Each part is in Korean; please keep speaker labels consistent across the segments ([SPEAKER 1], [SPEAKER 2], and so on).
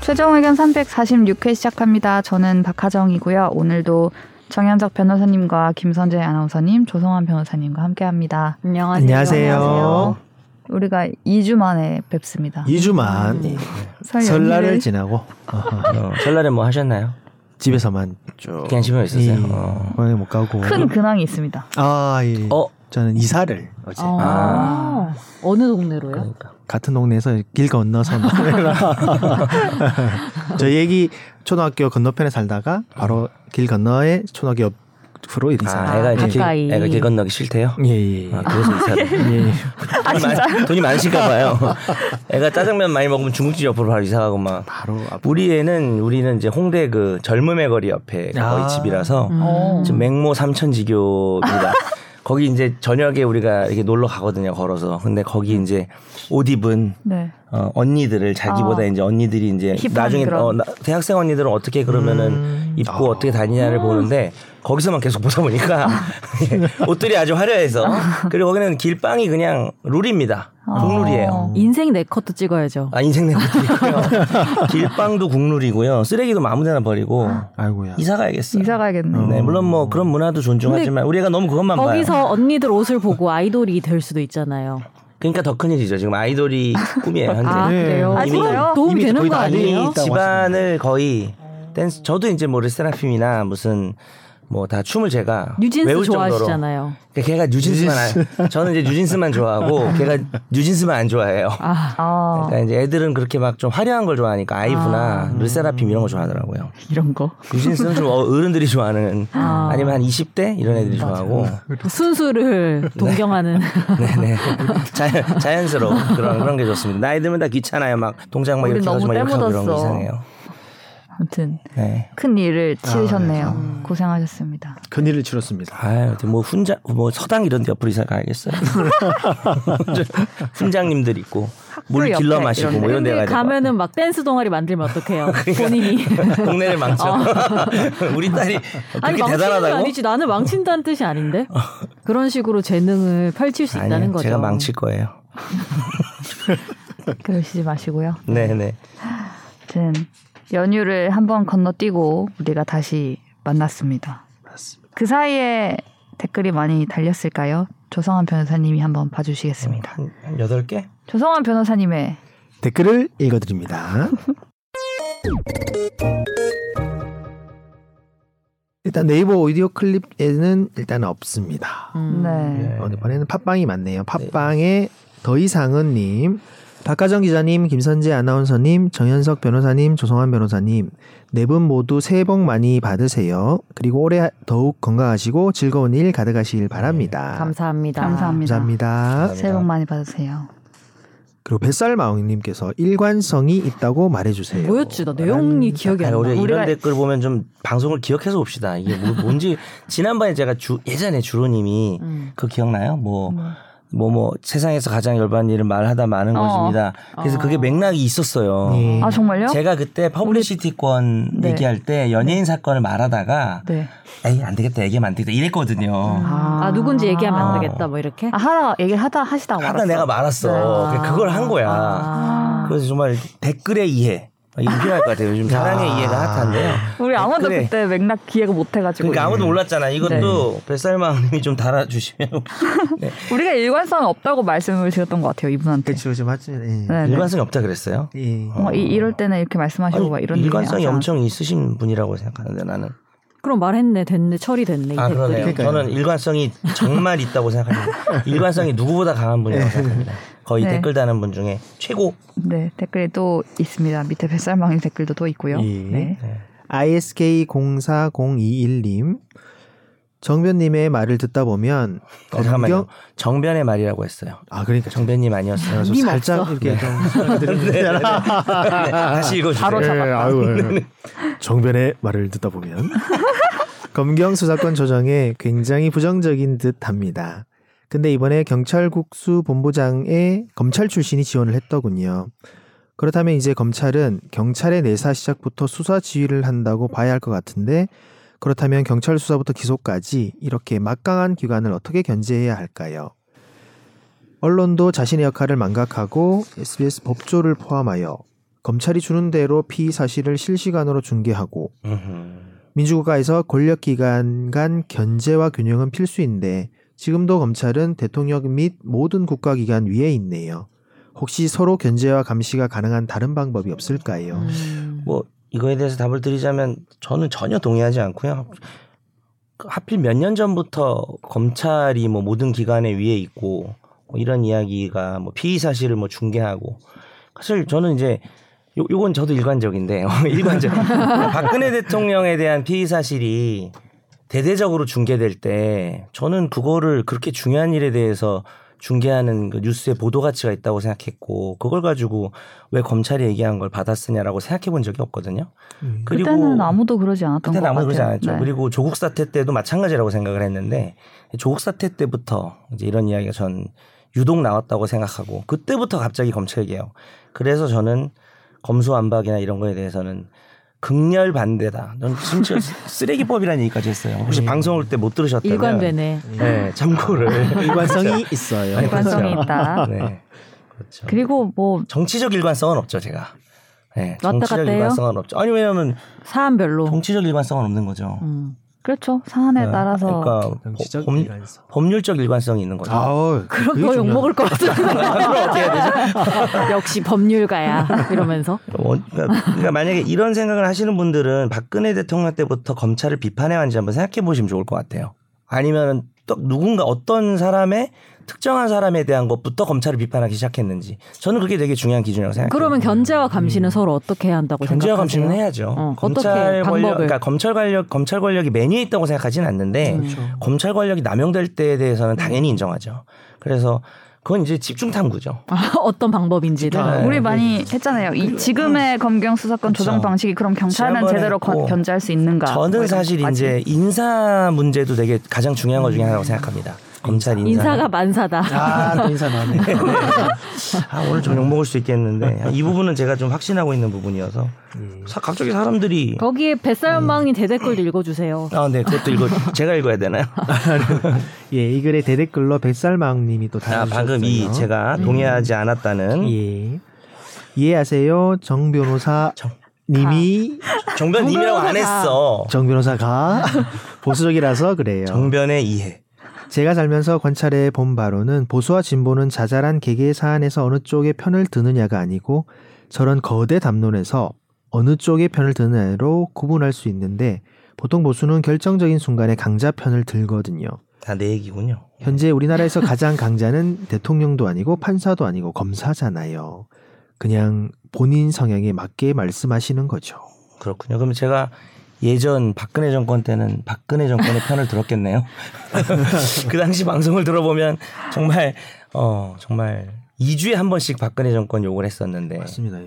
[SPEAKER 1] 최종 의견 346회 시작합니다. 저는 박하정이고요. 오늘도 정현석 변호사님과 김선재 아나운서님, 조성환 변호사님과 함께합니다.
[SPEAKER 2] 안녕하세요.
[SPEAKER 3] 안녕하세요.
[SPEAKER 1] 우리가 2주 만에 뵙습니다.
[SPEAKER 3] 2주만
[SPEAKER 2] 음.
[SPEAKER 1] 설
[SPEAKER 3] 설날을
[SPEAKER 1] 연휴를-
[SPEAKER 3] 지나고 어,
[SPEAKER 4] 어, 설날에 뭐 하셨나요?
[SPEAKER 3] 집에서만 쭉
[SPEAKER 4] 그냥 집에 있었어요.
[SPEAKER 3] 예,
[SPEAKER 4] 어.
[SPEAKER 3] 고향에 못 가고
[SPEAKER 1] 큰그 근황이 있습니다.
[SPEAKER 3] 아, 예.
[SPEAKER 4] 어,
[SPEAKER 3] 저는 이사를 어제
[SPEAKER 2] 어.
[SPEAKER 4] 아.
[SPEAKER 2] 어느 동네로요?
[SPEAKER 4] 그러니까.
[SPEAKER 3] 같은 동네에서 길 건너서 저희 애기 초등학교 건너편에 살다가 바로 길 건너에 초등학교 옆으로 이사.
[SPEAKER 4] 아, 애가 이제 길,
[SPEAKER 2] 가까이.
[SPEAKER 4] 애가 길 건너기 싫대요.
[SPEAKER 3] 예, 예.
[SPEAKER 4] 아, 그래서 이사를.
[SPEAKER 3] 예.
[SPEAKER 4] 돈이, 많, 돈이 많으신가 봐요. 애가 짜장면 많이 먹으면 중국집 옆으로 바로 이사가고 막.
[SPEAKER 3] 바로 앞.
[SPEAKER 4] 우리 애는 우리는 이제 홍대 그 젊음의 거리 옆에 거의
[SPEAKER 3] 아.
[SPEAKER 4] 집이라서
[SPEAKER 2] 음.
[SPEAKER 1] 어.
[SPEAKER 4] 지금 맹모 삼천지교입니다. 거기 이제 저녁에 우리가 이렇게 놀러 가거든요 걸어서. 근데 거기 이제 옷 입은
[SPEAKER 1] 네.
[SPEAKER 4] 어, 언니들을 자기보다
[SPEAKER 1] 아.
[SPEAKER 4] 이제 언니들이 이제
[SPEAKER 1] 힙한
[SPEAKER 4] 나중에
[SPEAKER 1] 그런.
[SPEAKER 4] 어, 나- 대학생 언니들은 어떻게 그러면은
[SPEAKER 3] 음.
[SPEAKER 4] 입고
[SPEAKER 3] 아.
[SPEAKER 4] 어떻게 다니냐를
[SPEAKER 1] 음.
[SPEAKER 4] 보는데 거기서만 계속 보다 보니까 예, 옷들이 아주 화려해서 그리고 거기는 길빵이 그냥 룰입니다.
[SPEAKER 1] 아.
[SPEAKER 4] 국룰이에요.
[SPEAKER 2] 인생 네 컷도 찍어야죠.
[SPEAKER 4] 아 인생 내것들이고요 길빵도 국룰이고요. 쓰레기도 아무데나 버리고
[SPEAKER 3] 아이고야.
[SPEAKER 4] 이사 가야겠어. 요
[SPEAKER 1] 이사 가야겠네요.
[SPEAKER 4] 네, 물론 뭐 그런 문화도 존중하지만 우리 애가 너무 그것만 봐요.
[SPEAKER 2] 거기서 언니들 옷을 보고 아이돌이 될 수도 있잖아요.
[SPEAKER 4] 그러니까 더 큰일이죠. 지금 아이돌이 꿈이에요 현재.
[SPEAKER 2] 아,
[SPEAKER 3] 네.
[SPEAKER 2] 그래요?
[SPEAKER 1] 아,
[SPEAKER 2] 아,
[SPEAKER 1] 진짜요?
[SPEAKER 2] 도움
[SPEAKER 3] 이미
[SPEAKER 2] 되는
[SPEAKER 3] 거의
[SPEAKER 2] 거
[SPEAKER 3] 다
[SPEAKER 2] 아니에요?
[SPEAKER 3] 알려져 있다고
[SPEAKER 4] 집안을 거의 댄스 저도 이제 뭐 레스테라핌이나 무슨 뭐 다 춤을 제가
[SPEAKER 2] 뉴진스
[SPEAKER 4] 외울 정도로
[SPEAKER 2] 좋아하시잖아요.
[SPEAKER 4] 그러니까 걔가 뉴진스만 안, 저는 이제 뉴진스만 좋아하고 걔가 뉴진스만 안 좋아해요.
[SPEAKER 2] 아,
[SPEAKER 1] 아,
[SPEAKER 4] 그러니까 이제 애들은 그렇게 막 좀 화려한 걸 좋아하니까 아이브나 르세라핌 이런 거 좋아하더라고요.
[SPEAKER 1] 이런 거.
[SPEAKER 4] 뉴진스는 좀 어- 어른들이 좋아하는
[SPEAKER 2] 아.
[SPEAKER 4] 아. 니면한 20대 이런 애들이 좋아하고 네.
[SPEAKER 2] 순수를 동경하는.
[SPEAKER 4] 네네 자연 자연스러운 그런 그런 게 좋습니다. 나이 들면 다 귀찮아요. 막 동작 막
[SPEAKER 1] 우리
[SPEAKER 4] 이렇게 하고
[SPEAKER 1] 너무
[SPEAKER 4] 막 이렇게 하고 이런 거
[SPEAKER 1] 때묻었어.
[SPEAKER 4] 이상해요.
[SPEAKER 1] 아무튼
[SPEAKER 4] 네.
[SPEAKER 1] 큰 일을 치르셨네요.
[SPEAKER 3] 아,
[SPEAKER 1] 고생하셨습니다.
[SPEAKER 3] 큰일을 치렀습니다.
[SPEAKER 4] 아유, 근데 뭐 훈장 뭐 서당 이런 데 옆으로 이사 가야겠어요. 훈장님들 있고 물
[SPEAKER 1] 옆에
[SPEAKER 4] 길러 마시고
[SPEAKER 1] 이런
[SPEAKER 4] 뭐 이런 데 가야 그러니까.
[SPEAKER 2] 근데
[SPEAKER 4] 될것 같아요.
[SPEAKER 2] 가면은 막 댄스 동아리 만들면 어떡해요? 본인이.
[SPEAKER 4] 동네를 망쳐. 우리 딸이
[SPEAKER 2] 아니
[SPEAKER 4] 그렇게
[SPEAKER 2] 망치는 거
[SPEAKER 4] 대단하다고?
[SPEAKER 2] 아니지. 나는 망친다는 뜻이 아닌데. 그런 식으로 재능을 펼칠 수 있다는
[SPEAKER 4] 아니요,
[SPEAKER 2] 거죠.
[SPEAKER 4] 제가 망칠 거예요.
[SPEAKER 1] 그러시지 마시고요.
[SPEAKER 4] 네, 네.
[SPEAKER 1] 아무튼 연휴를 한번 건너뛰고 우리가 다시 만났습니다.
[SPEAKER 3] 맞습니다.
[SPEAKER 1] 그 사이에 댓글이 많이 달렸을까요? 조성한 변호사님이 한번 봐주시겠습니다.
[SPEAKER 4] 한, 한 8개?
[SPEAKER 1] 음. 조성한 변호사님의
[SPEAKER 3] 댓글을 읽어드립니다. 일단 네이버 오디오 클립에는 일단 없습니다.
[SPEAKER 2] 음.
[SPEAKER 1] 네.
[SPEAKER 4] 네.
[SPEAKER 3] 오늘 번에는 팟빵이 많네요. 팟빵에 더 이상은님, 박가정 기자님, 김선재 아나운서님, 정현석 변호사님, 조성환 변호사님 네 분 모두 새해 복 많이 받으세요. 그리고 올해 더욱 건강하시고 즐거운 일 가득하시길 바랍니다.
[SPEAKER 2] 네, 감사합니다.
[SPEAKER 1] 감사합니다.
[SPEAKER 3] 감사합니다.
[SPEAKER 1] 새해 복 많이 받으세요.
[SPEAKER 3] 그리고 뱃살마왕님께서 일관성이 있다고 말해주세요. 음.
[SPEAKER 2] 뭐였지? 나 내용이 기억이 안
[SPEAKER 4] 아니,
[SPEAKER 2] 나.
[SPEAKER 4] 우리
[SPEAKER 1] 우리가-
[SPEAKER 4] 이런 댓글 보면 좀 방송을 기억해서 봅시다. 이게 뭐- 뭔지 지난번에 제가 주, 예전에 주로님이
[SPEAKER 2] 음.
[SPEAKER 4] 그거 기억나요? 뭐 뭐, 뭐, 세상에서 가장 열받는 일은 말하다 마는
[SPEAKER 1] 어.
[SPEAKER 4] 것입니다. 그래서 그게 맥락이 있었어요.
[SPEAKER 3] 예.
[SPEAKER 1] 아 정말요?
[SPEAKER 4] 음. 제가 그때 퍼블리시티권
[SPEAKER 1] 네.
[SPEAKER 4] 얘기할 때 연예인 사건을 말하다가
[SPEAKER 1] 네.
[SPEAKER 4] 에이 안 되겠다 얘기하면 안 되겠다 이랬거든요.
[SPEAKER 2] 아,
[SPEAKER 1] 아.
[SPEAKER 2] 누군지 얘기하면 안 되겠다 뭐 이렇게.
[SPEAKER 1] 아 하다 얘기를 하다 하시다
[SPEAKER 4] 하다
[SPEAKER 1] 말았어. 네.
[SPEAKER 4] 내가 말았어.
[SPEAKER 2] 아.
[SPEAKER 4] 그걸 한 거야.
[SPEAKER 2] 아.
[SPEAKER 4] 그래서 정말 댓글의 이해 이거 필요할 것 같아요. 요즘 사랑의 이해가 핫한데요.
[SPEAKER 1] 우리 아무도
[SPEAKER 4] 댓글에-
[SPEAKER 1] 그때 맥락 기획을 못 해가지고
[SPEAKER 4] 그러니까 아무도 몰랐잖아.
[SPEAKER 1] 네.
[SPEAKER 4] 이것도 뱃살마왕님이 좀 달아주시면 네.
[SPEAKER 1] 우리가 일관성이 없다고 말씀을 드렸던 것 같아요 이분한테.
[SPEAKER 3] 그렇죠, 지금 맞죠. 예.
[SPEAKER 1] 네, 네.
[SPEAKER 4] 일관성이 없다 그랬어요.
[SPEAKER 3] 예.
[SPEAKER 1] 어, 이, 이럴 때는 이렇게 말씀하시고 막
[SPEAKER 4] 아니,
[SPEAKER 1] 이런
[SPEAKER 4] 일관성이
[SPEAKER 1] 얘기 하지
[SPEAKER 4] 엄청 있으신 분이라고 생각하는데 나는
[SPEAKER 2] 그럼 말했네 됐네 처리됐네 이
[SPEAKER 4] 아
[SPEAKER 2] 댓글이.
[SPEAKER 4] 그러네요.
[SPEAKER 3] 그러니까요.
[SPEAKER 4] 저는 일관성이 정말 있다고 생각합니다. 일관성이 누구보다 강한 분이라고 생각합니다. 거의
[SPEAKER 1] 네.
[SPEAKER 4] 댓글 다는 분 중에 최고.
[SPEAKER 1] 않- 네 댓글에 또 있습니다. 밑에 뱃살망이 댓글도 또 있고요.
[SPEAKER 3] 예.
[SPEAKER 1] 네.
[SPEAKER 3] ISK04021님 정변님의 말을 듣다 보면
[SPEAKER 4] 아, 잠깐만요.
[SPEAKER 3] 검경
[SPEAKER 4] 정변의 말이라고 했어요.
[SPEAKER 3] 아 그러니까 정
[SPEAKER 4] 정변님 아니었어요.
[SPEAKER 3] 좀 살짝
[SPEAKER 2] 네.
[SPEAKER 3] 이렇게 좀
[SPEAKER 4] 네, 네, 네. 네, 다시 읽어주세요.
[SPEAKER 1] 바로 잡-
[SPEAKER 3] 예, 아유, 아유. 정변의 말을 듣다 보면 검경 수사권 조정에 굉장히 부정적인 듯합니다. 근데 이번에 경찰국수 본부장에 검찰 출신이 지원을 했더군요. 그렇다면 이제 검찰은 경찰의 내사 시작부터 수사 지휘를 한다고 봐야 할 것 같은데 그렇다면 경찰 수사부터 기소까지 이렇게 막강한 기관을 어떻게 견제해야 할까요? 언론도 자신의 역할을 망각하고 SBS 법조를 포함하여 검찰이 주는 대로 피의 사실을 실시간으로 중계하고
[SPEAKER 4] 음흠.
[SPEAKER 3] 민주국가에서 권력기관 간 견제와 균형은 필수인데 지금도 검찰은 대통령 및 모든 국가기관 위에 있네요. 혹시 서로 견제와 감시가 가능한 다른 방법이 없을까요?
[SPEAKER 2] 음.
[SPEAKER 4] 뭐 이거에 대해서 답을 드리자면 저는 전혀 동의하지 않고요. 그 하필 몇 년 전부터 검찰이 뭐 모든 기관에 위에 있고 뭐 이런 이야기가 뭐 피의 사실을 뭐 중계하고 사실 저는 이제 요, 요건 저도 일관적인데 일관적. 박근혜 대통령에 대한 피의 사실이 대대적으로 중계될 때 저는 그거를 그렇게 중요한 일에 대해서 중계하는 그 뉴스의 보도 가치가 있다고 생각했고 그걸 가지고 왜 검찰이 얘기한 걸 받아쓰냐라고 생각해 본 적이 없거든요.
[SPEAKER 3] 음.
[SPEAKER 4] 그리고
[SPEAKER 1] 그때는 아무도 그러지 않았던 것
[SPEAKER 4] 그때는 아무
[SPEAKER 1] 같아요.
[SPEAKER 4] 그러지 않았죠.
[SPEAKER 1] 네.
[SPEAKER 4] 그리고 조국 사태 때도 마찬가지라고 생각을 했는데 조국 사태 때부터 이제 이런 이야기가 전 유독 나왔다고 생각하고 그때부터 갑자기 검찰개혁. 그래서 저는 검수완박이나 이런 거에 대해서는 극렬 반대다. 넌 진짜 쓰레기법이라는 얘기까지 했어요. 혹시
[SPEAKER 3] 네.
[SPEAKER 4] 방송 올 때 못 들으셨다면
[SPEAKER 2] 일관되네.
[SPEAKER 4] 네, 참고를.
[SPEAKER 3] 음. 일관성이 있어요.
[SPEAKER 4] 아니,
[SPEAKER 1] 일관성이
[SPEAKER 4] 그렇죠.
[SPEAKER 1] 있다.
[SPEAKER 4] 네. 그렇죠.
[SPEAKER 1] 그리고 뭐
[SPEAKER 4] 정치적 일관성은 없죠, 제가. 네,
[SPEAKER 2] 왔다
[SPEAKER 4] 정치적
[SPEAKER 2] 갔다 해요?
[SPEAKER 4] 일관성은 없죠. 아니 왜냐면
[SPEAKER 2] 사안별로.
[SPEAKER 4] 정치적 일관성은 없는 거죠.
[SPEAKER 2] 음.
[SPEAKER 1] 그렇죠 사안에
[SPEAKER 4] 네,
[SPEAKER 1] 따라서
[SPEAKER 4] 그러니까
[SPEAKER 3] 정치적
[SPEAKER 4] 법-
[SPEAKER 3] 어, 일관성.
[SPEAKER 4] 법률적 일관성이 있는 거죠.
[SPEAKER 3] 아우,
[SPEAKER 2] 그럼
[SPEAKER 3] 그게
[SPEAKER 2] 더
[SPEAKER 3] 중요하다.
[SPEAKER 2] 욕먹을 것 같아. 역시 법률가야. 이러면서.
[SPEAKER 4] 어, 원- 그러니까, 그러니까 만약에 이런 생각을 하시는 분들은 박근혜 대통령 때부터 검찰을 비판해 왔는지 한번 생각해 보시면 좋을 것 같아요. 아니면 또 누군가 어떤 사람의 특정한 사람에 대한 것부터 검찰을 비판하기 시작했는지 저는 그게 되게 중요한 기준이라고 생각해요.
[SPEAKER 2] 그러면 견제와 감시는 서로 어떻게 해야 한다고
[SPEAKER 4] 네. 견제와
[SPEAKER 2] 생각하세요?
[SPEAKER 4] 감시는 해야죠.
[SPEAKER 2] 어, 어떻게
[SPEAKER 4] 검찰 권력,
[SPEAKER 2] 방법을?
[SPEAKER 4] 그러니까 검찰 권력, 검찰 권력이 매니에 있다고 생각하지는 않는데
[SPEAKER 3] 그렇죠.
[SPEAKER 2] 음.
[SPEAKER 4] 검찰 권력이 남용될 때에 대해서는 당연히 인정하죠. 그래서 그건 이제 집중 탐구죠.
[SPEAKER 2] 아, 어떤 방법인지를.
[SPEAKER 4] 네.
[SPEAKER 3] 아,
[SPEAKER 1] 우리 많이 했잖아요. 이
[SPEAKER 4] 음,
[SPEAKER 1] 지금의 검경 수사권
[SPEAKER 4] 그러니까 그렇죠.
[SPEAKER 1] 조정 방식이 그럼 경찰만
[SPEAKER 4] 지난번에
[SPEAKER 1] 제대로 거-
[SPEAKER 4] 했고,
[SPEAKER 1] 견제할 수 있는가? 뭐
[SPEAKER 4] 저는
[SPEAKER 1] 이런
[SPEAKER 4] 사실
[SPEAKER 1] 것까지.
[SPEAKER 4] 이제 인사 문제도 되게 가장 중요한 것 중에 하나라고 생각합니다. 검찰 인사.
[SPEAKER 2] 음. 인사가 뭐- 만사다.
[SPEAKER 3] 아, 또 인사 많네.
[SPEAKER 4] 아, 오늘 좀 욕먹을 수 있겠는데 아, 이 부분은 제가 좀 확신하고 있는 부분이어서
[SPEAKER 3] 음.
[SPEAKER 4] 사- 갑자기 사람들이
[SPEAKER 2] 거기에 뱃살망이 대댓글도 읽어주세요.
[SPEAKER 4] 아, 네, 그것도 읽어 제가 읽어야 되나요?
[SPEAKER 3] 아, 예, 이 글의 대댓글로 뱃살망님이 또
[SPEAKER 4] 아,
[SPEAKER 3] 달아주셨어요.
[SPEAKER 4] 방금 이 제가 동의하지 않았다는
[SPEAKER 3] 예. 이해하세요. 정 변호사 님이
[SPEAKER 4] 정변님이라고 안 했어.
[SPEAKER 3] 정 변호사가 보수적이라서 그래요.
[SPEAKER 4] 정변의 이해.
[SPEAKER 3] 제가 살면서 관찰해 본 바로는 보수와 진보는 자잘한 개개의 사안에서 어느 쪽의 편을 드느냐가 아니고 저런 거대 담론에서 어느 쪽의 편을 드느냐로 구분할 수 있는데 보통 보수는 결정적인 순간에 강자 편을 들거든요.
[SPEAKER 4] 다 내 얘기군요.
[SPEAKER 3] 현재 우리나라에서 가장 강자는 대통령도 아니고 판사도 아니고 검사잖아요. 그냥 본인 성향에 맞게 말씀하시는 거죠.
[SPEAKER 4] 그렇군요. 그럼 제가 예전 박근혜 정권 때는 박근혜 정권의 편을 들었겠네요. 그 당시 방송을 들어보면 정말 어 정말 2주에 한 번씩 박근혜 정권 욕을 했었는데
[SPEAKER 3] 맞습니다.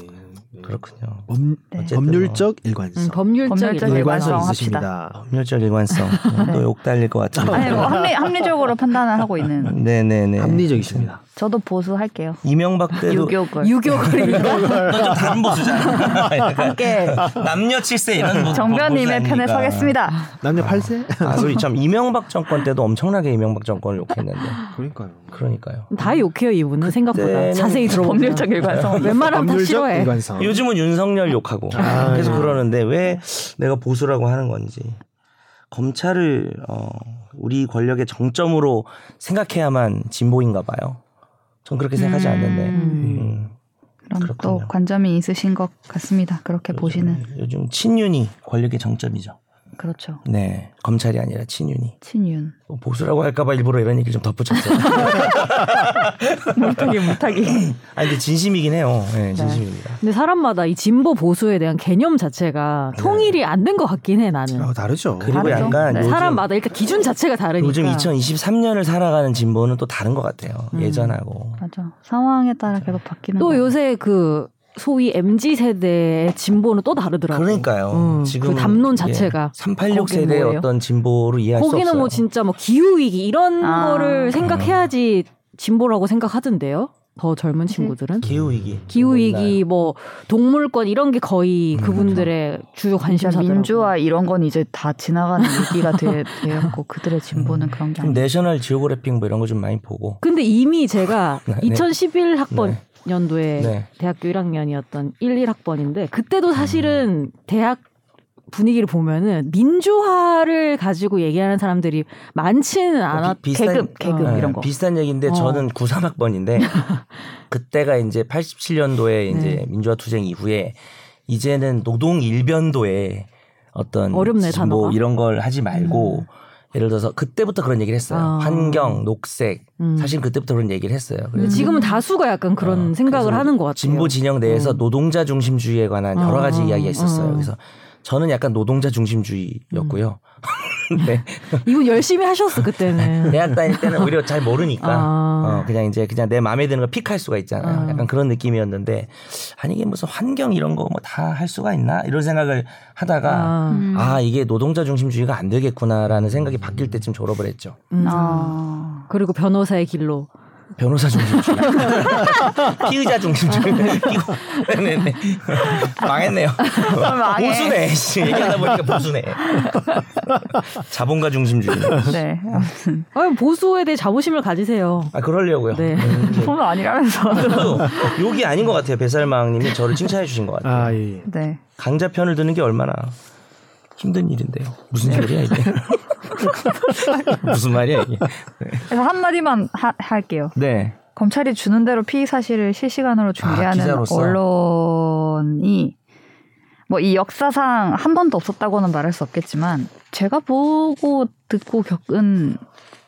[SPEAKER 4] 그렇군요.
[SPEAKER 3] 법,
[SPEAKER 4] 어쨌든
[SPEAKER 3] 법률적
[SPEAKER 2] 음,
[SPEAKER 3] 일관성.
[SPEAKER 2] 법률적
[SPEAKER 1] 법률적
[SPEAKER 3] 일관성
[SPEAKER 1] 일관성
[SPEAKER 3] 있으십니다.
[SPEAKER 4] 법률적 일관성 또 욕 달릴 것
[SPEAKER 1] 아니
[SPEAKER 4] 같은데.
[SPEAKER 1] 뭐 합리 합리적으로 판단을 하고 있는.
[SPEAKER 4] 네네네.
[SPEAKER 3] 합리적이십니다.
[SPEAKER 1] 저도 보수할게요.
[SPEAKER 4] 이명박 때도 아,
[SPEAKER 1] 유교걸.
[SPEAKER 2] 유교거리가
[SPEAKER 4] 넌좀 다른 보수잖아. 약간
[SPEAKER 1] 함께
[SPEAKER 4] 남녀 칠세 이런 보- 뭐 보수
[SPEAKER 1] 정변님의
[SPEAKER 4] 아닙니까?
[SPEAKER 1] 편에 서겠습니다.
[SPEAKER 3] 남녀 8세?
[SPEAKER 4] 아, 그리고 참 이명박 정권 때도 엄청나게 이명박 정권을 욕했는데
[SPEAKER 3] 그러니까요.
[SPEAKER 4] 그러니까요.
[SPEAKER 2] 다 욕해요 이분은 생각보다
[SPEAKER 4] 그때는
[SPEAKER 2] 자세히 들어보면
[SPEAKER 1] 법률적 일관성.
[SPEAKER 2] 웬만하면 다 싫어해.
[SPEAKER 3] 일관성.
[SPEAKER 1] 음.
[SPEAKER 4] 요즘은 윤석열 욕하고
[SPEAKER 3] 아,
[SPEAKER 4] 계속
[SPEAKER 3] 예.
[SPEAKER 4] 그러는데 왜 내가 보수라고 하는 건지 검찰을 어, 우리 권력의 정점으로 생각해야만 진보인가 봐요. 전 그렇게 생각하지
[SPEAKER 1] 음,
[SPEAKER 4] 않는데.
[SPEAKER 3] 음.
[SPEAKER 4] 음,
[SPEAKER 1] 그럼
[SPEAKER 4] 그렇군요. 그렇죠.
[SPEAKER 1] 또 관점이 있으신 것 같습니다. 그렇게 보시는.
[SPEAKER 4] 요즘, 요즘 친윤이 권력의 정점이죠.
[SPEAKER 1] 그렇죠.
[SPEAKER 4] 네, 검찰이 아니라 친윤이.
[SPEAKER 1] 친윤.
[SPEAKER 4] 뭐 보수라고 할까봐 일부러 이런 얘기를 좀 덧붙였어요.
[SPEAKER 1] 못하기 못하기.
[SPEAKER 4] 아니 근데 진심이긴 해요. 네, 진심입니다.
[SPEAKER 2] 근데 사람마다 이 진보 보수에 대한 개념 자체가 통일이 안 된 것 같긴 해 나는.
[SPEAKER 3] 아, 다르죠.
[SPEAKER 4] 그리고
[SPEAKER 1] 다르죠.
[SPEAKER 4] 약간
[SPEAKER 1] 네.
[SPEAKER 4] 요즘
[SPEAKER 2] 사람마다 그러니까. 일단 기준 자체가 다르니까.
[SPEAKER 4] 요즘 2023년을 살아가는 진보는 또 다른 것 같아요.
[SPEAKER 1] 음.
[SPEAKER 4] 예전하고.
[SPEAKER 1] 맞아. 상황에 따라 계속 바뀌는.
[SPEAKER 2] 또
[SPEAKER 1] 거.
[SPEAKER 2] 요새 그 소위 MZ 세대의 진보는 또 다르더라고.
[SPEAKER 4] 그러니까요.
[SPEAKER 2] 음,
[SPEAKER 4] 지금
[SPEAKER 2] 그 담론 자체가.
[SPEAKER 4] 386
[SPEAKER 2] 거긴
[SPEAKER 4] 세대의
[SPEAKER 2] 뭐예요?
[SPEAKER 4] 어떤 진보를 이해할 수 없어요. 음.
[SPEAKER 2] 거기는 뭐 진짜 뭐 기후 위기 이런
[SPEAKER 1] 아.
[SPEAKER 2] 거를 생각해야지 진보라고 생각하던데요. 더 젊은
[SPEAKER 1] 네.
[SPEAKER 2] 친구들은
[SPEAKER 4] 기후 위기.
[SPEAKER 2] 기후 위기 뭐 동물권 이런 게 거의
[SPEAKER 4] 음,
[SPEAKER 2] 그분들의 주요
[SPEAKER 1] 진짜
[SPEAKER 2] 관심사더라고요.
[SPEAKER 1] 민주화 이런 건 이제 다 지나가는 위기가 되, 되었고 그들의 진보는 그런 게
[SPEAKER 4] 좀
[SPEAKER 1] 아니고
[SPEAKER 4] 내셔널 지오그래픽 뭐 이런 거 좀 많이 보고.
[SPEAKER 2] 근데 이미 제가
[SPEAKER 4] 네.
[SPEAKER 2] 2011 학번
[SPEAKER 4] 네.
[SPEAKER 2] 년도에
[SPEAKER 4] 네.
[SPEAKER 2] 대학교 1학년이었던 1, 1학번인데 그때도 사실은 대학 분위기를 보면은 민주화를 가지고 얘기하는 사람들이 많지는 않았
[SPEAKER 4] 어, 비- 음. 비슷한-
[SPEAKER 2] 계급 계급
[SPEAKER 1] 어,
[SPEAKER 2] 이런 거.
[SPEAKER 4] 네. 비슷한 얘기인데
[SPEAKER 2] 어.
[SPEAKER 4] 저는 93학번인데 그때가 이제 87년도에 이제
[SPEAKER 2] 네.
[SPEAKER 4] 민주화 투쟁 이후에 이제는 노동 일변도에 어떤
[SPEAKER 2] 어렵네,
[SPEAKER 4] 진보
[SPEAKER 2] 단어가.
[SPEAKER 4] 이런 걸 하지 말고
[SPEAKER 2] 음.
[SPEAKER 4] 예를 들어서 그때부터 그런 얘기를 했어요.
[SPEAKER 2] 아.
[SPEAKER 4] 환경, 녹색
[SPEAKER 2] 음.
[SPEAKER 4] 사실 그때부터 그런 얘기를 했어요.
[SPEAKER 2] 근데
[SPEAKER 1] 음.
[SPEAKER 4] 그래서
[SPEAKER 2] 지금은 다수가 약간 그런
[SPEAKER 4] 어,
[SPEAKER 2] 음, 생각을
[SPEAKER 4] 그래서
[SPEAKER 2] 하는 것 같아요.
[SPEAKER 4] 진보 진영 내에서
[SPEAKER 2] 음.
[SPEAKER 4] 노동자 중심주의에 관한 여러 가지
[SPEAKER 2] 아,
[SPEAKER 4] 이야기가 있었어요.
[SPEAKER 2] 아.
[SPEAKER 4] 그래서 저는 약간 노동자 중심주의였고요.
[SPEAKER 2] 음.
[SPEAKER 4] 네.
[SPEAKER 2] 이분 열심히 하셨어 그때는.
[SPEAKER 4] 대학 다닐 때는 오히려 잘 모르니까
[SPEAKER 2] 아.
[SPEAKER 4] 어, 그냥 이제 그냥 내 마음에 드는 걸 픽할 수가 있잖아요.
[SPEAKER 2] 아.
[SPEAKER 4] 약간 그런 느낌이었는데 아니 이게 무슨 환경 이런 거 뭐 다 할 수가 있나 이런 생각을 하다가
[SPEAKER 2] 아,
[SPEAKER 1] 음.
[SPEAKER 4] 아 이게 노동자 중심주의가 안 되겠구나라는 생각이 바뀔 때쯤 졸업을 했죠.
[SPEAKER 2] 음.
[SPEAKER 1] 아.
[SPEAKER 2] 그리고 변호사의 길로.
[SPEAKER 4] 변호사 중심주의, 피의자 중심주의. 이거- 네네네. 망했네요.
[SPEAKER 1] 망해.
[SPEAKER 4] 보수네. 씨. 얘기하다 보니까 보수네. 자본가 중심주의.
[SPEAKER 1] 네.
[SPEAKER 2] 아, 보수에 대해 자부심을 가지세요.
[SPEAKER 4] 아 그러려고요.
[SPEAKER 2] 네.
[SPEAKER 4] 음,
[SPEAKER 1] 보면 아니라면서.
[SPEAKER 4] 또 욕이 아닌 것 같아요. 뱃살마왕님이 저를 칭찬해 주신 것 같아요.
[SPEAKER 3] 아, 예.
[SPEAKER 1] 네.
[SPEAKER 4] 강자 편을 드는 게 얼마나 힘든 일인데요. 무슨 소리야 이게? 무슨 말이야 이게?
[SPEAKER 1] 그래서 한마디만 하- 할게요.
[SPEAKER 4] 네.
[SPEAKER 1] 검찰이 주는 대로 피의 사실을 실시간으로 중계하는
[SPEAKER 4] 아, 기자로서?
[SPEAKER 1] 언론이 뭐 이 역사상 한 번도 없었다고는 말할 수 없겠지만 제가 보고 듣고 겪은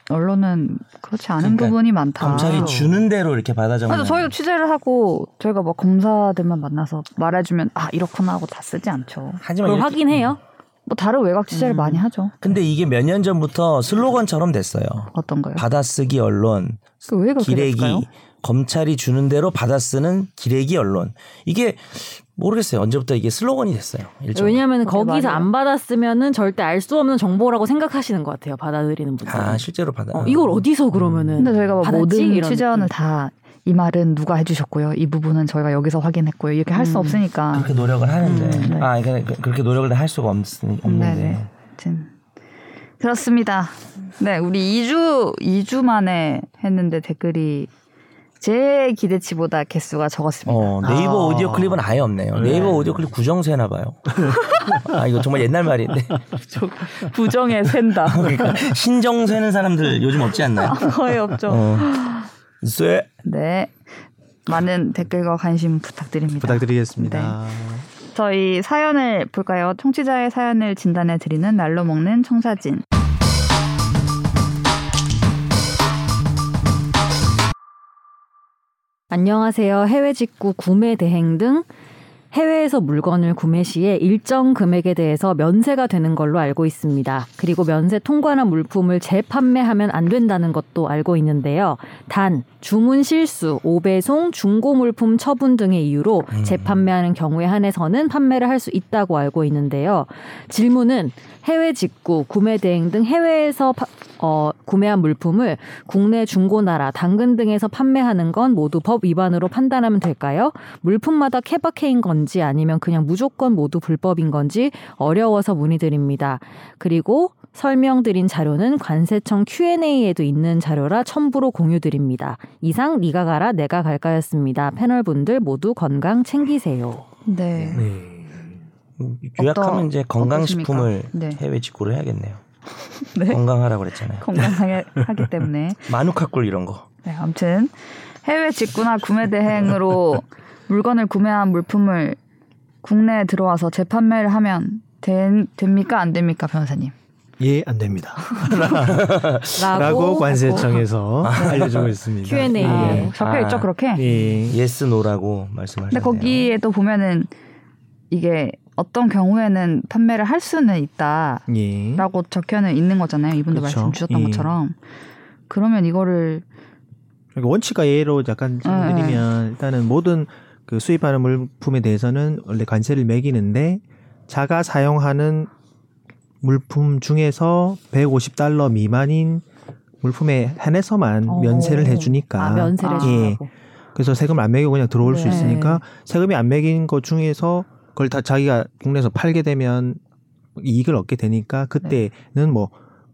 [SPEAKER 1] 언론은 그렇지 않은
[SPEAKER 4] 그러니까
[SPEAKER 1] 부분이 많다.
[SPEAKER 4] 검찰이 주는 대로 이렇게 받아 적는.
[SPEAKER 1] 그래서 저희도 취재를 하고 저희가 뭐 검사들만 만나서 말해주면 아 이렇구나 하고 다 쓰지 않죠.
[SPEAKER 4] 하지만
[SPEAKER 2] 그걸
[SPEAKER 4] 이렇게-
[SPEAKER 2] 확인해요.
[SPEAKER 4] 음,
[SPEAKER 1] 뭐 다른 외곽 취재를
[SPEAKER 2] 음.
[SPEAKER 1] 많이 하죠.
[SPEAKER 4] 근데 이게 몇 년 전부터 슬로건처럼 됐어요.
[SPEAKER 1] 어떤 거요?
[SPEAKER 4] 네. 받아쓰기 언론,
[SPEAKER 1] 그왜 그렇게
[SPEAKER 4] 기레기
[SPEAKER 1] 됐을까요?
[SPEAKER 4] 검찰이 주는 대로 받아쓰는 기레기 언론. 이게 모르겠어요. 언제부터 이게 슬로건이 됐어요. 일종의.
[SPEAKER 2] 왜냐하면
[SPEAKER 1] 그게
[SPEAKER 2] 거기서
[SPEAKER 1] 맞아요.
[SPEAKER 2] 안 받았으면은 절대 알 수 없는 정보라고 생각하시는 것 같아요. 받아들이는 분들.
[SPEAKER 4] 아 실제로 받아.
[SPEAKER 2] 어, 이걸 어디서 그러면은?
[SPEAKER 1] 근데 저희가 뭐
[SPEAKER 2] 받았지?
[SPEAKER 1] 모든
[SPEAKER 2] 이런
[SPEAKER 1] 취재원을
[SPEAKER 2] 느낌.
[SPEAKER 1] 다 이 말은 누가 해주셨고요. 이 부분은 저희가 여기서 확인했고요. 이렇게 할 수
[SPEAKER 2] 음.
[SPEAKER 1] 없으니까.
[SPEAKER 4] 그렇게 노력을 하는데
[SPEAKER 1] 음, 네.
[SPEAKER 4] 아 그러니까 그- 그렇게 노력을 할 수가 없, 없는데
[SPEAKER 1] 음, 네네. 아무튼 그렇습니다. 네, 우리 2주 2주 만에 했는데 댓글이 제 기대치보다 개수가 적었습니다.
[SPEAKER 4] 어, 네이버
[SPEAKER 3] 아.
[SPEAKER 4] 오디오 클립은 아예 없네요.
[SPEAKER 3] 네.
[SPEAKER 4] 네이버 오디오 클립 구정세나 봐요. 아 이거 정말 옛날 말인데
[SPEAKER 1] 부정에 샌다.
[SPEAKER 4] 그러니까 신정 세는 사람들 요즘 없지
[SPEAKER 1] 아,
[SPEAKER 4] 않나요?
[SPEAKER 1] 거의 없죠.
[SPEAKER 4] 어. 쇠.
[SPEAKER 1] 네. 많은 댓글과 관심 부탁드립니다.
[SPEAKER 3] 부탁드리겠습니다.
[SPEAKER 1] 저희 사연을 볼까요? 청취자의 사연을 진단해 드리는 날로 먹는 청사진.
[SPEAKER 2] 안녕하세요. 해외 직구 구매 대행 등 해외에서 물건을 구매 시에 일정 금액에 대해서 면세가 되는 걸로 알고 있습니다. 그리고 면세 통관한 물품을 재판매하면 안 된다는 것도 알고 있는데요. 단 주문 실수, 오배송, 중고 물품 처분 등의 이유로
[SPEAKER 4] 음.
[SPEAKER 2] 재판매하는 경우에 한해서는 판매를 할 수 있다고 알고 있는데요. 질문은 해외 직구, 구매 대행 등 해외에서 파- 어, 구매한 물품을 국내 중고나라, 당근 등에서 판매하는 건 모두 법 위반으로 판단하면 될까요? 물품마다 케바케인 건지 아니면 그냥 무조건 모두 불법인 건지 어려워서 문의드립니다. 그리고 설명드린 자료는 관세청 Q&A에도 있는 자료라 첨부로 공유드립니다. 이상 네가 가라 내가 갈까였습니다. 패널분들 모두 건강 챙기세요.
[SPEAKER 1] 네.
[SPEAKER 3] 네.
[SPEAKER 4] 요약하면
[SPEAKER 1] 어떠-
[SPEAKER 4] 이제 건강식품을
[SPEAKER 1] 어떠십니까? 네.
[SPEAKER 4] 해외 직구를 해야겠네요.
[SPEAKER 1] 네.
[SPEAKER 4] 건강하라고 그랬잖아요.
[SPEAKER 1] 건강하게 하기 때문에.
[SPEAKER 4] 마누카꿀 이런 거.
[SPEAKER 1] 네, 아무튼 해외 직구나 구매 대행으로 물건을 구매한 물품을 국내에 들어와서 재판매를 하면 된, 됩니까 안 됩니까 변호사님?
[SPEAKER 3] 예, 안 됩니다.
[SPEAKER 2] 라고,
[SPEAKER 3] 라고 관세청에서 알려주고 있습니다.
[SPEAKER 2] Q&A. 네.
[SPEAKER 1] 아,
[SPEAKER 2] 예.
[SPEAKER 1] 적혀 있죠
[SPEAKER 4] 아.
[SPEAKER 1] 그렇게.
[SPEAKER 3] 예.
[SPEAKER 4] 예스 노라고 말씀하셨네요.
[SPEAKER 1] 근데 거기에 또 보면은 이게 어떤 경우에는 판매를 할 수는 있다라고
[SPEAKER 3] 예.
[SPEAKER 1] 적혀는 있는 거잖아요. 이분도
[SPEAKER 3] 그렇죠.
[SPEAKER 1] 말씀 주셨던
[SPEAKER 3] 예.
[SPEAKER 1] 것처럼. 그러면 이거를
[SPEAKER 3] 그러니까 원칙과 예로 약간
[SPEAKER 2] 네,
[SPEAKER 3] 설명드리면 일단은 모든 그 수입하는 물품에 대해서는 원래 관세를 매기는데 자가 사용하는 물품 중에서 150달러 미만인 물품에 한해서만
[SPEAKER 2] 어.
[SPEAKER 3] 면세를 해주니까
[SPEAKER 2] 아, 면세를
[SPEAKER 3] 예.
[SPEAKER 1] 아.
[SPEAKER 2] 주라고.
[SPEAKER 3] 그래서 세금을 안 매기고 그냥 들어올 수
[SPEAKER 2] 네.
[SPEAKER 3] 있으니까 세금이 안 매긴 것 중에서 그걸 다 자기가 국내에서 팔게 되면 이익을 얻게 되니까 그때는 뭐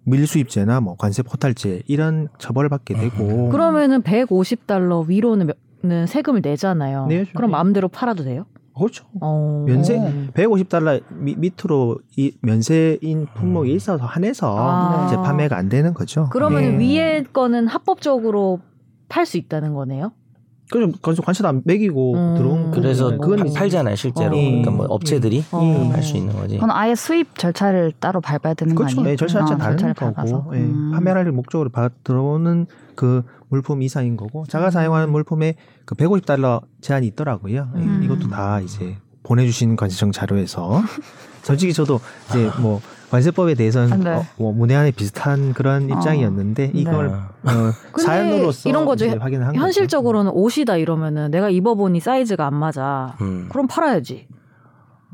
[SPEAKER 3] 밀수입죄나 뭐 관세 포탈죄 이런 처벌을 받게 되고
[SPEAKER 2] 그렇죠. 그러면은 150달러 위로는 몇- 는 세금을 내잖아요.
[SPEAKER 3] 내야죠.
[SPEAKER 2] 그럼 마음대로 팔아도 돼요?
[SPEAKER 3] 그렇죠.
[SPEAKER 2] 어.
[SPEAKER 3] 면세?
[SPEAKER 2] 음.
[SPEAKER 3] 150달러 미- 밑으로 이 면세인
[SPEAKER 1] 음.
[SPEAKER 3] 품목이 있어서 한해서
[SPEAKER 2] 아.
[SPEAKER 3] 이제 판매가 안 되는 거죠.
[SPEAKER 2] 그러면
[SPEAKER 3] 예.
[SPEAKER 2] 위에 거는 합법적으로 팔 수 있다는 거네요.
[SPEAKER 3] 그럼 거기서 관세도 안 매기고
[SPEAKER 2] 음.
[SPEAKER 3] 들어온 거니까 뭐
[SPEAKER 4] 그래서
[SPEAKER 2] 그건
[SPEAKER 4] 팔-
[SPEAKER 2] 이제-
[SPEAKER 4] 팔잖아요 실제로.
[SPEAKER 2] 예.
[SPEAKER 4] 그러니까 뭐 업체들이
[SPEAKER 2] 어.
[SPEAKER 4] 할 수 있는 거지.
[SPEAKER 1] 그건 아예 수입 절차를 따로 밟아야 되는 거
[SPEAKER 3] 그렇죠.
[SPEAKER 1] 아니에요?
[SPEAKER 3] 네, 절차 자체
[SPEAKER 1] 어,
[SPEAKER 3] 다른
[SPEAKER 1] 절차를 밟아서.
[SPEAKER 3] 거고 예,
[SPEAKER 1] 음.
[SPEAKER 3] 판매를 목적으로 받 들어오는 그 물품 이상인 거고 자가
[SPEAKER 1] 음.
[SPEAKER 3] 사용하는 물품에 그 150달러 제한이 있더라고요. 예,
[SPEAKER 1] 음.
[SPEAKER 3] 이것도 다 이제 보내주신 관세청 자료에서 솔직히 저도 이제 뭐 관세법에 대해서는
[SPEAKER 1] 네.
[SPEAKER 3] 어, 뭐 문외한에 비슷한 그런
[SPEAKER 1] 어.
[SPEAKER 3] 입장이었는데 이걸
[SPEAKER 4] 아.
[SPEAKER 3] 어,
[SPEAKER 2] 근데
[SPEAKER 3] 사연으로서
[SPEAKER 2] 이런 거죠.
[SPEAKER 3] 이제 확인을 한 거죠.
[SPEAKER 2] 현실적으로는 옷이다 이러면은 내가 입어보니 사이즈가 안 맞아.
[SPEAKER 4] 음.
[SPEAKER 2] 그럼 팔아야지.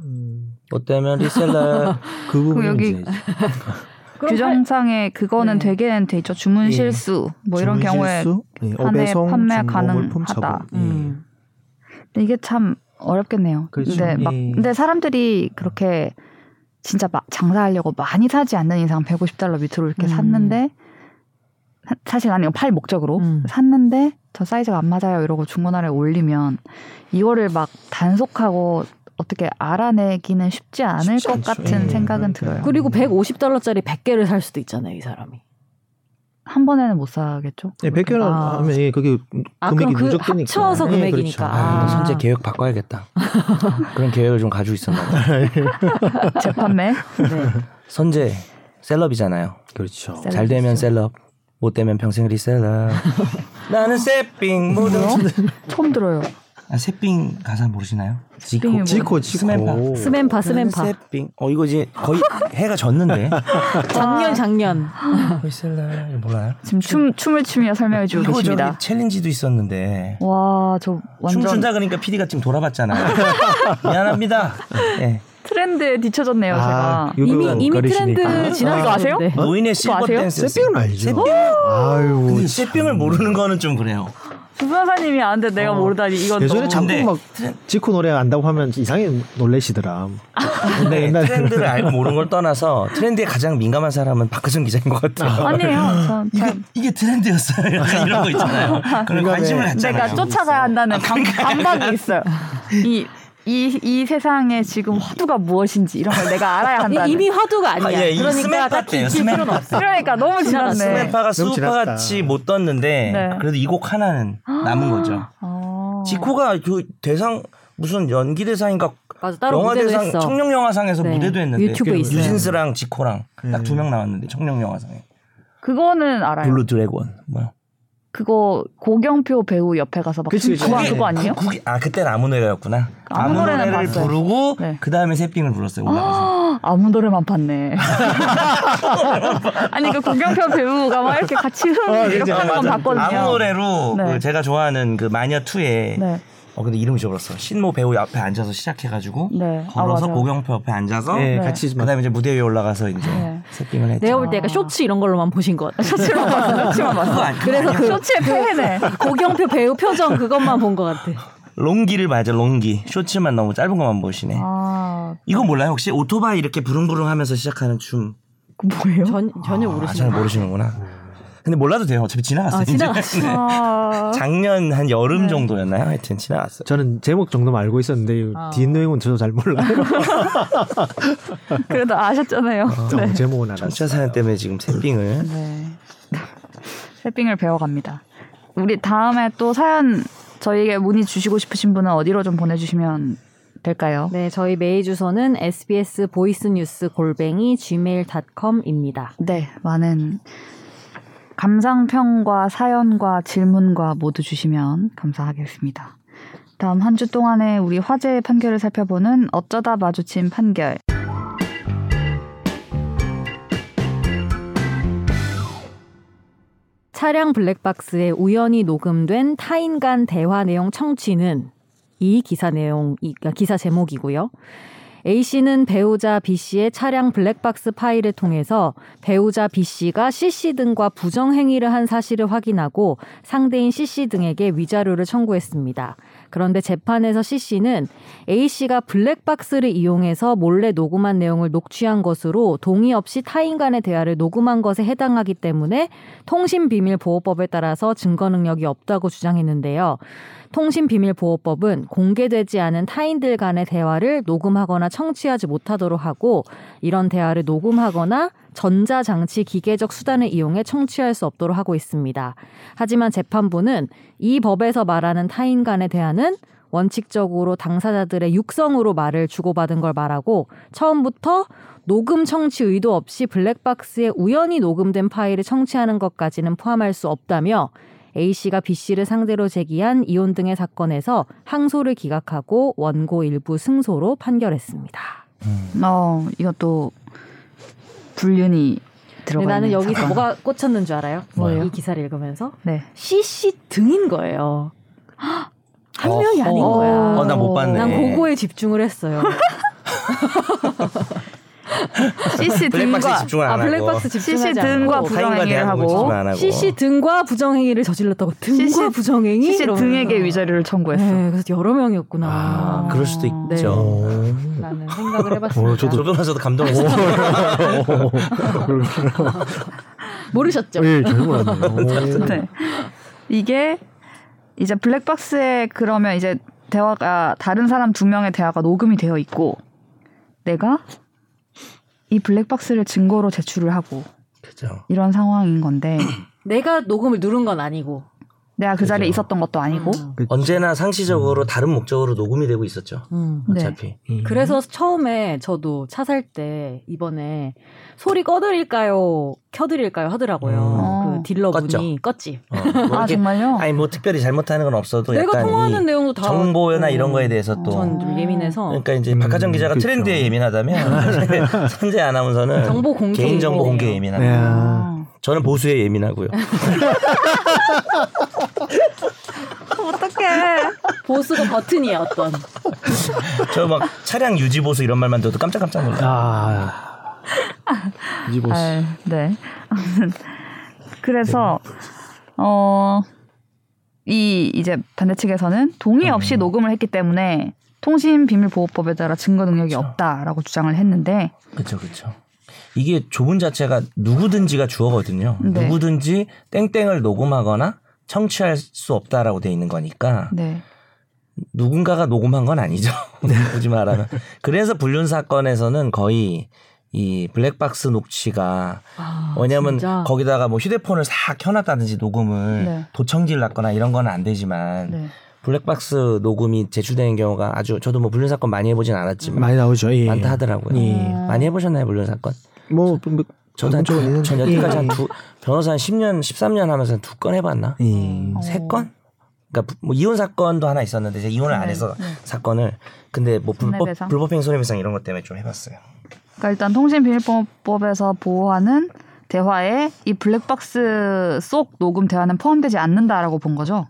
[SPEAKER 3] 음,
[SPEAKER 4] 그것 때문에 리셀러
[SPEAKER 3] 그 부분
[SPEAKER 1] 여기
[SPEAKER 3] 이제
[SPEAKER 2] 그럼 팔-
[SPEAKER 1] 규정상에 그거는
[SPEAKER 2] 네.
[SPEAKER 1] 되게는 돼 있죠. 주문
[SPEAKER 3] 예.
[SPEAKER 1] 실수 뭐 이런 경우에
[SPEAKER 3] 주문실수, 예,
[SPEAKER 1] 한해
[SPEAKER 3] 어배송,
[SPEAKER 1] 판매
[SPEAKER 3] 중고 물품
[SPEAKER 1] 가능하다.
[SPEAKER 3] 처분. 예.
[SPEAKER 2] 음.
[SPEAKER 1] 근데 이게 참 어렵겠네요.
[SPEAKER 3] 그렇죠.
[SPEAKER 1] 근데 막
[SPEAKER 3] 예.
[SPEAKER 1] 근데 사람들이 그렇게 진짜 막 장사하려고 많이 사지 않는 이상 150달러 밑으로 이렇게
[SPEAKER 2] 음.
[SPEAKER 1] 샀는데 사- 사실 나는 이거 팔 목적으로
[SPEAKER 2] 음.
[SPEAKER 1] 샀는데 저 사이즈가 안 맞아요 이러고 중고나라에 올리면 이거를 막 단속하고 어떻게 알아내기는 쉽지 않을
[SPEAKER 3] 쉽지
[SPEAKER 1] 것
[SPEAKER 3] 않죠.
[SPEAKER 1] 같은
[SPEAKER 3] 예,
[SPEAKER 1] 생각은 들어요.
[SPEAKER 3] 그러니까요.
[SPEAKER 2] 그리고 150달러짜리 100개를 살 수도 있잖아요, 이 사람이.
[SPEAKER 1] 한 번에는 못 사겠죠.
[SPEAKER 3] 예, 100개를
[SPEAKER 2] 아.
[SPEAKER 3] 하면 예, 그게
[SPEAKER 2] 아,
[SPEAKER 3] 금액이
[SPEAKER 2] 그럼 그
[SPEAKER 3] 누적되니까.
[SPEAKER 2] 합쳐서
[SPEAKER 3] 예,
[SPEAKER 2] 금액이니까.
[SPEAKER 3] 그렇죠.
[SPEAKER 4] 아,
[SPEAKER 2] 아.
[SPEAKER 4] 이거 선제 계획 바꿔야겠다. 그런 계획을 좀 가지고 있었나 봐.
[SPEAKER 1] 재판매.
[SPEAKER 2] 네.
[SPEAKER 4] 선제 셀럽이잖아요.
[SPEAKER 3] 그렇죠.
[SPEAKER 1] 셀럽.
[SPEAKER 4] 잘 되면 셀럽, 못 되면 평생 리셀러. 나는 세핑 뭐 모두.
[SPEAKER 1] 처음 들어요.
[SPEAKER 4] 아, 세핑 가사 모르시나요?
[SPEAKER 1] 세핑이 뭐예요?
[SPEAKER 3] 지코
[SPEAKER 4] 아, 스맨파.
[SPEAKER 3] 지코.
[SPEAKER 2] 스맨파, 스맨파.
[SPEAKER 4] 나는 세핑. 어 이거 이제 거의 해가 졌는데.
[SPEAKER 2] 작년, 작년.
[SPEAKER 4] 리셀러 이거 몰라요?
[SPEAKER 1] 지금 춤 춤을 추며 설명해 주고
[SPEAKER 4] 이거 저기
[SPEAKER 1] 계십니다.
[SPEAKER 4] 챌린지도 있었는데.
[SPEAKER 1] 와, 저 완전
[SPEAKER 4] 춤춘다 그러니까 PD가 지금 돌아봤잖아요. 미안합니다. 예.
[SPEAKER 1] 트렌드에 뒤쳐졌네요,
[SPEAKER 3] 아,
[SPEAKER 1] 제가.
[SPEAKER 2] 이미,
[SPEAKER 3] 요거
[SPEAKER 2] 이미
[SPEAKER 3] 거리시니까.
[SPEAKER 2] 트렌드 지난
[SPEAKER 1] 이거
[SPEAKER 2] 거
[SPEAKER 1] 아세요?
[SPEAKER 2] 아세요? 네.
[SPEAKER 4] 노인의 실버
[SPEAKER 1] 어? 아세요?
[SPEAKER 4] 댄스.
[SPEAKER 3] 세핑은 알죠.
[SPEAKER 4] 세핑.
[SPEAKER 3] 아유.
[SPEAKER 4] 근데 세핑을 모르는 거는 좀 그래요.
[SPEAKER 1] 주변사님이 아는데 내가 모르다니 이건
[SPEAKER 3] 예전에
[SPEAKER 1] 너무
[SPEAKER 3] 자꾸
[SPEAKER 4] 근데
[SPEAKER 3] 막 지코 노래 안다고 하면 이상해 놀래시더라. 근데
[SPEAKER 4] 네,
[SPEAKER 3] 옛날에
[SPEAKER 4] 트렌드를 알고 모르는 걸 떠나서 트렌드에 가장 민감한 사람은 박하정 기자인 것 같아요.
[SPEAKER 1] 아니에요. 전,
[SPEAKER 4] 이게
[SPEAKER 1] 전
[SPEAKER 4] 이게 트렌드였어요. 약간 이런 거 있잖아요. 그런
[SPEAKER 3] 민감해.
[SPEAKER 4] 관심을 갖잖아요. 그러니까.
[SPEAKER 1] 내가 쫓아가야 한다는 감, 감각이 있어요. 이, 이, 이 세상에 지금 화두가 무엇인지 이런 걸 내가 알아야 한다.
[SPEAKER 2] 이- 이미 화두가 아니야.
[SPEAKER 4] 아, 예, 이
[SPEAKER 2] 그러니까
[SPEAKER 4] 스맨파
[SPEAKER 2] 딱히
[SPEAKER 4] 때예요,
[SPEAKER 2] 익힐
[SPEAKER 4] 스맨파.
[SPEAKER 2] 필요는 없어.
[SPEAKER 1] 그러니까 너무 지났네.
[SPEAKER 4] 스매파가
[SPEAKER 3] 너무
[SPEAKER 4] 수파같이
[SPEAKER 3] 지났다.
[SPEAKER 4] 못 떴는데
[SPEAKER 1] 네.
[SPEAKER 4] 그래도 이 곡 하나는 남은 거죠.
[SPEAKER 1] 어.
[SPEAKER 4] 지코가 그 대상 무슨 연기 대상인가
[SPEAKER 2] 맞아, 따로
[SPEAKER 4] 영화
[SPEAKER 2] 무대도
[SPEAKER 4] 대상
[SPEAKER 2] 했어.
[SPEAKER 4] 청룡 영화상에서
[SPEAKER 2] 네,
[SPEAKER 4] 무대도 했는데
[SPEAKER 2] 유튜브에 있어요.
[SPEAKER 4] 유진스랑 지코랑 딱 두 명 나왔는데 청룡 영화상에
[SPEAKER 1] 그거는 알아요.
[SPEAKER 4] 블루 드래곤 뭐요?
[SPEAKER 1] 그거 고경표 배우 옆에 가서 막
[SPEAKER 3] 그치, 그치.
[SPEAKER 1] 그거, 그거 아니에요?
[SPEAKER 4] 그, 그게- 아 그때 아무 노래였구나.
[SPEAKER 1] 아무 노래는
[SPEAKER 4] 노래를
[SPEAKER 1] 봤어요.
[SPEAKER 4] 부르고
[SPEAKER 1] 네.
[SPEAKER 4] 그 다음에 새삥을 불렀어요 올라가서.
[SPEAKER 1] 아, 아무 노래만 봤네. 아니 그 고경표 배우가 막 이렇게 같이 흥
[SPEAKER 3] 어,
[SPEAKER 1] 이렇게
[SPEAKER 3] 그죠.
[SPEAKER 1] 하는 건
[SPEAKER 4] 맞아.
[SPEAKER 1] 봤거든요.
[SPEAKER 4] 아무 노래로
[SPEAKER 1] 네.
[SPEAKER 4] 그 제가 좋아하는 그 마녀 2에
[SPEAKER 1] 네,
[SPEAKER 4] 어 근데 이름 잊어버렸어. 신모 배우 옆에 앉아서 시작해가지고
[SPEAKER 1] 네. 아,
[SPEAKER 4] 걸어서
[SPEAKER 1] 맞아요.
[SPEAKER 4] 고경표 옆에 앉아서
[SPEAKER 3] 예,
[SPEAKER 1] 네.
[SPEAKER 3] 같이 막
[SPEAKER 4] 그다음에 이제 무대 위에 올라가서 이제
[SPEAKER 1] 네.
[SPEAKER 4] 새삥을 했죠.
[SPEAKER 2] 내가 볼 때 약간 쇼츠 이런 걸로만 보신 것 같아.
[SPEAKER 1] 쇼츠만 봤어. 쇼츠만
[SPEAKER 4] 그거
[SPEAKER 1] 봤어.
[SPEAKER 4] 아니-
[SPEAKER 2] 그래서 그
[SPEAKER 1] 쇼츠의 폐해네.
[SPEAKER 2] 고경표 배우 표정 그것만 본 것 같아.
[SPEAKER 4] 롱기를 맞아 롱기 쇼츠만 너무 짧은 것만 보시네.
[SPEAKER 1] 아,
[SPEAKER 4] 이거 몰라요 혹시 오토바이 이렇게 부릉부릉하면서 시작하는 춤?
[SPEAKER 1] 그 뭐예요?
[SPEAKER 2] 전, 전혀
[SPEAKER 4] 아,
[SPEAKER 2] 모르시는
[SPEAKER 4] 잘
[SPEAKER 2] 거
[SPEAKER 4] 모르시는구나. 네. 근데 몰라도 돼요. 어차피 지나갔어요.
[SPEAKER 2] 아, 네.
[SPEAKER 4] 이제.
[SPEAKER 2] 지나갔어.
[SPEAKER 4] 네.
[SPEAKER 1] 아,
[SPEAKER 4] 작년 한 여름 정도였나요? 하여튼 지나갔어요.
[SPEAKER 3] 저는 제목 정도만 알고 있었는데
[SPEAKER 2] 아.
[SPEAKER 3] 뒷내용은 저도 잘 몰라요.
[SPEAKER 1] 그래도 아셨잖아요.
[SPEAKER 3] 어,
[SPEAKER 1] 네.
[SPEAKER 3] 제목은
[SPEAKER 4] 청취자
[SPEAKER 3] 알았어요.
[SPEAKER 4] 사연 때문에 지금 새삥을
[SPEAKER 1] 네. 새빙을 배워갑니다. 우리 다음에 또 사연 저희에게 문의 주시고 싶으신 분은 어디로 좀 보내주시면 될까요?
[SPEAKER 2] 네, 저희 메일 주소는 sbs 보이스뉴스 골뱅이 gmail.com입니다.
[SPEAKER 1] 네, 많은 감상평과 사연과 질문과 모두 주시면 감사하겠습니다. 다음 한 주 동안의 우리 화제의 판결을 살펴보는 어쩌다 마주친 판결.
[SPEAKER 2] 차량 블랙박스에 우연히 녹음된 타인 간 대화 내용 청취는 이 기사 내용, 이 그러니까 기사 제목이고요. A 씨는 배우자 B 씨의 차량 블랙박스 파일을 통해서 배우자 B 씨가 C 씨 등과 부정행위를 한 사실을 확인하고 상대인 C 씨 등에게 위자료를 청구했습니다. 그런데 재판에서 C 씨는 A 씨가 블랙박스를 이용해서 몰래 녹음한 내용을 녹취한 것으로 동의 없이 타인 간의 대화를 녹음한 것에 해당하기 때문에 통신비밀보호법에 따라서 증거 능력이 없다고 주장했는데요. 통신비밀보호법은 공개되지 않은 타인들 간의 대화를 녹음하거나 청취하지 못하도록 하고 이런 대화를 녹음하거나 전자장치 기계적 수단을 이용해 청취할 수 없도록 하고 있습니다. 하지만 재판부는 이 법에서 말하는 타인 간의 대화는 원칙적으로 당사자들의 육성으로 말을 주고받은 걸 말하고 처음부터 녹음 청취 의도 없이 블랙박스에 우연히 녹음된 파일을 청취하는 것까지는 포함할 수 없다며 A씨가 B씨를 상대로 제기한 이혼 등의 사건에서 항소를 기각하고 원고 일부 승소로 판결했습니다.
[SPEAKER 4] 음.
[SPEAKER 1] 어, 이것도 불륜이
[SPEAKER 2] 근데
[SPEAKER 1] 들어가
[SPEAKER 2] 나는
[SPEAKER 1] 있는
[SPEAKER 2] 여기서
[SPEAKER 1] 사건.
[SPEAKER 2] 뭐가 꽂혔는 줄 알아요?
[SPEAKER 1] 뭐예요?
[SPEAKER 2] 이 기사를 읽으면서
[SPEAKER 1] 네.
[SPEAKER 2] CC 등인 거예요. 한
[SPEAKER 4] 어.
[SPEAKER 2] 명이 아닌
[SPEAKER 1] 어.
[SPEAKER 2] 거야.
[SPEAKER 1] 어,
[SPEAKER 4] 어, 나 못 봤네.
[SPEAKER 2] 난 그거에 집중을 했어요.
[SPEAKER 1] CC
[SPEAKER 4] 블랙박스
[SPEAKER 1] 등과
[SPEAKER 4] 집중을 안
[SPEAKER 2] 아,
[SPEAKER 4] 하고.
[SPEAKER 2] 블랙박스
[SPEAKER 1] CC
[SPEAKER 2] 집중하지 않고.
[SPEAKER 1] 등과
[SPEAKER 4] 어, 타인과
[SPEAKER 1] 부정행위를
[SPEAKER 4] 대한
[SPEAKER 1] 하고
[SPEAKER 4] 공식만 안 하고.
[SPEAKER 2] CC 등과 부정행위를 저질렀다고 등과
[SPEAKER 1] CC
[SPEAKER 2] 부정행위
[SPEAKER 1] CC
[SPEAKER 2] 이러면서.
[SPEAKER 1] 등에게 위자료를 청구했어.
[SPEAKER 2] 네, 그래서 여러 명이었구나.
[SPEAKER 4] 아, 그럴 수도
[SPEAKER 1] 네.
[SPEAKER 4] 있죠.
[SPEAKER 2] 라는 생각을 해봤습니다.
[SPEAKER 3] 어, 저도-
[SPEAKER 4] 조변호사도 감동했어요.
[SPEAKER 3] 어.
[SPEAKER 2] 모르셨죠?
[SPEAKER 4] 음.
[SPEAKER 3] 예, 잘 몰랐네요.
[SPEAKER 1] 네. 이게 이제 블랙박스에 그러면 이제 대화가 다른 사람 두 명의 대화가 녹음이 되어 있고 내가 이 블랙박스를 증거로 제출을 하고
[SPEAKER 4] 그죠.
[SPEAKER 1] 이런 상황인 건데
[SPEAKER 2] 내가 녹음을 누른 건 아니고. 음.
[SPEAKER 1] 내가 그 자리에
[SPEAKER 4] 그죠. 음.
[SPEAKER 1] 있었던 것도 아니고
[SPEAKER 4] 언제나 상시적으로 다른 목적으로 녹음이 되고 있었죠.
[SPEAKER 2] 음.
[SPEAKER 1] 네.
[SPEAKER 4] 어차피.
[SPEAKER 2] 그래서 처음에 저도 차 살 때 이번에 소리 꺼드릴까요? 켜드릴까요? 하더라고요.
[SPEAKER 1] 음.
[SPEAKER 2] 그 딜러분이 껐지.
[SPEAKER 4] 어, 뭐
[SPEAKER 1] 아
[SPEAKER 4] 이렇게
[SPEAKER 1] 정말요?
[SPEAKER 4] 아니 뭐 특별히 잘못하는 건 없어도
[SPEAKER 2] 내가
[SPEAKER 4] 약간
[SPEAKER 2] 통화하는
[SPEAKER 4] 이
[SPEAKER 2] 내용도 다
[SPEAKER 4] 정보나
[SPEAKER 2] 어.
[SPEAKER 4] 이런 거에 대해서 또
[SPEAKER 2] 전 좀 예민해서
[SPEAKER 4] 그러니까 이제
[SPEAKER 3] 음,
[SPEAKER 4] 박하정 기자가
[SPEAKER 3] 그렇죠. 네.
[SPEAKER 4] 트렌드에 예민하다면 선재 아나운서는
[SPEAKER 2] 정보 공개
[SPEAKER 4] 개인 정보
[SPEAKER 2] 예민해요.
[SPEAKER 4] 공개에 예민하고
[SPEAKER 3] 야.
[SPEAKER 1] 아,
[SPEAKER 4] 저는 보수에 예민하고요.
[SPEAKER 1] 어떡해.
[SPEAKER 2] 보스가 버튼이에요 어떤
[SPEAKER 4] 저 막 차량 유지 보수 이런 말만 들어도 깜짝깜짝 놀라.
[SPEAKER 3] 아. 이지보 씨.
[SPEAKER 1] 아, 네. 아무튼 그래서 어. 이 이제 반대 측에서는 동의 없이
[SPEAKER 4] 음.
[SPEAKER 1] 녹음을 했기 때문에 통신 비밀 보호법에 따라 증거 능력이
[SPEAKER 4] 그렇죠.
[SPEAKER 1] 없다라고 주장을 했는데
[SPEAKER 4] 그렇죠, 그렇죠. 이게 조문 자체가 누구든지가 주어거든요.
[SPEAKER 1] 네.
[SPEAKER 4] 누구든지 땡땡을 녹음하거나 청취할 수 없다라고 돼 있는 거니까
[SPEAKER 1] 네.
[SPEAKER 4] 누군가가 녹음한 건 아니죠.
[SPEAKER 3] 네.
[SPEAKER 4] 굳이 말하면. 그래서 불륜 사건에서는 거의 이 블랙박스 녹취가
[SPEAKER 2] 아,
[SPEAKER 4] 왜냐하면
[SPEAKER 2] 진짜.
[SPEAKER 4] 거기다가 뭐 휴대폰을 싹 켜놨다든지 녹음을
[SPEAKER 1] 네.
[SPEAKER 4] 도청질 났거나 이런 건 안 되지만
[SPEAKER 1] 네.
[SPEAKER 4] 블랙박스 녹음이 제출되는 경우가 아주 저도 뭐 불륜 사건 많이 해보진 않았지만
[SPEAKER 3] 많이 나오죠. 예.
[SPEAKER 4] 많다 하더라고요.
[SPEAKER 3] 예.
[SPEAKER 4] 많이 해보셨나요 불륜 사건?
[SPEAKER 3] 뭐, 뭐
[SPEAKER 4] 저도
[SPEAKER 3] 본적은
[SPEAKER 4] 한,
[SPEAKER 3] 있는데.
[SPEAKER 4] 전 여태까지
[SPEAKER 3] 예.
[SPEAKER 4] 한 두 변호사 한 10년 13년 하면서 한 두 건 해봤나?
[SPEAKER 3] 예.
[SPEAKER 4] 세
[SPEAKER 1] 어.
[SPEAKER 4] 건? 그러니까 부- 뭐 이혼 사건도 하나 있었는데 제가 이혼을 안
[SPEAKER 1] 네,
[SPEAKER 4] 해서
[SPEAKER 1] 네.
[SPEAKER 4] 사건을 근데 뭐 불법
[SPEAKER 1] 손해배상?
[SPEAKER 4] 불법행 손해배상 이런 것 때문에 좀 해봤어요.
[SPEAKER 1] 그러니까 일단 통신 비밀보호법에서 보호하는 대화에 이 블랙박스 속 녹음 대화는 포함되지 않는다라고 본 거죠.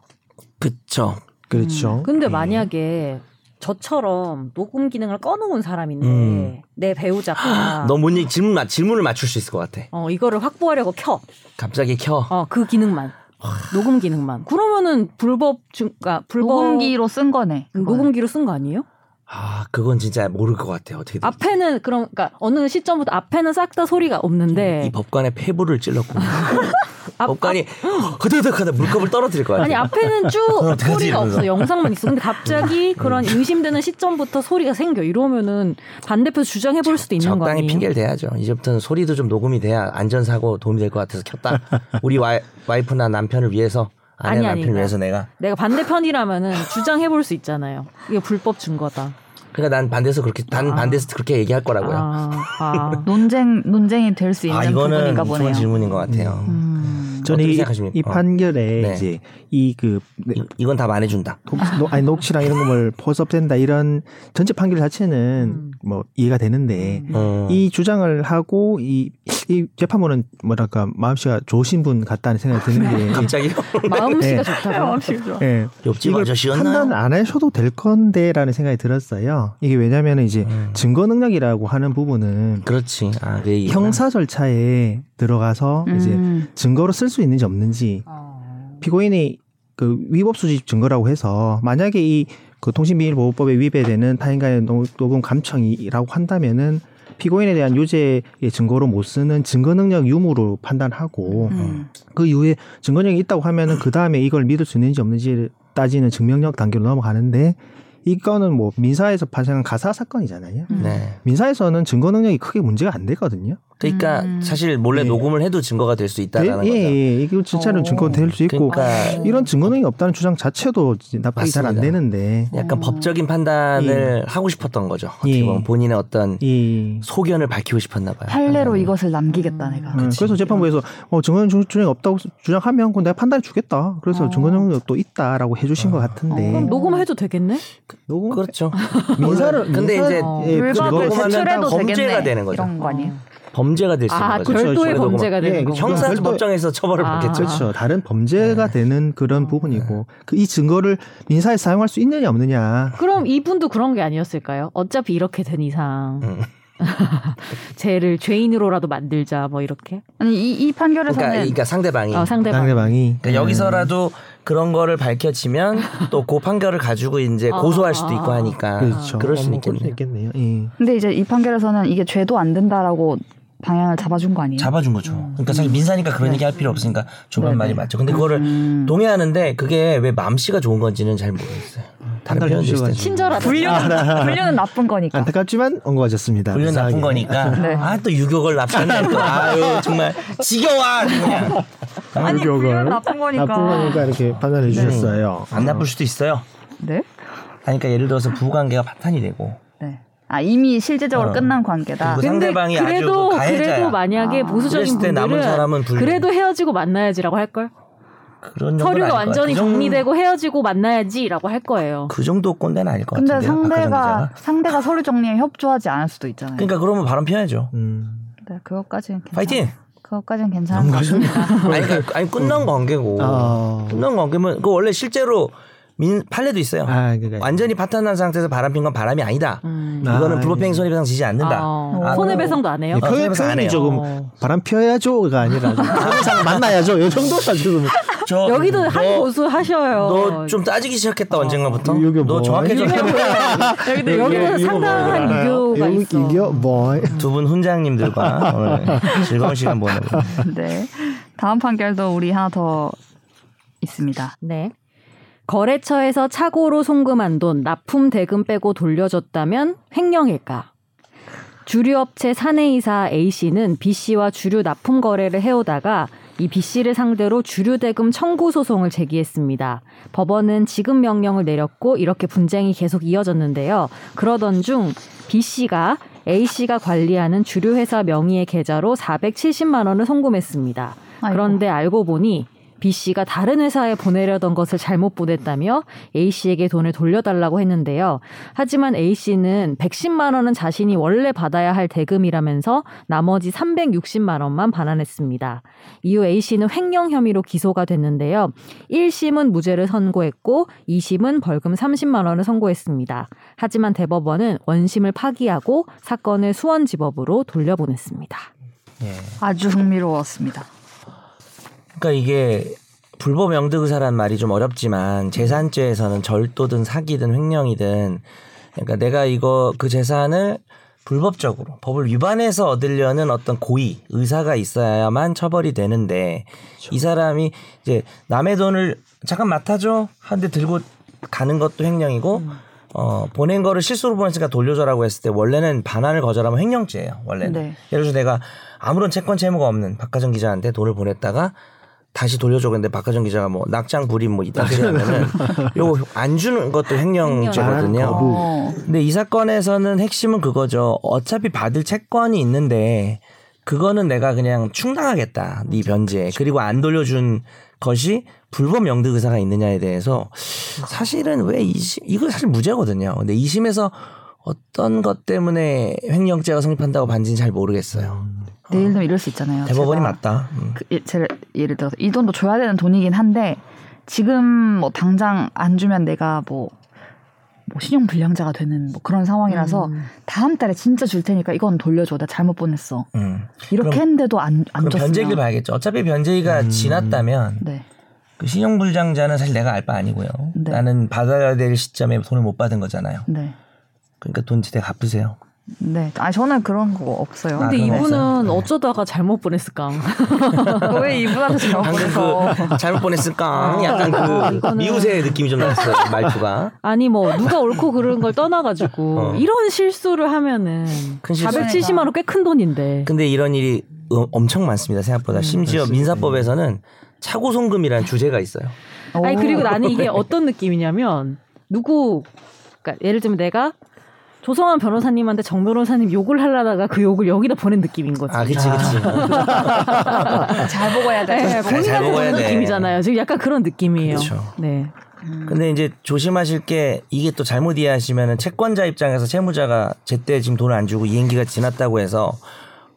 [SPEAKER 4] 그쵸.
[SPEAKER 3] 그렇죠.
[SPEAKER 4] 음.
[SPEAKER 2] 근데 만약에 저처럼 녹음 기능을 꺼놓은 사람인데
[SPEAKER 4] 음.
[SPEAKER 2] 내
[SPEAKER 1] 아.
[SPEAKER 2] 배우자가
[SPEAKER 4] 너뭔 얘기 질문 맞- 질문을 맞출 수 있을 것 같아.
[SPEAKER 2] 어, 이거를 확보하려고 켜.
[SPEAKER 4] 갑자기 켜.
[SPEAKER 2] 어, 그 기능만. 녹음 기능만. 그러면은 불법 중, 아, 불법
[SPEAKER 1] 녹음기로 쓴 거네. 그거는.
[SPEAKER 2] 녹음기로 쓴 거 아니에요?
[SPEAKER 4] 아 그건 진짜 모를 것 같아. 어떻게 든
[SPEAKER 2] 앞에는 그럼 그러니까 어느 시점부터 앞에는 싹 다 소리가
[SPEAKER 4] 이
[SPEAKER 2] 없는데
[SPEAKER 4] 법관의 폐부를 찔렀고
[SPEAKER 2] 앞-
[SPEAKER 4] 법관이 허덕허덕하다 물컵을 떨어뜨릴 것 같아.
[SPEAKER 2] 아니 앞에는 쭉
[SPEAKER 4] 어떡하지?
[SPEAKER 2] 소리가
[SPEAKER 4] 이러면서. 음.
[SPEAKER 2] 없어 영상만 있어 근데 갑자기 그런 의심되는 시점부터 소리가 생겨 이러면은 반대표 주장해 볼 수도 있는 거
[SPEAKER 4] 적당히
[SPEAKER 2] 아니에요?
[SPEAKER 4] 핑계를 대야죠. 이제부터는 소리도 좀 녹음이 돼야 안전사고 도움이 될 것 같아서 켰다. 우리 와이, 프나 남편을 위해서 아내
[SPEAKER 2] 아니,
[SPEAKER 4] 남편을
[SPEAKER 2] 아니,
[SPEAKER 4] 위해서 내가.
[SPEAKER 2] 내가 반대편이라면은 주장해 볼 수 있잖아요. 이게 불법 증거다.
[SPEAKER 4] 그러니까 난 반대서 그렇게 난
[SPEAKER 2] 아.
[SPEAKER 4] 반대서 그렇게 얘기할 거라고요.
[SPEAKER 2] 아, 아.
[SPEAKER 1] 논쟁 논쟁이 될 수
[SPEAKER 4] 아,
[SPEAKER 1] 있는
[SPEAKER 4] 이거는
[SPEAKER 1] 부분인가
[SPEAKER 4] 무서운
[SPEAKER 1] 보네요.
[SPEAKER 4] 질문인 것 같아요.
[SPEAKER 1] 음.
[SPEAKER 3] 저는
[SPEAKER 4] 어떻게
[SPEAKER 3] 이,
[SPEAKER 4] 생각하십니까?
[SPEAKER 3] 이 판결에
[SPEAKER 4] 네.
[SPEAKER 3] 이제 이그 네,
[SPEAKER 4] 이, 이건 답 안 해준다.
[SPEAKER 3] 녹, 녹- 아니 녹취랑 이런 거뭘 포섭된다 이런 전체 판결 자체는
[SPEAKER 2] 음.
[SPEAKER 3] 뭐 이해가 되는데
[SPEAKER 2] 음.
[SPEAKER 4] 음.
[SPEAKER 3] 이 주장을 하고 이, 이 재판부는 뭐랄까 마음씨가 좋으신 분 같다는 생각이 드는 게
[SPEAKER 4] 갑자기
[SPEAKER 3] 네.
[SPEAKER 2] 마음씨가 좋다고.
[SPEAKER 3] 예.
[SPEAKER 4] 옆집
[SPEAKER 3] 이걸
[SPEAKER 4] 아저씨였나요?
[SPEAKER 3] 판단 안 하셔도 될 건데라는 생각이 들었어요. 이게 왜냐하면 이제
[SPEAKER 4] 음.
[SPEAKER 3] 증거 능력이라고 하는 부분은
[SPEAKER 4] 그렇지. 아, 그 얘기구나.
[SPEAKER 3] 형사 절차에 들어가서 이제
[SPEAKER 1] 음.
[SPEAKER 3] 증거로 쓸 수 있는지 없는지
[SPEAKER 2] 어.
[SPEAKER 3] 피고인이 그 위법 수집 증거라고 해서 만약에 이 그 통신비밀보호법에 위배되는 타인간의 노- 녹음 감청이라고 한다면은 피고인에 대한 유죄의 증거로 못 쓰는 증거능력 유무로 판단하고
[SPEAKER 1] 음.
[SPEAKER 3] 그 이후에 증거력이 있다고 하면은 그 다음에 이걸 믿을 수 있는지 없는지 따지는 증명력 단계로 넘어가는데 이거는 뭐 민사에서 발생한 가사 사건이잖아요.
[SPEAKER 1] 음.
[SPEAKER 4] 네.
[SPEAKER 3] 민사에서는 증거 능력이 크게 문제가 안 되거든요.
[SPEAKER 4] 그러니까
[SPEAKER 1] 음.
[SPEAKER 4] 사실 몰래
[SPEAKER 3] 예.
[SPEAKER 4] 녹음을 해도 증거가 될 수
[SPEAKER 3] 예,
[SPEAKER 4] 있다라는
[SPEAKER 3] 예,
[SPEAKER 4] 거죠.
[SPEAKER 3] 예. 이게 진짜로
[SPEAKER 1] 어.
[SPEAKER 3] 증거 될 수 있고
[SPEAKER 4] 그러니까
[SPEAKER 2] 아.
[SPEAKER 3] 이런 증거 능력이 없다는 주장 자체도 납득이 잘 안
[SPEAKER 4] 맞습니다.
[SPEAKER 3] 되는데
[SPEAKER 4] 약간
[SPEAKER 2] 어.
[SPEAKER 4] 법적인 판단을 하고 싶었던 거죠. 어떻게
[SPEAKER 3] 예.
[SPEAKER 4] 보면 본인의 어떤
[SPEAKER 3] 이
[SPEAKER 4] 소견을 밝히고 싶었나 봐요. 음.
[SPEAKER 1] 판례로
[SPEAKER 4] 판단이.
[SPEAKER 1] 이것을 남기겠다 내가.
[SPEAKER 3] 예. 음, 그래서 재판부에서 어, 증거 능력이 없다고 주장하면 그건 내가 판단해 주겠다. 그래서
[SPEAKER 1] 어.
[SPEAKER 3] 증거 능력도 있다라고 해주신 것
[SPEAKER 1] 어,
[SPEAKER 3] 같은데
[SPEAKER 2] 그럼 뭐 녹음해도 되겠네?
[SPEAKER 3] 녹음
[SPEAKER 4] 그렇죠.
[SPEAKER 3] 민사를
[SPEAKER 4] 근데
[SPEAKER 3] 민사-
[SPEAKER 4] 이제
[SPEAKER 2] 어.
[SPEAKER 3] 예,
[SPEAKER 1] 불법을
[SPEAKER 3] 그거-
[SPEAKER 4] 그거는
[SPEAKER 1] 제출해도
[SPEAKER 4] 범죄가
[SPEAKER 1] 되겠네. 음.
[SPEAKER 4] 되는 거죠.
[SPEAKER 1] 이런 거 아니에요?
[SPEAKER 4] 범죄가 될 수 있는
[SPEAKER 2] 아,
[SPEAKER 4] 거죠.
[SPEAKER 3] 그렇죠.
[SPEAKER 2] 별도의
[SPEAKER 4] 그래도 뭐
[SPEAKER 2] 범죄가
[SPEAKER 3] 예,
[SPEAKER 2] 되는
[SPEAKER 3] 그
[SPEAKER 2] 거.
[SPEAKER 4] 형사
[SPEAKER 3] 별도의-
[SPEAKER 4] 법정에서 처벌을
[SPEAKER 2] 아.
[SPEAKER 4] 받겠죠.
[SPEAKER 3] 그렇죠. 다른 범죄가 되는 그런
[SPEAKER 2] 어.
[SPEAKER 3] 부분이고 그 이 증거를 민사에 사용할 수 있느냐 없느냐.
[SPEAKER 2] 그럼 이분도 그런 게 아니었을까요? 어차피 이렇게 된 이상
[SPEAKER 4] 음.
[SPEAKER 2] 죄를 죄인으로라도 만들자 뭐 이렇게.
[SPEAKER 1] 아니 이, 이
[SPEAKER 4] 그러니까,
[SPEAKER 1] 판결에서는
[SPEAKER 4] 그러니까 상대방이
[SPEAKER 2] 어, 상대방.
[SPEAKER 3] 상대방이 네.
[SPEAKER 4] 그러니까 여기서라도 그런 거를 밝혀지면 또 그 판결을 가지고 이제
[SPEAKER 2] 아,
[SPEAKER 4] 고소할
[SPEAKER 2] 아,
[SPEAKER 4] 수도 있고
[SPEAKER 2] 아, 아.
[SPEAKER 4] 하니까
[SPEAKER 3] 그렇죠.
[SPEAKER 4] 럴 수는
[SPEAKER 3] 어, 그럴
[SPEAKER 4] 있겠네요.
[SPEAKER 3] 있겠네요. 예.
[SPEAKER 1] 근데 이제 이 판결에서는 이게 죄도 안 된다라고 방향을 잡아준 거 아니에요?
[SPEAKER 4] 잡아준 거죠. 그러니까 사실 민사니까 그런 얘기 할 필요 없으니까 조반
[SPEAKER 3] 네,
[SPEAKER 4] 말이
[SPEAKER 3] 네.
[SPEAKER 4] 맞죠. 근데 그거를
[SPEAKER 1] 음.
[SPEAKER 4] 동의하는데 그게 왜 맘씨가 좋은 건지는 잘 모르겠어요.
[SPEAKER 3] 판단을
[SPEAKER 4] 표현도 있을 텐데.
[SPEAKER 3] 해주셔가지고.
[SPEAKER 2] 친절하다.
[SPEAKER 1] 아, 불륜은, 불륜은 나쁜 거니까.
[SPEAKER 3] 안타깝지만 엉거워졌습니다.
[SPEAKER 4] 훈련 나쁜 거니까
[SPEAKER 1] 네.
[SPEAKER 4] 아 또 유격을 납치하네 또 아유 정말 지겨워 아주 그냥
[SPEAKER 1] 아니, 불륜은 나쁜 거니까.
[SPEAKER 3] 나쁜 거니까 이렇게 판단해 주셨어요.
[SPEAKER 4] 안 나쁠 수도 있어요
[SPEAKER 1] 네?
[SPEAKER 4] 아니, 그러니까 예를 들어서 부부관계가 파탄이 되고
[SPEAKER 1] 네. 아 이미 실제적으로
[SPEAKER 4] 어.
[SPEAKER 1] 끝난 관계다.
[SPEAKER 4] 그리고 상대방이 아주
[SPEAKER 2] 그래도
[SPEAKER 4] 그 가해자야.
[SPEAKER 2] 그래도 만약에
[SPEAKER 1] 아.
[SPEAKER 2] 보수적인
[SPEAKER 4] 그랬을 때
[SPEAKER 2] 분들은
[SPEAKER 4] 남은 사람은 불륜.
[SPEAKER 2] 그래도 헤어지고 만나야지라고 할 걸.
[SPEAKER 4] 그런 정도는 아닐
[SPEAKER 2] 서류가
[SPEAKER 4] 것 같아요.
[SPEAKER 2] 완전히
[SPEAKER 4] 그 정도-
[SPEAKER 2] 정리되고 헤어지고 만나야지라고 할 거예요.
[SPEAKER 4] 그 정도 꼰대는 아닐 것
[SPEAKER 1] 근데
[SPEAKER 4] 같은데요 박하정
[SPEAKER 1] 상대가
[SPEAKER 4] 기자가.
[SPEAKER 1] 상대가 서류 정리에 협조하지 않을 수도 있잖아요.
[SPEAKER 4] 그러니까 그러면 바람 피워야죠
[SPEAKER 3] 음.
[SPEAKER 1] 네, 그것까지는 괜찮.
[SPEAKER 4] 파이팅
[SPEAKER 1] 그것까지는 괜찮은 것 같습니다.
[SPEAKER 4] 아니, 그러니까, 아니 끝난 관계고
[SPEAKER 3] 아.
[SPEAKER 4] 끝난 관계면 그 원래 실제로 민 판례도 있어요
[SPEAKER 3] 아, 그러니까
[SPEAKER 4] 완전히 파탄난 상태에서 바람 핀 건 바람이 아니다
[SPEAKER 2] 음.
[SPEAKER 4] 이거는
[SPEAKER 3] 아,
[SPEAKER 4] 불법행위 손해배상 지지 않는다
[SPEAKER 2] 어,
[SPEAKER 4] 아,
[SPEAKER 2] 손해배상도 안 해요.
[SPEAKER 3] 예, 표현,
[SPEAKER 4] 선생님께서 안
[SPEAKER 3] 표현이
[SPEAKER 4] 해요.
[SPEAKER 3] 조금 바람 피워야죠가 아니라 좀 다른 사람 만나야죠. 요 정도가 지금
[SPEAKER 4] 저-
[SPEAKER 2] 여기도 한
[SPEAKER 4] 너-
[SPEAKER 2] 보수 하셔요. 어.
[SPEAKER 4] 너 좀 따지기 시작했다 언젠가부터.
[SPEAKER 3] 이게
[SPEAKER 4] 너
[SPEAKER 3] 뭐야?
[SPEAKER 4] 정확해졌어.
[SPEAKER 2] 여기도 여기는 상당한 유교가
[SPEAKER 3] 이거
[SPEAKER 2] 있어.
[SPEAKER 3] 아, 이겨 뭐
[SPEAKER 4] 두분 훈장님들과 오늘 즐거운 시간 보내고
[SPEAKER 1] 네. 다음 판결도 우리 하나 더 있습니다.
[SPEAKER 2] 네. 거래처에서 착오로 송금한 돈 납품 대금 빼고 돌려줬다면 횡령일까? 주류업체 사내이사 A씨는 B씨와 주류 납품 거래를 해오다가 이 B씨를 상대로 주류대금 청구 소송을 제기했습니다. 법원은 지급 명령을 내렸고 이렇게 분쟁이 계속 이어졌는데요. 그러던 중 B씨가 A씨가 관리하는 주류회사 명의의 계좌로 470만 원을 송금했습니다.
[SPEAKER 1] 아이고.
[SPEAKER 2] 그런데 네, 알고 보니 B 씨가 다른 회사에 보내려던 것을 잘못 보냈다며 A 씨에게 돈을 돌려달라고 했는데요. 하지만 A 씨는 110만 원은 자신이 원래 받아야 할 대금이라면서 나머지 360만 원만 반환했습니다. 이후 A 씨는 횡령 혐의로 기소가 됐는데요. 1심은 무죄를 선고했고 2심은 벌금 30만 원을 선고했습니다. 하지만 대법원은 원심을 파기하고 사건을 수원지법으로 돌려보냈습니다.
[SPEAKER 1] 아주 흥미로웠습니다.
[SPEAKER 4] 그러니까 이게 불법 영득의사란 말이 좀 어렵지만 재산죄에서는 절도든 사기든 횡령이든 그러니까 내가 이거 그 재산을 불법적으로 법을 위반해서 얻으려는 어떤 고의 의사가 있어야만 처벌이 되는데 이 사람이 이제 남의 돈을 잠깐 맡아줘 하는데 들고 가는 것도 횡령이고 어 보낸 거를 실수로 보냈으니까 돌려줘라고 했을 때 원래는 반환을 거절하면 횡령죄예요 원래는
[SPEAKER 1] 네.
[SPEAKER 4] 예를 들어서 내가 아무런 채권 채무가 없는 박가정 기자한테 돈을 보냈다가 다시 돌려줘 근데 박가정 기자가 뭐 낙장 불임 뭐 이딴 소리 하면은 요거 안 주는 것도
[SPEAKER 3] 횡령.
[SPEAKER 4] 횡령죄거든요.
[SPEAKER 3] 거부.
[SPEAKER 1] 어.
[SPEAKER 4] 근데 이 사건에서는 핵심은 그거죠. 어차피 받을 채권이 있는데 그거는 내가 그냥 충당하겠다. 네 변제. 그리고 안 돌려준 것이 불법 영득 의사가 있느냐에 대해서 사실은 왜 이심 이거 사실 무죄거든요. 근데 이심에서 어떤 것 때문에 횡령죄가 성립한다고 반지는 잘 모르겠어요.
[SPEAKER 1] 내일도 이럴 수 있잖아요.
[SPEAKER 4] 대법원이
[SPEAKER 1] 제가
[SPEAKER 4] 맞다. 음.
[SPEAKER 1] 그 예- 제- 예를 들어서 이 돈도 줘야 되는 돈이긴 한데 지금 뭐 당장 안 주면 내가 뭐, 뭐 신용 불량자가 되는 뭐 그런 상황이라서 다음 달에 진짜 줄 테니까 이건 돌려줘 나 잘못 보냈어
[SPEAKER 4] 음.
[SPEAKER 1] 이렇게
[SPEAKER 4] 그럼-
[SPEAKER 1] 했는데도 안 안
[SPEAKER 4] 그럼
[SPEAKER 1] 줬으면 음.
[SPEAKER 4] 변제기를 봐야겠죠. 어차피 변제기가 지났다면
[SPEAKER 1] 네
[SPEAKER 4] 그 신용불량자는 사실 내가 알 바 아니고요.
[SPEAKER 1] 네.
[SPEAKER 4] 나는 받아야 될 시점에 돈을 못 받은 거잖아요.
[SPEAKER 1] 네.
[SPEAKER 4] 그러니까 돈 제때 갚으세요.
[SPEAKER 1] 네. 아 저는 그런 거 없어요.
[SPEAKER 4] 아,
[SPEAKER 2] 근데
[SPEAKER 4] 그런 거 없어요.
[SPEAKER 2] 이분은
[SPEAKER 4] 네.
[SPEAKER 2] 어쩌다가 잘못 보냈을까?
[SPEAKER 1] 왜 이분한테 잘못
[SPEAKER 4] 아. 방금
[SPEAKER 1] 보내서
[SPEAKER 4] 그 잘못 보냈을까?
[SPEAKER 2] 아,
[SPEAKER 4] 약간 그
[SPEAKER 2] 이거는-
[SPEAKER 4] 미우새 느낌이 좀 났어요. 말투가.
[SPEAKER 2] 아니 뭐 누가 옳고 그른 걸 떠나가지고
[SPEAKER 4] 어.
[SPEAKER 2] 이런 실수를 하면은
[SPEAKER 4] 큰 실수.
[SPEAKER 2] 470만 원 꽤 큰 돈인데.
[SPEAKER 4] 근데 이런 일이 어- 엄청 많습니다. 생각보다. 심지어
[SPEAKER 3] 그렇습니다.
[SPEAKER 4] 민사법에서는 차고송금이라는 주제가 있어요.
[SPEAKER 2] 아니
[SPEAKER 1] 오.
[SPEAKER 2] 그리고 나는 이게 어떤 느낌이냐면 누구 그러니까 예를 들면 내가 조성환 변호사님한테 정 변호사님 욕을 하려다가 그 욕을 여기다 보낸 느낌인 거지.
[SPEAKER 4] 아, 그치, 그치.
[SPEAKER 1] 잘 먹어야
[SPEAKER 2] 네,
[SPEAKER 1] 돼.
[SPEAKER 4] 잘
[SPEAKER 2] 본인한테
[SPEAKER 4] 먹어야
[SPEAKER 2] 보낸
[SPEAKER 4] 돼.
[SPEAKER 2] 느낌이잖아요. 지금 약간 그런 느낌이에요.
[SPEAKER 4] 그렇죠.
[SPEAKER 2] 네.
[SPEAKER 4] 근데 이제 조심하실 게 이게 또 잘못 이해하시면은 채권자 입장에서 채무자가 제때 지금 돈을 안 주고 이행기가 지났다고 해서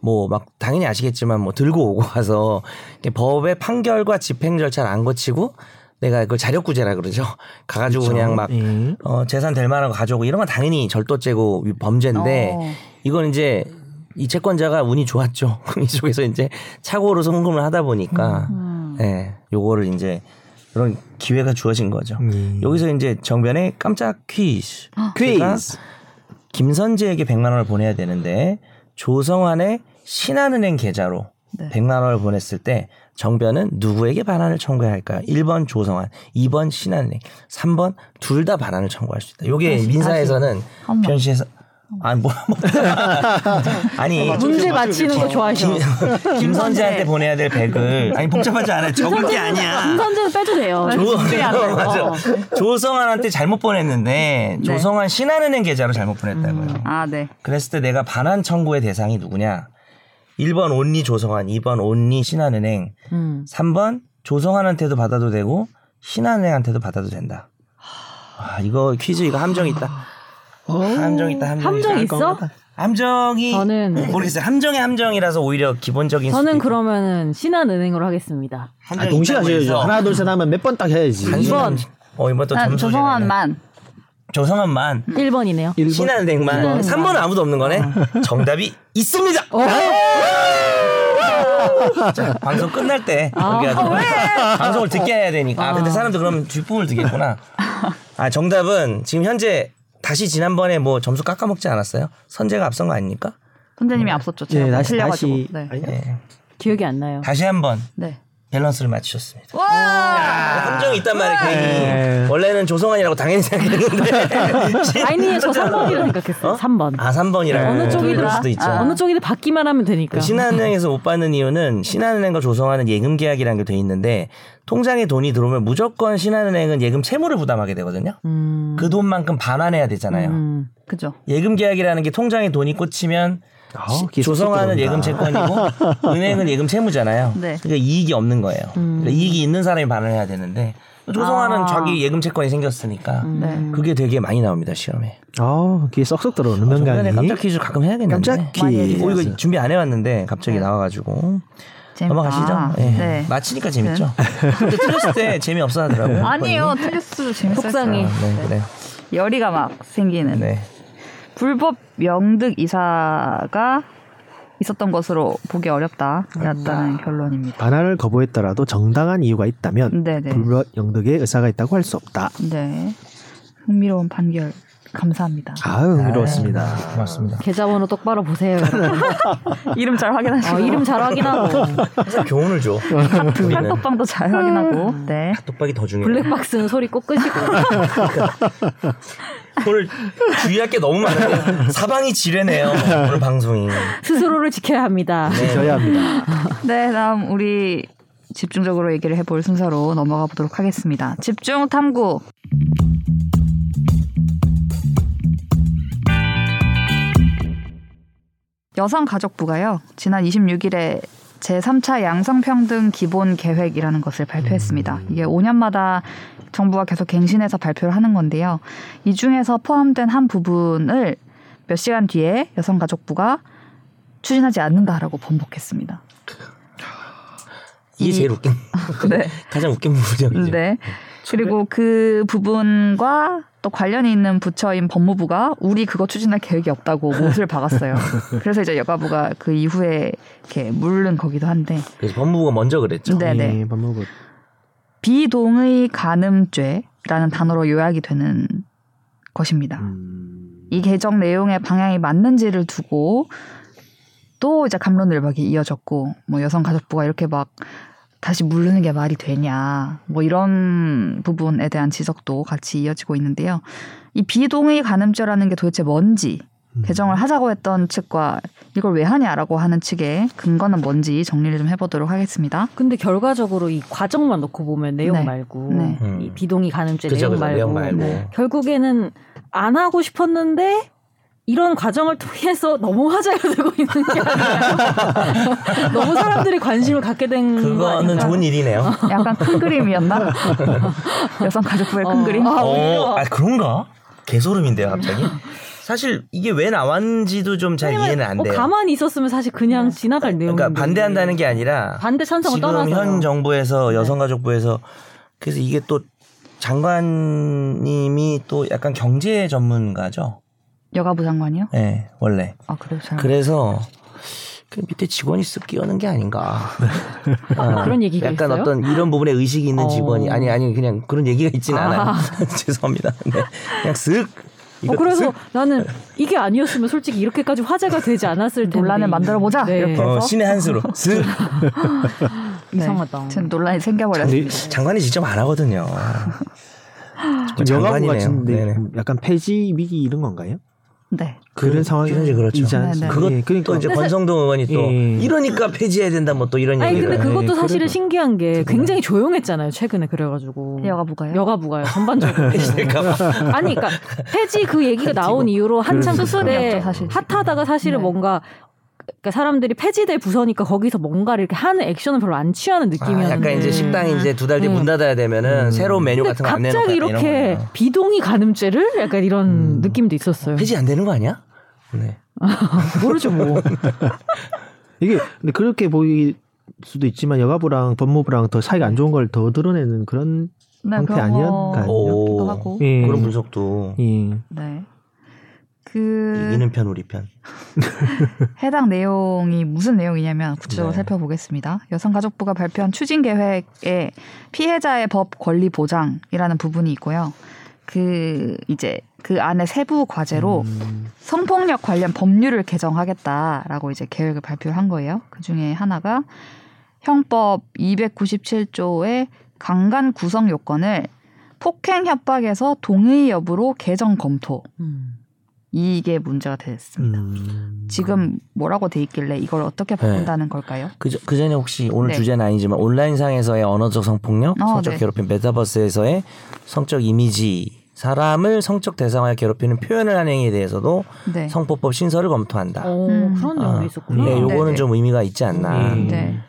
[SPEAKER 4] 뭐 막 당연히 아시겠지만 뭐 들고 오고 가서 이렇게 법의 판결과 집행 절차를 안 거치고 내가 그걸 자력구제라 그러죠. 가가지고 그냥막
[SPEAKER 3] 예.
[SPEAKER 4] 어, 재산 될 만한 거 가져오고 이런 건 당연히 절도죄고 범죄인데
[SPEAKER 1] 어.
[SPEAKER 4] 이건 이제 이 채권자가 운이 좋았죠. 이쪽에서 이제 착오로 송금을 하다 보니까 예, 요거를 이제 그런 기회가 주어진 거죠.
[SPEAKER 3] 음.
[SPEAKER 4] 여기서 이제 정변에 깜짝 퀴즈.
[SPEAKER 3] 아. 퀴즈.
[SPEAKER 4] 김선재에게 100만 원을 보내야 되는데 조성환의 신한은행 계좌로
[SPEAKER 1] 네.
[SPEAKER 4] 100만 원을 보냈을 때 정변은 누구에게 반환을 청구해야 할까요? 1번 조성환, 2번 신한은행, 3번 둘 다 반환을 청구할 수 있다. 요게 민사에서는
[SPEAKER 1] 한 번.
[SPEAKER 4] 변시에서 아니 뭐 아니
[SPEAKER 2] 문제 맞히는 거 좋아하셔.
[SPEAKER 4] 김, 김선재한테 보내야 될 100을 아니 복잡하지 않아요. 적을 게 아니야.
[SPEAKER 2] 김선재는 빼도 돼요.
[SPEAKER 4] 조-
[SPEAKER 2] 집중이 안 돼요. 어.
[SPEAKER 4] 맞아. 조성환한테 잘못 보냈는데 조성환 신한은행 계좌로 잘못 보냈다고요.
[SPEAKER 1] 아 네.
[SPEAKER 4] 그랬을 때 내가 반환 청구의 대상이 누구냐? 1번 온리 조성환, 2번 온리 신한은행,
[SPEAKER 2] 음.
[SPEAKER 4] 3번 조성환한테도 받아도 되고 신한은행한테도 받아도 된다. 아, 이거 퀴즈 이거 함정 있다. 함정 있다. 함정,
[SPEAKER 2] 함정
[SPEAKER 4] 있다.
[SPEAKER 2] 있어?
[SPEAKER 4] 함정이 음,
[SPEAKER 2] 저는-
[SPEAKER 4] 모르겠어요. 함정의 함정이라서 오히려 기본적인 수도
[SPEAKER 2] 저는
[SPEAKER 4] 있고.
[SPEAKER 2] 그러면은 신한은행으로 하겠습니다.
[SPEAKER 3] 아,
[SPEAKER 4] 함정이
[SPEAKER 3] 동시에
[SPEAKER 4] 있다고
[SPEAKER 3] 하셔야죠.
[SPEAKER 4] 해서
[SPEAKER 3] 하나, 둘, 셋 하면 몇 번 딱 해야지.
[SPEAKER 4] 단순한- 어, 이번 또
[SPEAKER 2] 아,
[SPEAKER 1] 난
[SPEAKER 4] 점수
[SPEAKER 1] 조성환만.
[SPEAKER 4] 조성환만.
[SPEAKER 2] 1번이네요.
[SPEAKER 4] 신한은행만. 3번은 아무도 없는 거네. 정답이 있습니다. 자, 방송 끝날 때 여기가 좀 방송을 듣게 해야 되니까. 아, 근데 사람들 그럼 뒷부분을 듣겠구나. 아, 정답은 지금 현재 다시 지난번에 뭐 점수 깎아먹지 않았어요? 선재가 앞선 거 아닙니까?
[SPEAKER 1] 선재님이 앞섰죠. 제가
[SPEAKER 3] 예, 다시
[SPEAKER 1] 틀려가지고.
[SPEAKER 3] 다시.
[SPEAKER 1] 네.
[SPEAKER 3] 아니,
[SPEAKER 4] 네.
[SPEAKER 2] 기억이 안 나요.
[SPEAKER 4] 다시 한번
[SPEAKER 1] 네.
[SPEAKER 4] 밸런스를 맞추셨습니다.
[SPEAKER 1] 와.
[SPEAKER 4] 함정이 있단 말이에요. 괜히.
[SPEAKER 3] 네. 원래는
[SPEAKER 4] 조성환이라고 당연히 생각했는데.
[SPEAKER 2] 아니, 저 3번이라고 생각했어요.
[SPEAKER 4] 어?
[SPEAKER 2] 3번.
[SPEAKER 4] 아, 3번이라고.
[SPEAKER 2] 어느 쪽이든
[SPEAKER 4] 수도 있죠.
[SPEAKER 2] 아, 어느 쪽이든 받기만 하면 되니까.
[SPEAKER 4] 그 신한은행에서 못 받는 이유는 신한은행과 조성하는 예금 계약이라는 게 돼 있는데 통장에 돈이 들어오면 무조건 신한은행은 예금 채무를 부담하게 되거든요.
[SPEAKER 2] 음.
[SPEAKER 4] 그 돈만큼 반환해야 되잖아요.
[SPEAKER 2] 음.
[SPEAKER 1] 그죠.
[SPEAKER 4] 예금 계약이라는 게 통장에 돈이 꽂히면
[SPEAKER 3] 아,
[SPEAKER 4] 시-
[SPEAKER 3] 계속
[SPEAKER 4] 조성하는
[SPEAKER 3] 들어온다.
[SPEAKER 4] 예금 채권이고 은행은 예금 채무잖아요.
[SPEAKER 1] 네.
[SPEAKER 4] 그러니까 이익이 없는 거예요. 그러니까 이익이 있는 사람이 반환해야 되는데 조성하는
[SPEAKER 1] 아.
[SPEAKER 4] 자기 예금 채권이 생겼으니까
[SPEAKER 1] 네.
[SPEAKER 4] 그게 되게 많이 나옵니다 시험에.
[SPEAKER 3] 아, 귀에 쏙쏙 들어오는
[SPEAKER 4] 중간에
[SPEAKER 3] 명강이.
[SPEAKER 4] 깜짝 퀴즈 가끔 해야겠는데.
[SPEAKER 3] 깜짝
[SPEAKER 1] 많이
[SPEAKER 3] 퀴즈.
[SPEAKER 4] 어, 이거 준비 안 해왔는데 갑자기 나와가지고
[SPEAKER 1] 재밌다.
[SPEAKER 4] 넘어가시죠. 예.
[SPEAKER 1] 네.
[SPEAKER 4] 마치니까 재밌죠. 근데 틀렸을 때 재미 없어 하더라고요.
[SPEAKER 1] 아니요. 틀렸어도 재밌었어요.
[SPEAKER 2] 속상해.
[SPEAKER 4] 네, 그래요.
[SPEAKER 1] 열이가 막 생기는.
[SPEAKER 4] 네.
[SPEAKER 1] 불법 영득 이사가 있었던 것으로 보기 어렵다였다는 결론입니다.
[SPEAKER 3] 반환을 거부했더라도 정당한 이유가 있다면
[SPEAKER 1] 네네.
[SPEAKER 3] 불법 영득의 의사가 있다고 할 수 없다.
[SPEAKER 1] 네. 흥미로운 판결 감사합니다.
[SPEAKER 3] 아, 흥미로웠습니다.
[SPEAKER 4] 고맙습니다.
[SPEAKER 2] 계좌번호 똑바로 보세요. 여러분.
[SPEAKER 1] 아, 이름 잘 확인하시고
[SPEAKER 2] 어, 이름 잘 확인하고
[SPEAKER 4] 항상 교훈을 줘. 우리는
[SPEAKER 1] 깜빡빵도 잘 확인하고. 네.
[SPEAKER 4] 카톡박이 더 중요해.
[SPEAKER 2] 블랙박스는 소리 꼭 끄시고.
[SPEAKER 4] 네. 오늘 주의할 게 너무 많아요. 사방이 지뢰네요. 오늘 방송이.
[SPEAKER 2] 스스로를 지켜야 합니다.
[SPEAKER 3] 네. 지켜야 합니다.
[SPEAKER 1] 네, 다음 우리 집중적으로 얘기를 해볼 순서로 넘어가 보도록 하겠습니다. 집중 탐구. 여성가족부가요, 지난 26일에 제3차 양성평등 기본 계획이라는 것을 발표했습니다. 이게 5년마다 정부가 계속 갱신해서 발표를 하는 건데요. 이 중에서 포함된 한 부분을 몇 시간 뒤에 여성가족부가 추진하지 않는다라고 번복했습니다.
[SPEAKER 4] 이게 제일 웃긴,
[SPEAKER 1] 네.
[SPEAKER 4] 가장 웃긴 부분이죠.
[SPEAKER 1] 네. 그리고 그 부분과 또 관련이 있는 부처인 법무부가 우리 그거 추진할 계획이 없다고 못을 박았어요. 그래서 이제 여가부가 그 이후에 이렇게 물른 거기도 한데.
[SPEAKER 3] 음,
[SPEAKER 4] 그래서 법무부가 먼저 그랬죠.
[SPEAKER 1] 네네.
[SPEAKER 3] 예, 밥 먹고
[SPEAKER 1] 비동의 간음죄라는 단어로 요약이 되는 것입니다.
[SPEAKER 3] 음,
[SPEAKER 1] 이 개정 내용의 방향이 맞는지를 두고 또 이제 감론을박이 이어졌고 뭐 여성가족부가 이렇게 막 다시 물르는 게 말이 되냐 뭐 이런 부분에 대한 지적도 같이 이어지고 있는데요. 이 비동의 간음죄라는 게 도대체 뭔지
[SPEAKER 3] 음.
[SPEAKER 1] 개정을 하자고 했던 측과 이걸 왜 하냐라고 하는 측의 근거는 뭔지 정리를 좀 해보도록 하겠습니다.
[SPEAKER 2] 근데 결과적으로 이 과정만 놓고 보면 내용
[SPEAKER 1] 네.
[SPEAKER 2] 말고
[SPEAKER 1] 네.
[SPEAKER 4] 음.
[SPEAKER 2] 이 비동의 가늠죄
[SPEAKER 4] 그죠,
[SPEAKER 2] 내용
[SPEAKER 4] 그죠.
[SPEAKER 2] 말고,
[SPEAKER 4] 내용 말고.
[SPEAKER 1] 네.
[SPEAKER 2] 결국에는 안 하고 싶었는데 이런 과정을 통해서 너무 화제가 되고 있는 게 아니라 너무 사람들이 관심을 갖게 된
[SPEAKER 4] 그거는 좋은 일이네요.
[SPEAKER 1] 약간 큰 그림이었나? 여성가족부의 큰
[SPEAKER 2] 어.
[SPEAKER 1] 그림?
[SPEAKER 2] 아,
[SPEAKER 4] 어,
[SPEAKER 2] 오히려.
[SPEAKER 4] 아 그런가? 개소름인데요, 갑자기. 사실 이게 왜 나왔는지도 좀 잘 이해는 안 돼요.
[SPEAKER 2] 어, 가만히 있었으면 사실 그냥
[SPEAKER 1] 네.
[SPEAKER 2] 지나갈 내용.
[SPEAKER 4] 그러니까 반대한다는 게 아니라
[SPEAKER 2] 반대 찬성을
[SPEAKER 4] 지금
[SPEAKER 2] 떠나서 어, 네.
[SPEAKER 4] 현 정부에서 여성가족부에서 그래서 이게 또 장관님이 또 약간 경제 전문가죠.
[SPEAKER 1] 여가부 장관이요?
[SPEAKER 4] 예, 원래.
[SPEAKER 1] 아 그래요? 잘
[SPEAKER 4] 그래서 그 밑에 직원이 쓱 끼어는 게 아닌가. 어,
[SPEAKER 2] 그런 얘기가
[SPEAKER 4] 약간
[SPEAKER 2] 있어요?
[SPEAKER 4] 어떤 이런 부분에 의식이 있는
[SPEAKER 2] 어.
[SPEAKER 4] 직원이 아니 아니 그냥 그런 얘기가 있진
[SPEAKER 2] 아.
[SPEAKER 4] 않아요. 죄송합니다. 네. 그냥 쓱.
[SPEAKER 2] 어,
[SPEAKER 4] 이것도
[SPEAKER 2] 그래서
[SPEAKER 4] 쓱.
[SPEAKER 2] 나는 이게 아니었으면 솔직히 이렇게까지 화제가 되지 않았을 텐데 네.
[SPEAKER 1] 논란을 만들어보자, 이렇게.
[SPEAKER 4] 어, 신의 한 수로 쓱.
[SPEAKER 2] 이상하다.
[SPEAKER 1] 네. 지금 논란이 생겨버렸어요.
[SPEAKER 3] 근데
[SPEAKER 4] 장관이 직접 안 하거든요.
[SPEAKER 3] 좀 여가부
[SPEAKER 4] 장관이네요.
[SPEAKER 3] 같은데 음,
[SPEAKER 4] 네네.
[SPEAKER 3] 약간 폐지 위기 이런 건가요?
[SPEAKER 1] 네.
[SPEAKER 3] 그런 상황이
[SPEAKER 4] 현재 그렇죠.
[SPEAKER 3] 있지 않습니까?
[SPEAKER 1] 네네.
[SPEAKER 4] 그것
[SPEAKER 3] 예,
[SPEAKER 2] 그러니까
[SPEAKER 4] 또 이제 권성동 의원이 또
[SPEAKER 3] 예.
[SPEAKER 4] 이러니까 폐지해야 된다 뭐 또 이런
[SPEAKER 2] 아니
[SPEAKER 4] 얘기를
[SPEAKER 2] 근데
[SPEAKER 3] 그- 네,
[SPEAKER 2] 그것도 사실은
[SPEAKER 3] 그래도-
[SPEAKER 2] 신기한 게 굉장히 조용했잖아요 최근에
[SPEAKER 3] 음.
[SPEAKER 2] 그래가지고
[SPEAKER 1] 여가부가요?
[SPEAKER 2] 여가부가요 전반적으로
[SPEAKER 4] 그러니까
[SPEAKER 2] 아니 그러니까 폐지 그 얘기가 나온
[SPEAKER 4] 뭐.
[SPEAKER 2] 이후로 한참
[SPEAKER 3] 그러니까.
[SPEAKER 2] 수술에
[SPEAKER 1] 수습이었죠, 그렇죠, 사실.
[SPEAKER 2] 핫하다가 사실은
[SPEAKER 1] 네.
[SPEAKER 2] 뭔가 그러니까 사람들이 폐지될 부서니까 거기서 뭔가를 이렇게 하는 액션을 별로 안 취하는
[SPEAKER 4] 아,
[SPEAKER 2] 느낌이었는데 예.
[SPEAKER 4] 약간 이제 식당이 이제 두 달 뒤 문 닫아야 되면은
[SPEAKER 3] 음.
[SPEAKER 4] 새로운 메뉴
[SPEAKER 2] 근데
[SPEAKER 4] 같은 거 안 내놓고
[SPEAKER 2] 갑자기
[SPEAKER 4] 약간 이런
[SPEAKER 2] 이렇게
[SPEAKER 4] 거구나.
[SPEAKER 2] 비동의 가늠죄를 약간 이런
[SPEAKER 3] 음.
[SPEAKER 2] 느낌도 있었어요
[SPEAKER 4] 폐지 안 되는 거 아니야? 네.
[SPEAKER 2] 모르죠 뭐
[SPEAKER 3] 이게 근데 그렇게 보일 수도 있지만 여가부랑 법무부랑 더 사이가 안 좋은 걸 더 드러내는 그런
[SPEAKER 1] 네,
[SPEAKER 3] 형태
[SPEAKER 1] 그런 거
[SPEAKER 3] 아니었나요?
[SPEAKER 1] 같기도
[SPEAKER 4] 오.
[SPEAKER 1] 하고.
[SPEAKER 3] 예.
[SPEAKER 4] 그런 분석도
[SPEAKER 3] 예.
[SPEAKER 1] 네. 그
[SPEAKER 4] 이기는 편 우리 편.
[SPEAKER 1] 해당 내용이 무슨 내용이냐면 구체적으로
[SPEAKER 4] 네.
[SPEAKER 1] 살펴보겠습니다. 여성가족부가 발표한 추진 계획에 피해자의 법 권리 보장이라는 부분이 있고요. 그 이제 그 안에 세부 과제로
[SPEAKER 3] 음,
[SPEAKER 1] 성폭력 관련 법률을 개정하겠다라고 이제 계획을 발표한 거예요. 그 중에 하나가 형법 297조의 강간 구성 요건을 폭행 협박에서 동의 여부로 개정 검토
[SPEAKER 2] 음.
[SPEAKER 1] 이게 문제가 됐습니다.
[SPEAKER 3] 음.
[SPEAKER 1] 지금 뭐라고 돼 있길래 이걸 어떻게 바꾼다는 걸까요?
[SPEAKER 4] 그, 그 전에 혹시 오늘
[SPEAKER 1] 네.
[SPEAKER 4] 주제는 아니지만 온라인상에서의 언어적 성폭력,
[SPEAKER 1] 어,
[SPEAKER 4] 성적
[SPEAKER 1] 네.
[SPEAKER 4] 괴롭힘, 메타버스에서의 성적 이미지, 사람을 성적 대상화에 괴롭히는 표현을 하는 행위에 대해서도
[SPEAKER 1] 네.
[SPEAKER 4] 성폭법 신설을 검토한다.
[SPEAKER 2] 어,
[SPEAKER 1] 음.
[SPEAKER 2] 그런
[SPEAKER 4] 아,
[SPEAKER 2] 내용도 있었구나
[SPEAKER 4] 네, 요거는
[SPEAKER 1] 네, 네.
[SPEAKER 4] 좀 의미가 있지 않나.
[SPEAKER 3] 음.
[SPEAKER 1] 네.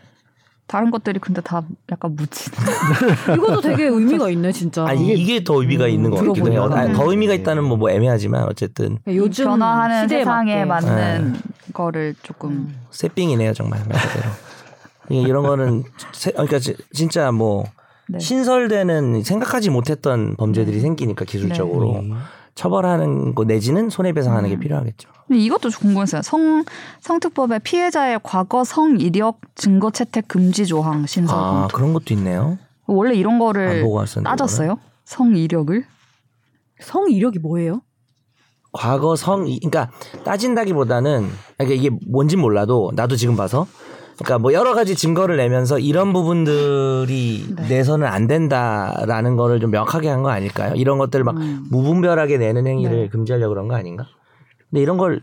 [SPEAKER 1] 다른 것들이 근데 다 약간 묻힌.
[SPEAKER 2] 네. 이것도 되게 의미가 있네 진짜
[SPEAKER 4] 아 이게, 이게 더 의미가
[SPEAKER 2] 음,
[SPEAKER 4] 있는 것 같기도 해요.
[SPEAKER 2] 들어보니까.
[SPEAKER 4] 아니, 더 의미가 있다는 뭐, 뭐 애매하지만 어쨌든
[SPEAKER 2] 음. 요즘
[SPEAKER 1] 음, 변화하는
[SPEAKER 2] 시대에
[SPEAKER 1] 세상에
[SPEAKER 2] 맞게. 음.
[SPEAKER 1] 맞는 음. 거를 조금
[SPEAKER 4] 새삥이네요 정말 말 그대로. 예, 이게 이런 거는 세- 그러니까 지- 진짜 뭐
[SPEAKER 1] 네.
[SPEAKER 4] 신설되는 생각하지 못했던 범죄들이 생기니까 기술적으로
[SPEAKER 3] 네.
[SPEAKER 4] 처벌하는 거 내지는 손해배상하는 게 필요하겠죠.
[SPEAKER 1] 근데 이것도 좀 궁금했어요. 성 성특법의 피해자의 과거 성 이력 증거 채택 금지 조항 신설
[SPEAKER 4] 아
[SPEAKER 1] 검토.
[SPEAKER 4] 그런 것도 있네요.
[SPEAKER 1] 원래 이런
[SPEAKER 4] 안
[SPEAKER 1] 거를
[SPEAKER 4] 보고 왔었는데.
[SPEAKER 1] 따졌어요? 성 이력을?
[SPEAKER 2] 성 이력이 뭐예요?
[SPEAKER 4] 과거 성, 이- 그러니까 따진다기보다는 그러니까 이게 뭔진 몰라도 나도 지금 봐서 그러니까 뭐 여러 가지 증거를 내면서 이런 부분들이
[SPEAKER 1] 네.
[SPEAKER 4] 내서는 안 된다라는 거를 좀 명확하게 한 거 아닐까요? 이런 것들 막
[SPEAKER 1] 음.
[SPEAKER 4] 무분별하게 내는 행위를
[SPEAKER 1] 네.
[SPEAKER 4] 금지하려고 그런 거 아닌가? 근데 이런 걸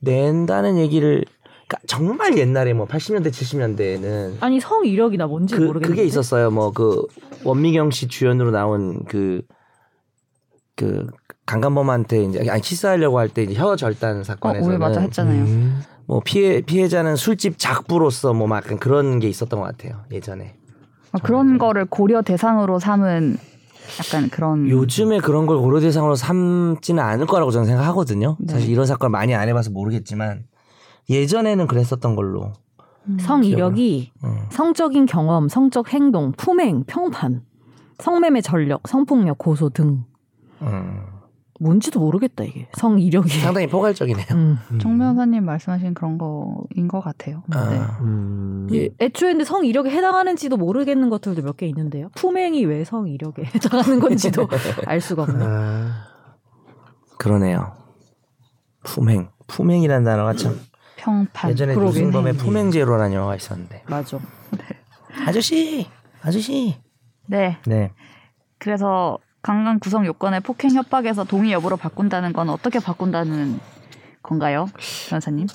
[SPEAKER 4] 낸다는 얘기를 그러니까 정말 옛날에 뭐 80년대 70년대에는
[SPEAKER 2] 아니 성 이력이나 뭔지
[SPEAKER 4] 그,
[SPEAKER 2] 모르겠는데
[SPEAKER 4] 그게 있었어요. 뭐 그 원미경 씨 주연으로 나온 그 그 강간범한테 이제 아니 키스하려고 할 때 이제 혀 절단
[SPEAKER 1] 어,
[SPEAKER 4] 사건에서는
[SPEAKER 2] 예,
[SPEAKER 1] 오늘 맞아 했잖아요.
[SPEAKER 3] 음.
[SPEAKER 4] 뭐 피해 피해자는 술집 작부로서 뭐 막 그런 게 있었던 것 같아요 예전에.
[SPEAKER 1] 아, 그런 거를 고려 대상으로 삼은 약간
[SPEAKER 2] 음.
[SPEAKER 1] 그런
[SPEAKER 4] 요즘에 그런 걸 고려 대상으로 삼지는 않을 거라고 저는 생각하거든요.
[SPEAKER 1] 네.
[SPEAKER 4] 사실 이런 사건 많이 안 해봐서 모르겠지만 예전에는 그랬었던 걸로.
[SPEAKER 1] 음.
[SPEAKER 2] 성 이력이
[SPEAKER 4] 음.
[SPEAKER 2] 성적인 경험, 성적 행동, 품행, 평판, 성매매 전력, 성폭력, 고소 등
[SPEAKER 4] 음.
[SPEAKER 2] 뭔지도 모르겠다 이게 성 이력이.
[SPEAKER 5] 상당히 포괄적이네요.
[SPEAKER 2] 음.
[SPEAKER 1] 정 변호사님 말씀하신 그런 거인 것 같아요.
[SPEAKER 2] 네.
[SPEAKER 1] 네.
[SPEAKER 5] 아.
[SPEAKER 3] 음.
[SPEAKER 2] 예, 애초에 근데 성 이력에 해당하는지도 모르겠는 것들도 몇 개 있는데요. 품행이 왜 성 이력에 해당하는 건지도 알 수가 없네.
[SPEAKER 3] 아,
[SPEAKER 4] 그러네요. 품행. 품행이라는 단어가 참
[SPEAKER 1] 평판.
[SPEAKER 4] 예전에
[SPEAKER 2] 그러긴
[SPEAKER 4] 노승범의
[SPEAKER 1] 네.
[SPEAKER 2] 해.
[SPEAKER 4] 품행제로라는 영화가 있었는데
[SPEAKER 2] 맞아.
[SPEAKER 4] 아저씨, 아저씨.
[SPEAKER 1] 네.
[SPEAKER 4] 네.
[SPEAKER 1] 그래서 강간 구성 요건을 폭행 협박에서 동의 여부로 바꾼다는 건 어떻게 바꾼다는 건가요, 변호사님?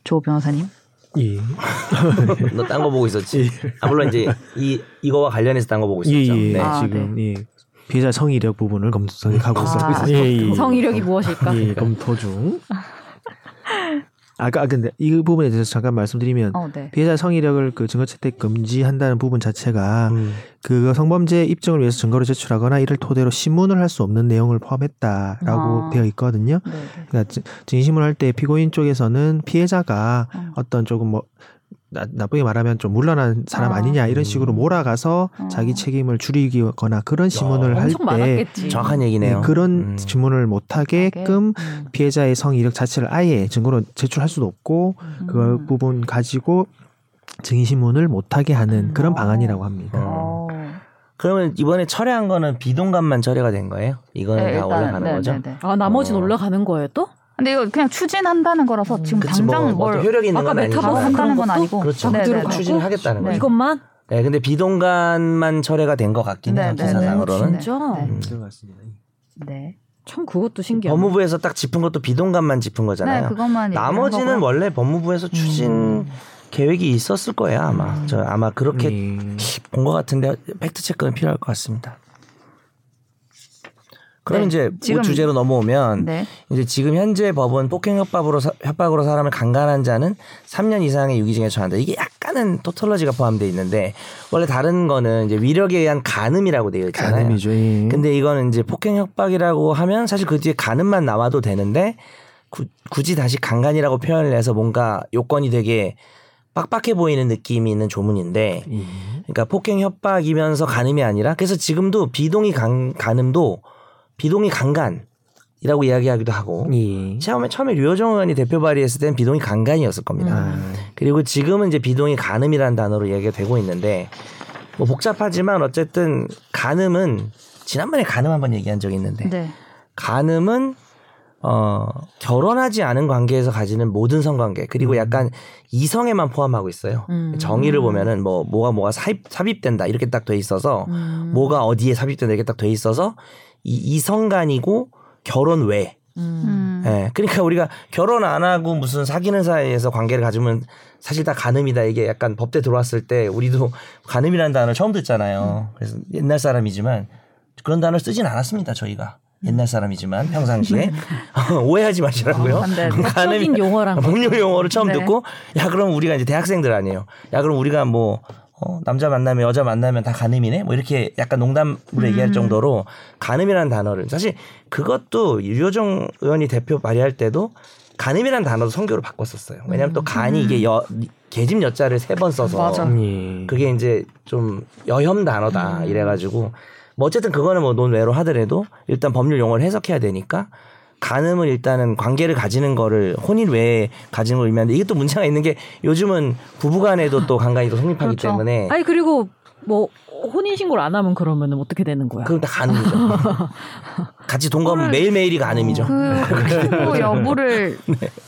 [SPEAKER 1] 조 변호사님?
[SPEAKER 3] 예.
[SPEAKER 4] 너 딴 거 보고 있었지. 아 물론 이제 이 이거와 관련해서 딴 거 보고
[SPEAKER 3] 예,
[SPEAKER 4] 있었죠.
[SPEAKER 3] 예.
[SPEAKER 4] 네.
[SPEAKER 1] 아,
[SPEAKER 3] 지금 예. 피해자 성의력 부분을 검색하고
[SPEAKER 1] 아,
[SPEAKER 3] 있어요. 예, 예.
[SPEAKER 2] 성 이력이 무엇일까?
[SPEAKER 3] 예, 검토 중. 아까 근데 이 부분에 대해서 잠깐 말씀드리면
[SPEAKER 1] 어, 네.
[SPEAKER 3] 피해자 성의력을 그 증거 채택 금지한다는 부분 자체가
[SPEAKER 4] 음.
[SPEAKER 3] 그 성범죄 입증을 위해서 증거를 제출하거나 이를 토대로 신문을 할 수 없는 내용을 포함했다라고
[SPEAKER 1] 아.
[SPEAKER 3] 되어 있거든요.
[SPEAKER 1] 네, 네.
[SPEAKER 3] 그러니까 증- 증인신문을 할 때 피고인 쪽에서는 피해자가
[SPEAKER 1] 어.
[SPEAKER 3] 어떤 조금 뭐 나, 나쁘게 말하면 좀 물러난 사람
[SPEAKER 1] 아.
[SPEAKER 3] 아니냐 이런
[SPEAKER 4] 음.
[SPEAKER 3] 식으로 몰아가서
[SPEAKER 1] 어.
[SPEAKER 3] 자기 책임을 줄이거나 그런 신문을 할
[SPEAKER 2] 엄청
[SPEAKER 3] 때
[SPEAKER 2] 많았겠지.
[SPEAKER 4] 정확한 얘기네요.
[SPEAKER 3] 그런
[SPEAKER 4] 음.
[SPEAKER 3] 질문을 못 하게끔
[SPEAKER 1] 네,
[SPEAKER 2] 음.
[SPEAKER 3] 피해자의 성 이력 자체를 아예 증거로 제출할 수도 없고 그
[SPEAKER 4] 뭐
[SPEAKER 1] 음.
[SPEAKER 3] 부분 가지고 증인 신문을 못 하게 하는 그런
[SPEAKER 1] 어.
[SPEAKER 3] 방안이라고 합니다.
[SPEAKER 4] 음.
[SPEAKER 1] 어.
[SPEAKER 4] 그러면 이번에 철회한 거는 비동감만 철회가 된 거예요? 이거는
[SPEAKER 1] 네,
[SPEAKER 4] 다 올라가는
[SPEAKER 1] 네,
[SPEAKER 4] 거죠?
[SPEAKER 1] 네, 네.
[SPEAKER 2] 아 나머지는
[SPEAKER 4] 어.
[SPEAKER 2] 올라가는 거예요 또?
[SPEAKER 1] 근데 이거 그냥 추진한다는 거라서 지금
[SPEAKER 4] 그치,
[SPEAKER 1] 당장
[SPEAKER 4] 뭐, 뭐
[SPEAKER 1] 뭘
[SPEAKER 4] 어떤 효력이 있는
[SPEAKER 2] 아까
[SPEAKER 4] 건
[SPEAKER 2] 메타버스
[SPEAKER 4] 아니지만
[SPEAKER 2] 한다는
[SPEAKER 1] 한다는 건
[SPEAKER 2] 것도?
[SPEAKER 1] 아니고
[SPEAKER 4] 그렇죠.
[SPEAKER 1] 네, 네,
[SPEAKER 2] 그대로
[SPEAKER 1] 네.
[SPEAKER 2] 추진-
[SPEAKER 4] 추진을
[SPEAKER 1] 네.
[SPEAKER 4] 하겠다는 거죠.
[SPEAKER 2] 뭐 이것만?
[SPEAKER 4] 네, 근데 비동감만 철회가 된 것 같긴 해요.
[SPEAKER 1] 네, 네,
[SPEAKER 4] 기사상으로는.
[SPEAKER 1] 네.
[SPEAKER 2] 진짜?
[SPEAKER 1] 네.
[SPEAKER 4] 음.
[SPEAKER 3] 들어갔습니다.
[SPEAKER 1] 네.
[SPEAKER 2] 참 그것도 신기하네.
[SPEAKER 4] 법무부에서 딱 짚은 것도 비동감만 짚은
[SPEAKER 1] 네,
[SPEAKER 4] 거잖아요.
[SPEAKER 1] 그것만
[SPEAKER 4] 나머지는
[SPEAKER 1] 얘기한 거고요. 음.
[SPEAKER 4] 원래 법무부에서 추진 계획이 있었을 거예요 아마. 저 아마 그렇게
[SPEAKER 3] 음.
[SPEAKER 4] 본 것 같은데 팩트 체크는 필요할 것 같습니다. 그럼
[SPEAKER 1] 네,
[SPEAKER 4] 이제
[SPEAKER 1] 지금-
[SPEAKER 4] 그 주제로 넘어오면
[SPEAKER 1] 네.
[SPEAKER 4] 이제 지금 현재 법은 폭행 협박으로 사, 협박으로 사람을 강간한 자는 3년 이상의 유기징역에 처한다. 이게 약간은 토톨러지가 포함되어 있는데 원래 다른 거는 이제 위력에 의한 간음이라고 되어 있잖아요.
[SPEAKER 3] 가늠이죠. 예.
[SPEAKER 4] 근데 이거는 이제 폭행 협박이라고 하면 사실 그 뒤에 간음만 나와도 되는데 구- 굳이 다시 강간이라고 표현을 해서 뭔가 요건이 되게 빡빡해 보이는 느낌이 있는 조문인데
[SPEAKER 3] 예.
[SPEAKER 4] 그러니까 폭행 협박이면서 간음이 아니라 그래서 지금도 비동의 간, 간음도 비동의 강간이라고 이야기하기도 하고
[SPEAKER 3] 예.
[SPEAKER 4] 처음에 처음에 류호정 의원이 대표 발의했을 땐 비동의 강간이었을 겁니다.
[SPEAKER 3] 아,
[SPEAKER 4] 그리고 지금은 이제 비동의 간음이라는 단어로 이야기가 되고 있는데 뭐 복잡하지만 어쨌든 간음은 지난번에 간음 한번 얘기한 적이 있는데
[SPEAKER 1] 네.
[SPEAKER 4] 간음은 어 결혼하지 않은 관계에서 가지는 모든 성관계 그리고 약간 이성에만 포함하고 있어요.
[SPEAKER 2] 음.
[SPEAKER 4] 정의를 보면은 뭐 뭐가 뭐가 삽입, 삽입된다 이렇게 딱 돼 있어서
[SPEAKER 2] 음.
[SPEAKER 4] 뭐가 어디에 삽입된다 이렇게 딱 돼 있어서 이 이성간이고 결혼 외
[SPEAKER 2] 음.
[SPEAKER 1] 음.
[SPEAKER 4] 예. 그러니까 우리가 결혼 안 하고 무슨 사귀는 사이에서 관계를 가지면 사실 다 간음이다. 이게 약간 법대 들어왔을 때 우리도 간음이라는 단어를 처음 듣잖아요. 그래서 옛날 사람이지만 그런 단어를 쓰진 않았습니다. 저희가. 옛날 사람이지만 평상시에 음. 오해하지 마시라고요.
[SPEAKER 1] 아, 네.
[SPEAKER 2] 법적인 용어랑
[SPEAKER 4] 법률 용어를 아, 처음
[SPEAKER 1] 네.
[SPEAKER 4] 듣고 야 그럼 우리가 이제 대학생들 아니에요. 야 그럼 우리가 뭐 어, 남자 만나면 여자 만나면 다 간음이네. 뭐 이렇게 약간 농담으로
[SPEAKER 1] 음.
[SPEAKER 4] 얘기할 정도로 간음이라는 단어를 사실 그것도 유효정 의원이 대표 발의할 때도 간음이라는 단어도 성교로 바꿨었어요. 왜냐하면 또 간이 이게 여 계집 여자를 세 번 써서
[SPEAKER 1] 음. 맞아.
[SPEAKER 3] 예.
[SPEAKER 4] 음. 그게 이제 좀 여혐 단어다 이래가지고 뭐 어쨌든 그거는 뭐 논외로 하더라도 일단 법률 용어를 해석해야 되니까 간음은 일단은 관계를 가지는 거를 혼인 외에 가지는 걸 의미하는데 이게 또 문제가 있는 게 요즘은 부부간에도 또 간간이 또 성립하기
[SPEAKER 1] 그렇죠.
[SPEAKER 4] 때문에
[SPEAKER 2] 아니 그리고 뭐 혼인 신고를 안 하면 그러면 어떻게 되는 거야?
[SPEAKER 4] 그럼 다 간음이죠. 같이 동거하면 매일매일이 간음이죠.
[SPEAKER 1] 그 신고 여부를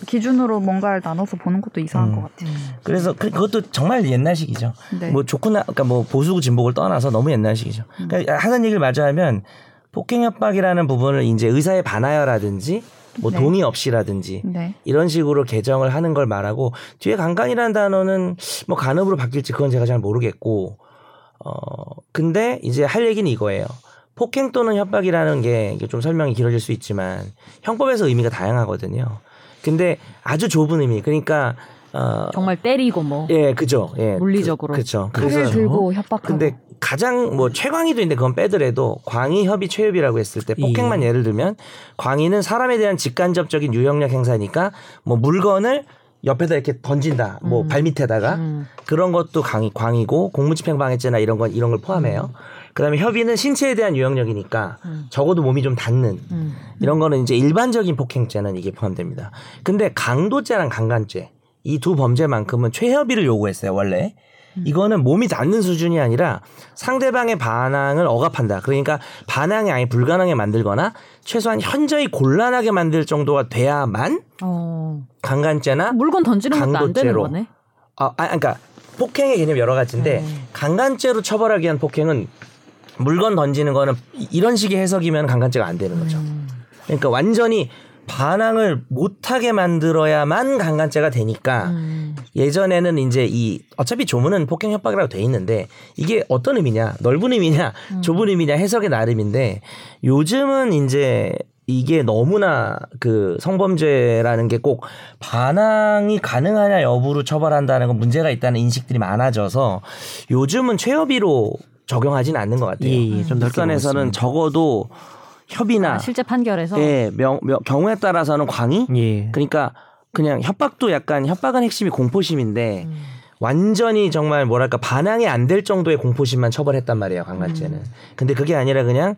[SPEAKER 1] 기준으로 뭔가를 나눠서 보는 것도 이상한
[SPEAKER 4] 네. 음.
[SPEAKER 1] 것 같아요.
[SPEAKER 4] 그래서 그, 그것도 정말 옛날식이죠.
[SPEAKER 1] 네.
[SPEAKER 4] 뭐 좋구나, 그러니까 뭐 보수 진보를 떠나서 너무 옛날식이죠.
[SPEAKER 2] 음.
[SPEAKER 4] 그러니까 하는 얘기를 마저 하면 폭행 협박이라는 부분을 이제 의사에 반하여라든지 뭐
[SPEAKER 1] 네.
[SPEAKER 4] 동의
[SPEAKER 2] 음.
[SPEAKER 4] 없이라든지
[SPEAKER 1] 네.
[SPEAKER 4] 이런 식으로 개정을 하는 걸 말하고 뒤에 강간이라는 단어는 뭐 간음으로 바뀔지 그건 제가 잘 모르겠고 어 근데 이제 할 얘기는 이거예요. 폭행 또는 협박이라는 게 좀 설명이 길어질 수 있지만 형법에서 의미가 다양하거든요. 근데 아주 좁은 의미 그러니까 어
[SPEAKER 2] 정말 때리고 뭐
[SPEAKER 4] 예, 그죠. 예.
[SPEAKER 2] 물리적으로.
[SPEAKER 4] 그, 죠
[SPEAKER 1] 칼을 들고 협박하고.
[SPEAKER 4] 근데
[SPEAKER 2] 어.
[SPEAKER 4] 가장 뭐 최광희도 있는데 그건 빼더라도 광희 협의 최협이라고 했을 때 폭행만 예. 를 들면 광희는 사람에 대한 직간접적인 유형력 행사니까 뭐 물건을 옆에다 이렇게 던진다. 뭐
[SPEAKER 2] 음.
[SPEAKER 4] 발밑에다가
[SPEAKER 2] 음.
[SPEAKER 4] 그런 것도 강이, 광이고 공무집행방해죄나 이런 건 이런 걸 포함해요. 그다음에 협의는 신체에 대한 유형력이니까
[SPEAKER 2] 음.
[SPEAKER 4] 적어도 몸이 좀 닿는
[SPEAKER 2] 음.
[SPEAKER 4] 이런 거는 이제 일반적인 폭행죄는 이게 포함됩니다. 근데 강도죄랑 강간죄 이 두 범죄만큼은 최협의를 요구했어요 원래. 이거는 몸이 닿는 수준이 아니라 상대방의 반항을 억압한다. 그러니까 반항이 아니 불가능하게 만들거나 최소한 현저히 곤란하게 만들 정도가 돼야만
[SPEAKER 2] 어.
[SPEAKER 4] 강간죄나
[SPEAKER 2] 물건 던지는 것도 안 되는
[SPEAKER 4] 강도죄로.
[SPEAKER 2] 거네.
[SPEAKER 4] 아, 아 그러니까 폭행의 개념 이 여러 가지인데
[SPEAKER 2] 음.
[SPEAKER 4] 강간죄로 처벌하기 위한 폭행은 물건 던지는 거는 이- 이런 식의 해석이면 강간죄가 안 되는 거죠.
[SPEAKER 2] 음.
[SPEAKER 4] 그러니까 완전히 반항을 못하게 만들어야만 강간죄가 되니까
[SPEAKER 2] 음.
[SPEAKER 4] 예전에는 이제 이 어차피 조문은 폭행 협박이라고 돼 있는데 이게 어떤 의미냐 넓은 의미냐 좁은 의미냐 해석의 나름인데 요즘은 이제 이게 너무나 그 성범죄라는 게 꼭 반항이 가능하냐 여부로 처벌한다는 건 문제가 있다는 인식들이 많아져서 요즘은 최협의로 적용하진 않는 것 같아요.
[SPEAKER 3] 예, 예, 좀 넓게 보고
[SPEAKER 4] 일선에서는
[SPEAKER 3] 있습니다.
[SPEAKER 4] 적어도 협의나
[SPEAKER 2] 아, 실제 판결에서 음.
[SPEAKER 4] 예, 명, 명, 경우에 따라서는 광희
[SPEAKER 3] 예.
[SPEAKER 4] 그러니까 그냥 협박도 약간 협박은 핵심이 공포심인데
[SPEAKER 2] 음.
[SPEAKER 4] 완전히 정말 뭐랄까 반항이 안 될 정도의 공포심만 처벌했단 말이에요 강간죄는.
[SPEAKER 2] 음.
[SPEAKER 4] 근데 그게 아니라 그냥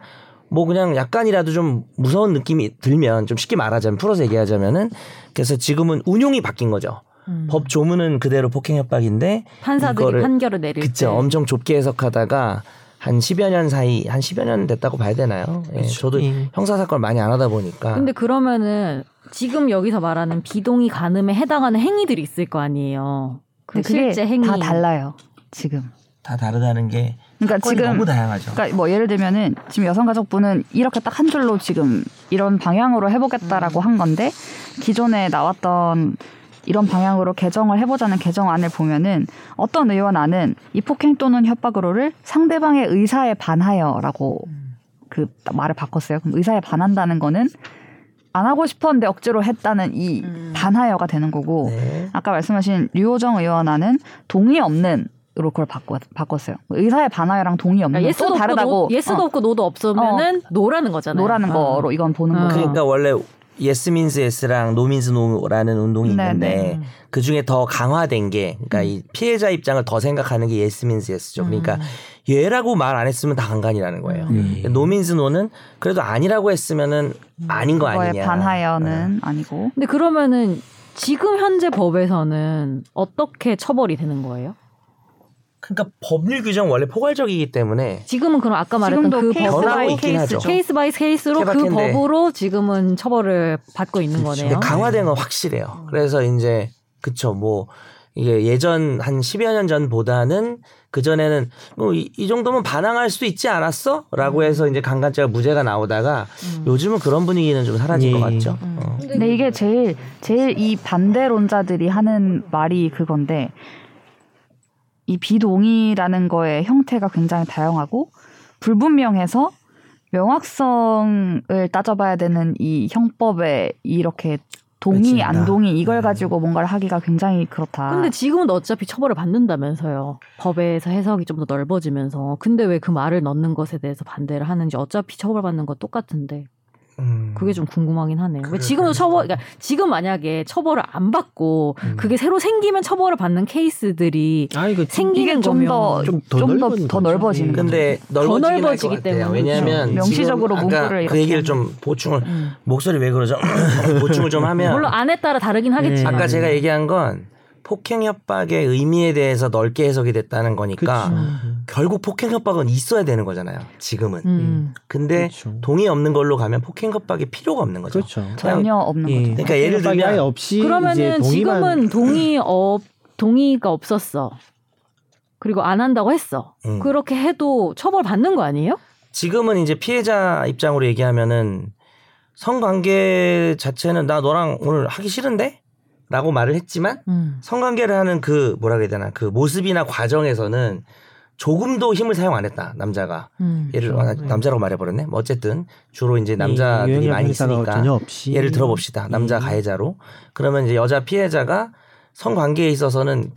[SPEAKER 4] 뭐 그냥 약간이라도 좀 무서운 느낌이 들면 좀 쉽게 말하자면 풀어서 얘기하자면은 그래서 지금은 운용이 바뀐 거죠.
[SPEAKER 2] 음.
[SPEAKER 4] 법 조문은 그대로 폭행 협박인데
[SPEAKER 2] 판사들이
[SPEAKER 4] 이거를-
[SPEAKER 2] 판결을 내릴
[SPEAKER 4] 그쵸
[SPEAKER 2] 때
[SPEAKER 4] 엄청 좁게 해석하다가 한 10여 년 사이 한 10여 년 됐다고 봐야 되나요? 예, 저도
[SPEAKER 3] 예.
[SPEAKER 4] 형사 사건 많이 안 하다 보니까
[SPEAKER 2] 그렇죠. 근데 그러면은 지금 여기서 말하는 비동의 간음에 해당하는 행위들이 있을 거 아니에요. 그
[SPEAKER 1] 근데 그게
[SPEAKER 2] 실제 행위
[SPEAKER 1] 다 달라요. 지금.
[SPEAKER 4] 다 다르다는 게
[SPEAKER 1] 그러니까
[SPEAKER 4] 사건이
[SPEAKER 1] 지금
[SPEAKER 4] 너무 다양하죠.
[SPEAKER 1] 그러니까 뭐 예를 들면은 지금 여성가족부는 이렇게 딱 한 줄로 지금 이런 방향으로 해보겠다라고 한 건데 기존에 나왔던 이런 방향으로 개정을 해보자는 개정안을 보면은 어떤 의원안은 이 폭행 또는 협박으로를 상대방의 의사에 반하여라고 그 말을 바꿨어요. 그럼 의사에 반한다는 거는 안 하고 싶었는데 억지로 했다는 이
[SPEAKER 2] 음.
[SPEAKER 1] 반하여가 되는 거고
[SPEAKER 4] 네.
[SPEAKER 1] 아까 말씀하신 류호정 의원안은 동의 없는 으로 그걸 바꿔, 바꿨어요. 의사의 반하여랑 동의 없는
[SPEAKER 2] 그러니까
[SPEAKER 1] 건
[SPEAKER 2] 예스도
[SPEAKER 1] 음, 또 다르다고
[SPEAKER 2] 없고 노, 예스도
[SPEAKER 1] 어,
[SPEAKER 2] 없고 노도 없으면은 노라는 거잖아요.
[SPEAKER 1] 노라는 거로 이건 보는
[SPEAKER 2] 어.
[SPEAKER 1] 거죠.
[SPEAKER 4] 그러니까 원래 예스 민스 예스랑 노 민스 노라는 운동이
[SPEAKER 1] 네, 음.
[SPEAKER 4] 있는데 그 중에 더 강화된 게 그러니까 이 피해자 입장을 더 생각하는 게 예스 민스 예스죠. 그러니까 얘라고 말 안 했으면 다 강간이라는 거예요.
[SPEAKER 1] 음.
[SPEAKER 4] 그러니까
[SPEAKER 3] 예.
[SPEAKER 4] 노 민스 노는 그래도 아니라고 했으면은 아닌 거
[SPEAKER 1] 음, 그거에
[SPEAKER 4] 아니냐. 네.
[SPEAKER 1] 반하여는 아니고
[SPEAKER 2] 근데 그러면은 지금 현재 법에서는 어떻게 처벌이 되는 거예요?
[SPEAKER 4] 그러니까 법률 규정 원래 포괄적이기 때문에
[SPEAKER 2] 지금은 그럼 아까 말했던
[SPEAKER 1] 지금도
[SPEAKER 2] 그
[SPEAKER 1] 케이스
[SPEAKER 2] 법으로
[SPEAKER 4] 변화가
[SPEAKER 1] 바이
[SPEAKER 4] 있긴
[SPEAKER 1] 케이스죠.
[SPEAKER 4] 하죠.
[SPEAKER 2] 케이스 바이 케이스로 그
[SPEAKER 4] 케바케인데.
[SPEAKER 2] 법으로 지금은 처벌을 받고 있는 거네요.
[SPEAKER 4] 근데 강화된 건 확실해요. 그래서 이제 그쵸 뭐 이게 예전 한 10여 년 전보다는 그 전에는 뭐이 이 정도면 반항할 수 있지 않았어라고 해서 이제 강간죄가 무죄가 나오다가 요즘은 그런 분위기는 좀 사라진
[SPEAKER 3] 예.
[SPEAKER 4] 것 같죠.
[SPEAKER 2] 음.
[SPEAKER 4] 어.
[SPEAKER 1] 근데 이게 제일 제일 이 반대론자들이 하는 말이 그건데 이 비동의라는 거의 형태가 굉장히 다양하고 불분명해서 명확성을 따져봐야 되는 이 형법에 이렇게 동의
[SPEAKER 4] 그렇습니다.
[SPEAKER 1] 안 동의 이걸
[SPEAKER 4] 네.
[SPEAKER 1] 가지고 뭔가를 하기가 굉장히 그렇다.
[SPEAKER 2] 근데 지금은 어차피 처벌을 받는다면서요. 법에서 해석이 좀 더 넓어지면서. 근데 왜 그 말을 넣는 것에 대해서 반대를 하는지 어차피 처벌받는 건 똑같은데
[SPEAKER 4] 음.
[SPEAKER 2] 그게 좀 궁금하긴 하네요. 왜
[SPEAKER 4] 그래,
[SPEAKER 2] 지금도
[SPEAKER 4] 그래.
[SPEAKER 2] 처벌, 그러니까 지금 만약에 처벌을 안 받고
[SPEAKER 4] 음.
[SPEAKER 2] 그게 새로 생기면 처벌을 받는 케이스들이
[SPEAKER 3] 아 이거
[SPEAKER 1] 이게
[SPEAKER 2] 생기는
[SPEAKER 1] 좀
[SPEAKER 2] 거면
[SPEAKER 1] 더
[SPEAKER 3] 좀
[SPEAKER 1] 좀더 더
[SPEAKER 3] 더 넓은 거죠.
[SPEAKER 1] 넓어지는
[SPEAKER 3] 예.
[SPEAKER 1] 거죠.
[SPEAKER 4] 음. 근데
[SPEAKER 2] 더
[SPEAKER 4] 넓어지긴
[SPEAKER 2] 넓어지기
[SPEAKER 4] 할것 같아요.
[SPEAKER 2] 때문에
[SPEAKER 4] 왜냐하면
[SPEAKER 1] 그렇죠. 명시적으로
[SPEAKER 4] 지금 아까
[SPEAKER 1] 문구를
[SPEAKER 4] 그 얘기를
[SPEAKER 1] 이렇게
[SPEAKER 4] 좀 보충을
[SPEAKER 2] 음.
[SPEAKER 4] 목소리 왜 그러죠? 보충을 좀 하면
[SPEAKER 2] 물론 안에 따라 네. 다르긴 하겠지만
[SPEAKER 4] 예, 아까 제가 얘기한 건 폭행 협박의 의미에 대해서 넓게 해석이 됐다는 거니까 결국 폭행 협박은 있어야 되는 거잖아요. 지금은.
[SPEAKER 2] 음.
[SPEAKER 4] 근데
[SPEAKER 3] 그렇죠.
[SPEAKER 4] 동의 없는 걸로 가면 폭행 협박이 필요가 없는 거죠.
[SPEAKER 3] 그렇죠.
[SPEAKER 1] 전혀 없는
[SPEAKER 3] 예.
[SPEAKER 1] 거죠.
[SPEAKER 4] 그러니까 예를 들면
[SPEAKER 3] 아예 없이
[SPEAKER 2] 그러면은
[SPEAKER 3] 이제 동의만
[SPEAKER 2] 지금은 동의 없 동의가 없었어. 그리고 안 한다고 했어.
[SPEAKER 4] 음.
[SPEAKER 2] 그렇게 해도 처벌 받는 거 아니에요?
[SPEAKER 4] 지금은 이제 피해자 입장으로 얘기하면은 성관계 자체는 나 너랑 오늘 하기 싫은데? 라고 말을 했지만
[SPEAKER 2] 음.
[SPEAKER 4] 성관계를 하는 그 뭐라 해야 되나 그 모습이나 과정에서는 조금도 힘을 사용 안 했다 남자가
[SPEAKER 2] 음.
[SPEAKER 4] 예를 들어 아,
[SPEAKER 3] 네.
[SPEAKER 4] 남자라고 말해버렸네 뭐 어쨌든 주로 이제
[SPEAKER 3] 이
[SPEAKER 4] 남자들이
[SPEAKER 3] 예, 유형의
[SPEAKER 4] 많이
[SPEAKER 3] 형사가
[SPEAKER 4] 있으니까
[SPEAKER 3] 전혀 없이
[SPEAKER 4] 예를 들어봅시다. 남자
[SPEAKER 3] 예.
[SPEAKER 4] 가해자로. 그러면 이제 여자 피해자가 성관계에 있어서는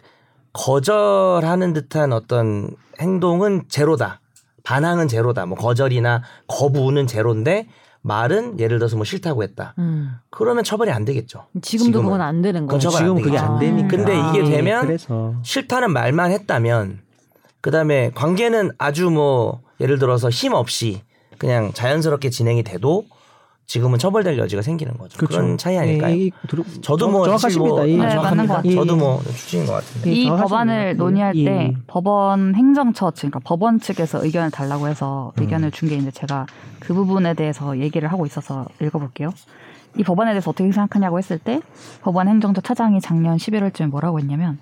[SPEAKER 4] 거절하는 듯한 어떤 행동은 제로다. 반항은 제로다. 뭐 거절이나 거부는 제로인데 말은 예를 들어서 뭐 싫다고 했다.
[SPEAKER 2] 음.
[SPEAKER 4] 그러면 처벌이 안 되겠죠.
[SPEAKER 2] 지금도
[SPEAKER 4] 지금은. 그렇죠.
[SPEAKER 2] 그건 안 음. 되는
[SPEAKER 4] 그건
[SPEAKER 2] 거죠.
[SPEAKER 4] 처벌 안
[SPEAKER 3] 지금 그게
[SPEAKER 4] 되겠죠.
[SPEAKER 3] 안 되니까.
[SPEAKER 4] 근데 이게
[SPEAKER 3] 아,
[SPEAKER 4] 되면
[SPEAKER 3] 그래서
[SPEAKER 4] 싫다는 말만 했다면 그다음에 관계는 아주 뭐 예를 들어서 힘 없이 그냥 자연스럽게 진행이 돼도 지금은 처벌될 여지가 생기는 거죠. 그런 차이 아닐까요?
[SPEAKER 5] 예, 예, 들어-
[SPEAKER 4] 저도
[SPEAKER 5] 정-
[SPEAKER 4] 뭐 사실
[SPEAKER 5] 정확하십니다.
[SPEAKER 4] 뭐
[SPEAKER 5] 예.
[SPEAKER 1] 네, 맞는
[SPEAKER 4] 정확합니다.
[SPEAKER 1] 것 같아요.
[SPEAKER 4] 저도 뭐 추측인 것 같은데.
[SPEAKER 5] 예,
[SPEAKER 1] 이
[SPEAKER 5] 정확하십니다.
[SPEAKER 1] 법안을 논의할
[SPEAKER 5] 예.
[SPEAKER 1] 때 법원 행정처, 그러니까 법원 측에서 의견을 달라고 해서
[SPEAKER 4] 음.
[SPEAKER 1] 의견을 준 게 이제 제가 그 부분에 대해서 얘기를 하고 있어서 읽어볼게요. 이 법안에 대해서 어떻게 생각하냐고 했을 때 법원 행정처 차장이 작년 11월쯤에 뭐라고 했냐면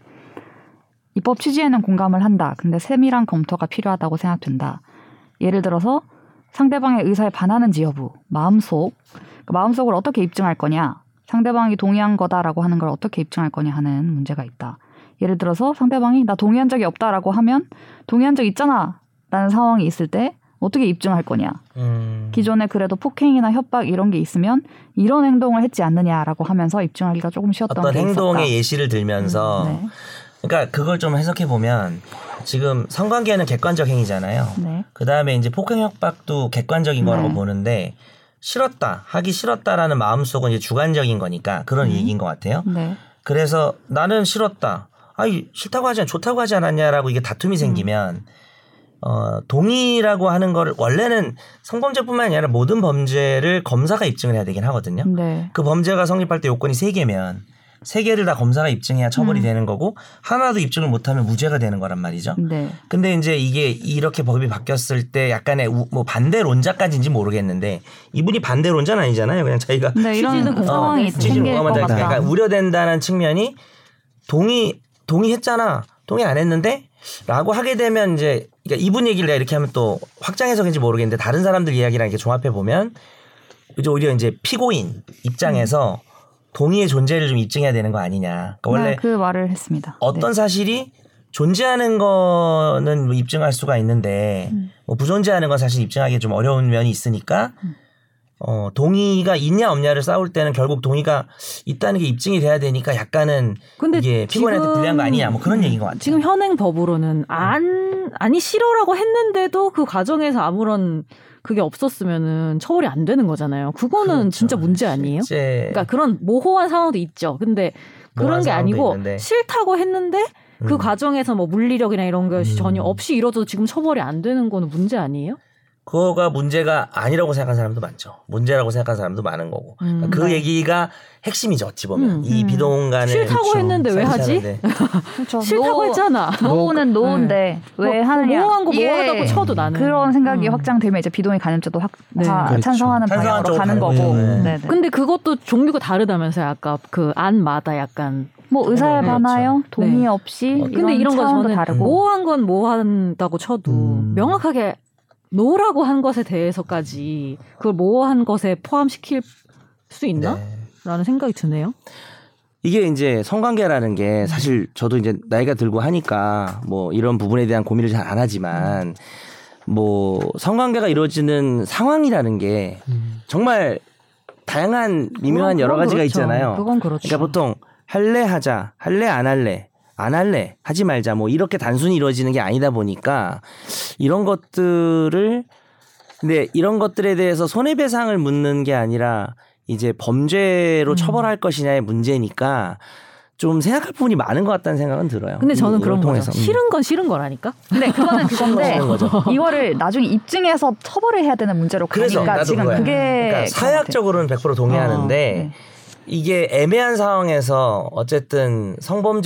[SPEAKER 1] 입법 취지에는 공감을 한다. 근데 세밀한 검토가 필요하다고 생각된다. 예를 들어서 상대방의 의사에 반하는지 여부, 마음속, 그 마음속을 어떻게 입증할 거냐, 상대방이 동의한 거다라고 하는 걸 어떻게 입증할 거냐 하는 문제가 있다. 예를 들어서 상대방이 나 동의한 적이 없다라고 하면 동의한 적 있잖아 라는 상황이 있을 때 어떻게 입증할 거냐.
[SPEAKER 4] 음.
[SPEAKER 1] 기존에 그래도 폭행이나 협박 이런 게 있으면 이런 행동을 했지 않느냐라고 하면서 입증하기가 조금 쉬웠던
[SPEAKER 4] 어떤
[SPEAKER 1] 게 있었다.
[SPEAKER 4] 행동의 예시를 들면서
[SPEAKER 1] 네.
[SPEAKER 4] 그러니까 그걸 좀 해석해 보면 지금 성관계는 객관적 행위잖아요.
[SPEAKER 1] 네.
[SPEAKER 4] 그 다음에 이제 폭행 협박도 객관적인 거라고
[SPEAKER 1] 네.
[SPEAKER 4] 보는데 싫었다 하기 싫었다라는 마음속은 이제 주관적인 거니까 그런 얘기인 것 같아요.
[SPEAKER 1] 네.
[SPEAKER 4] 그래서 나는 싫었다. 아니 싫다고 하지 않 좋다고 하지 않았냐라고 이게
[SPEAKER 1] 음.
[SPEAKER 4] 다툼이 생기면 어 동의라고 하는 거를 원래는 성범죄뿐만 아니라 모든 범죄를 검사가 입증을 해야 되긴 하거든요.
[SPEAKER 1] 네.
[SPEAKER 4] 그 범죄가 성립할 때 요건이 세개면세개를다 검사가 입증해야 처벌이
[SPEAKER 1] 음.
[SPEAKER 4] 되는 거고 하나도 입증을 못하면 무죄가 되는 거란 말이죠.
[SPEAKER 1] 네.
[SPEAKER 4] 근데 이제 이게 이렇게 법이 바뀌었을 때 약간의 우- 뭐 반대론자까지인지 모르겠는데 이분이 반대론자는 아니잖아요. 그냥 자기가
[SPEAKER 1] 네, 이런
[SPEAKER 2] 취지는 그
[SPEAKER 1] 상황이
[SPEAKER 2] 상황에
[SPEAKER 1] 생길
[SPEAKER 4] 찌질로
[SPEAKER 1] 것
[SPEAKER 4] 가면
[SPEAKER 1] 같다.
[SPEAKER 4] 되니까. 어. 그러니까 우려된다는 측면이 동의 동의했잖아. 동의 안 했는데 라고 하게 되면 이제 그러니까 이분 얘기를 내가 이렇게 하면 또 확장해석인지 모르겠는데 다른 사람들 이야기랑 이렇게 종합해 보면 이제 오히려 이제 피고인 입장에서
[SPEAKER 1] 음.
[SPEAKER 4] 동의의 존재를 좀 입증해야 되는 거 아니냐. 그러니까 원래
[SPEAKER 1] 네, 그 말을 했습니다.
[SPEAKER 4] 어떤 사실이 존재하는 거는 뭐 입증할 수가 있는데
[SPEAKER 2] 음.
[SPEAKER 4] 뭐 부존재하는 건 사실 입증하기 좀 어려운 면이 있으니까
[SPEAKER 2] 음.
[SPEAKER 4] 어 동의가 있냐 없냐를 싸울 때는 결국 동의가 있다는 게 입증이 돼야 되니까 약간은
[SPEAKER 2] 근데
[SPEAKER 4] 이게 예, 피고인한테
[SPEAKER 2] 지금- 음.
[SPEAKER 4] 불리한 거 아니냐 뭐 그런 얘기인 것 같아요. 음.
[SPEAKER 2] 지금 현행 법으로는 안 아니 싫어라고 했는데도 그 과정에서 아무런 그게 없었으면은 처벌이 안 되는 거잖아요. 그거는
[SPEAKER 4] 그렇죠.
[SPEAKER 2] 진짜 문제 아니에요?
[SPEAKER 4] 실제
[SPEAKER 2] 그러니까 그런 모호한 상황도 있죠. 근데
[SPEAKER 4] 모호한
[SPEAKER 2] 그런 게
[SPEAKER 4] 상황도
[SPEAKER 2] 아니고
[SPEAKER 4] 있는데.
[SPEAKER 2] 싫다고 했는데 그
[SPEAKER 4] 음.
[SPEAKER 2] 과정에서 뭐 물리력이나 이런 것이
[SPEAKER 4] 음.
[SPEAKER 2] 전혀 없이 이뤄도 지금 처벌이 안 되는 거는 문제 아니에요?
[SPEAKER 4] 그거가 문제가 아니라고 생각하는 사람도 많죠. 문제라고 생각하는 사람도 많은 거고
[SPEAKER 2] 음.
[SPEAKER 4] 그러니까 그
[SPEAKER 1] 네.
[SPEAKER 4] 얘기가 핵심이죠. 어찌 보면
[SPEAKER 2] 음.
[SPEAKER 4] 이
[SPEAKER 1] 음.
[SPEAKER 4] 비동간을
[SPEAKER 2] 싫다고 했는데 왜 하지?
[SPEAKER 4] 아, 네, 그렇죠. 사유사는데. 네.
[SPEAKER 2] 싫다고 했잖아.
[SPEAKER 1] 네. 그렇죠. 노는 노인데 왜
[SPEAKER 2] 뭐,
[SPEAKER 1] 하느냐. 예.
[SPEAKER 2] 모호한 거
[SPEAKER 1] 이게
[SPEAKER 2] 모호하다고 쳐도 나는
[SPEAKER 1] 그런 생각이
[SPEAKER 2] 음.
[SPEAKER 1] 확장되면 이제 비동의 간염죄도 확
[SPEAKER 2] 네.
[SPEAKER 1] 다
[SPEAKER 5] 그렇죠.
[SPEAKER 1] 찬성하는
[SPEAKER 4] 찬성하는
[SPEAKER 1] 방향으로
[SPEAKER 4] 쪽으로
[SPEAKER 1] 가는
[SPEAKER 4] 가는
[SPEAKER 1] 거고.
[SPEAKER 4] 거예요. 네.
[SPEAKER 1] 네. 네.
[SPEAKER 2] 근데 그것도 종류가 다르다면서요. 아까 그 안마다 약간
[SPEAKER 1] 뭐 의사에
[SPEAKER 4] 네,
[SPEAKER 1] 반하여
[SPEAKER 4] 그렇죠.
[SPEAKER 1] 동의
[SPEAKER 2] 네.
[SPEAKER 1] 없이
[SPEAKER 4] 어,
[SPEAKER 2] 근데 이런 건
[SPEAKER 1] 차원도
[SPEAKER 2] 저는
[SPEAKER 1] 다르고
[SPEAKER 2] 모호한 건 모호한다고 쳐도
[SPEAKER 4] 음.
[SPEAKER 2] 명확하게 노라고 한 것에 대해서까지 그걸 모호한 것에 포함시킬 수 있나?
[SPEAKER 4] 네.
[SPEAKER 2] 라는 생각이 드네요.
[SPEAKER 4] 이게 이제 성관계라는
[SPEAKER 2] 음.
[SPEAKER 4] 게 사실 저도 이제 나이가 들고 하니까 뭐 이런 부분에 대한 고민을 잘 안 하지만 뭐 성관계가 이루어지는 상황이라는 게 정말 다양한 미묘한
[SPEAKER 2] 그건-
[SPEAKER 4] 여러
[SPEAKER 2] 그건
[SPEAKER 4] 가지가
[SPEAKER 2] 그렇죠.
[SPEAKER 4] 있잖아요.
[SPEAKER 2] 그건 그렇죠.
[SPEAKER 4] 그러니까 보통 할래 하자, 할래 안 할래, 안 할래 하지 말자 뭐 이렇게 단순히 이루어지는 게 아니다 보니까 이런 것들을 근데 이런 것들에 대해서 손해배상을 묻는 게 아니라 이제 범죄로
[SPEAKER 2] 음.
[SPEAKER 4] 처벌할 것이냐의 문제니까 좀 생각할 부분이 많은 것 같다는 생각은 들어요.
[SPEAKER 2] 근데
[SPEAKER 4] 이-
[SPEAKER 2] 저는
[SPEAKER 4] 이걸
[SPEAKER 2] 그런 거죠.
[SPEAKER 4] 통해서. 음.
[SPEAKER 2] 싫은 건 싫은 거라니까.
[SPEAKER 1] 근데 그거는 그건데
[SPEAKER 4] 싫은 거죠.
[SPEAKER 1] 이거를 나중에 입증해서 처벌을 해야 되는 문제로
[SPEAKER 4] 그래서
[SPEAKER 1] 가니까
[SPEAKER 4] 나도
[SPEAKER 1] 지금
[SPEAKER 4] 그거야.
[SPEAKER 1] 그게
[SPEAKER 2] 네,
[SPEAKER 4] 그러니까 사약적으로는 100% 동의하는데
[SPEAKER 1] 어, 네.
[SPEAKER 4] 이게 애매한 상황에서 어쨌든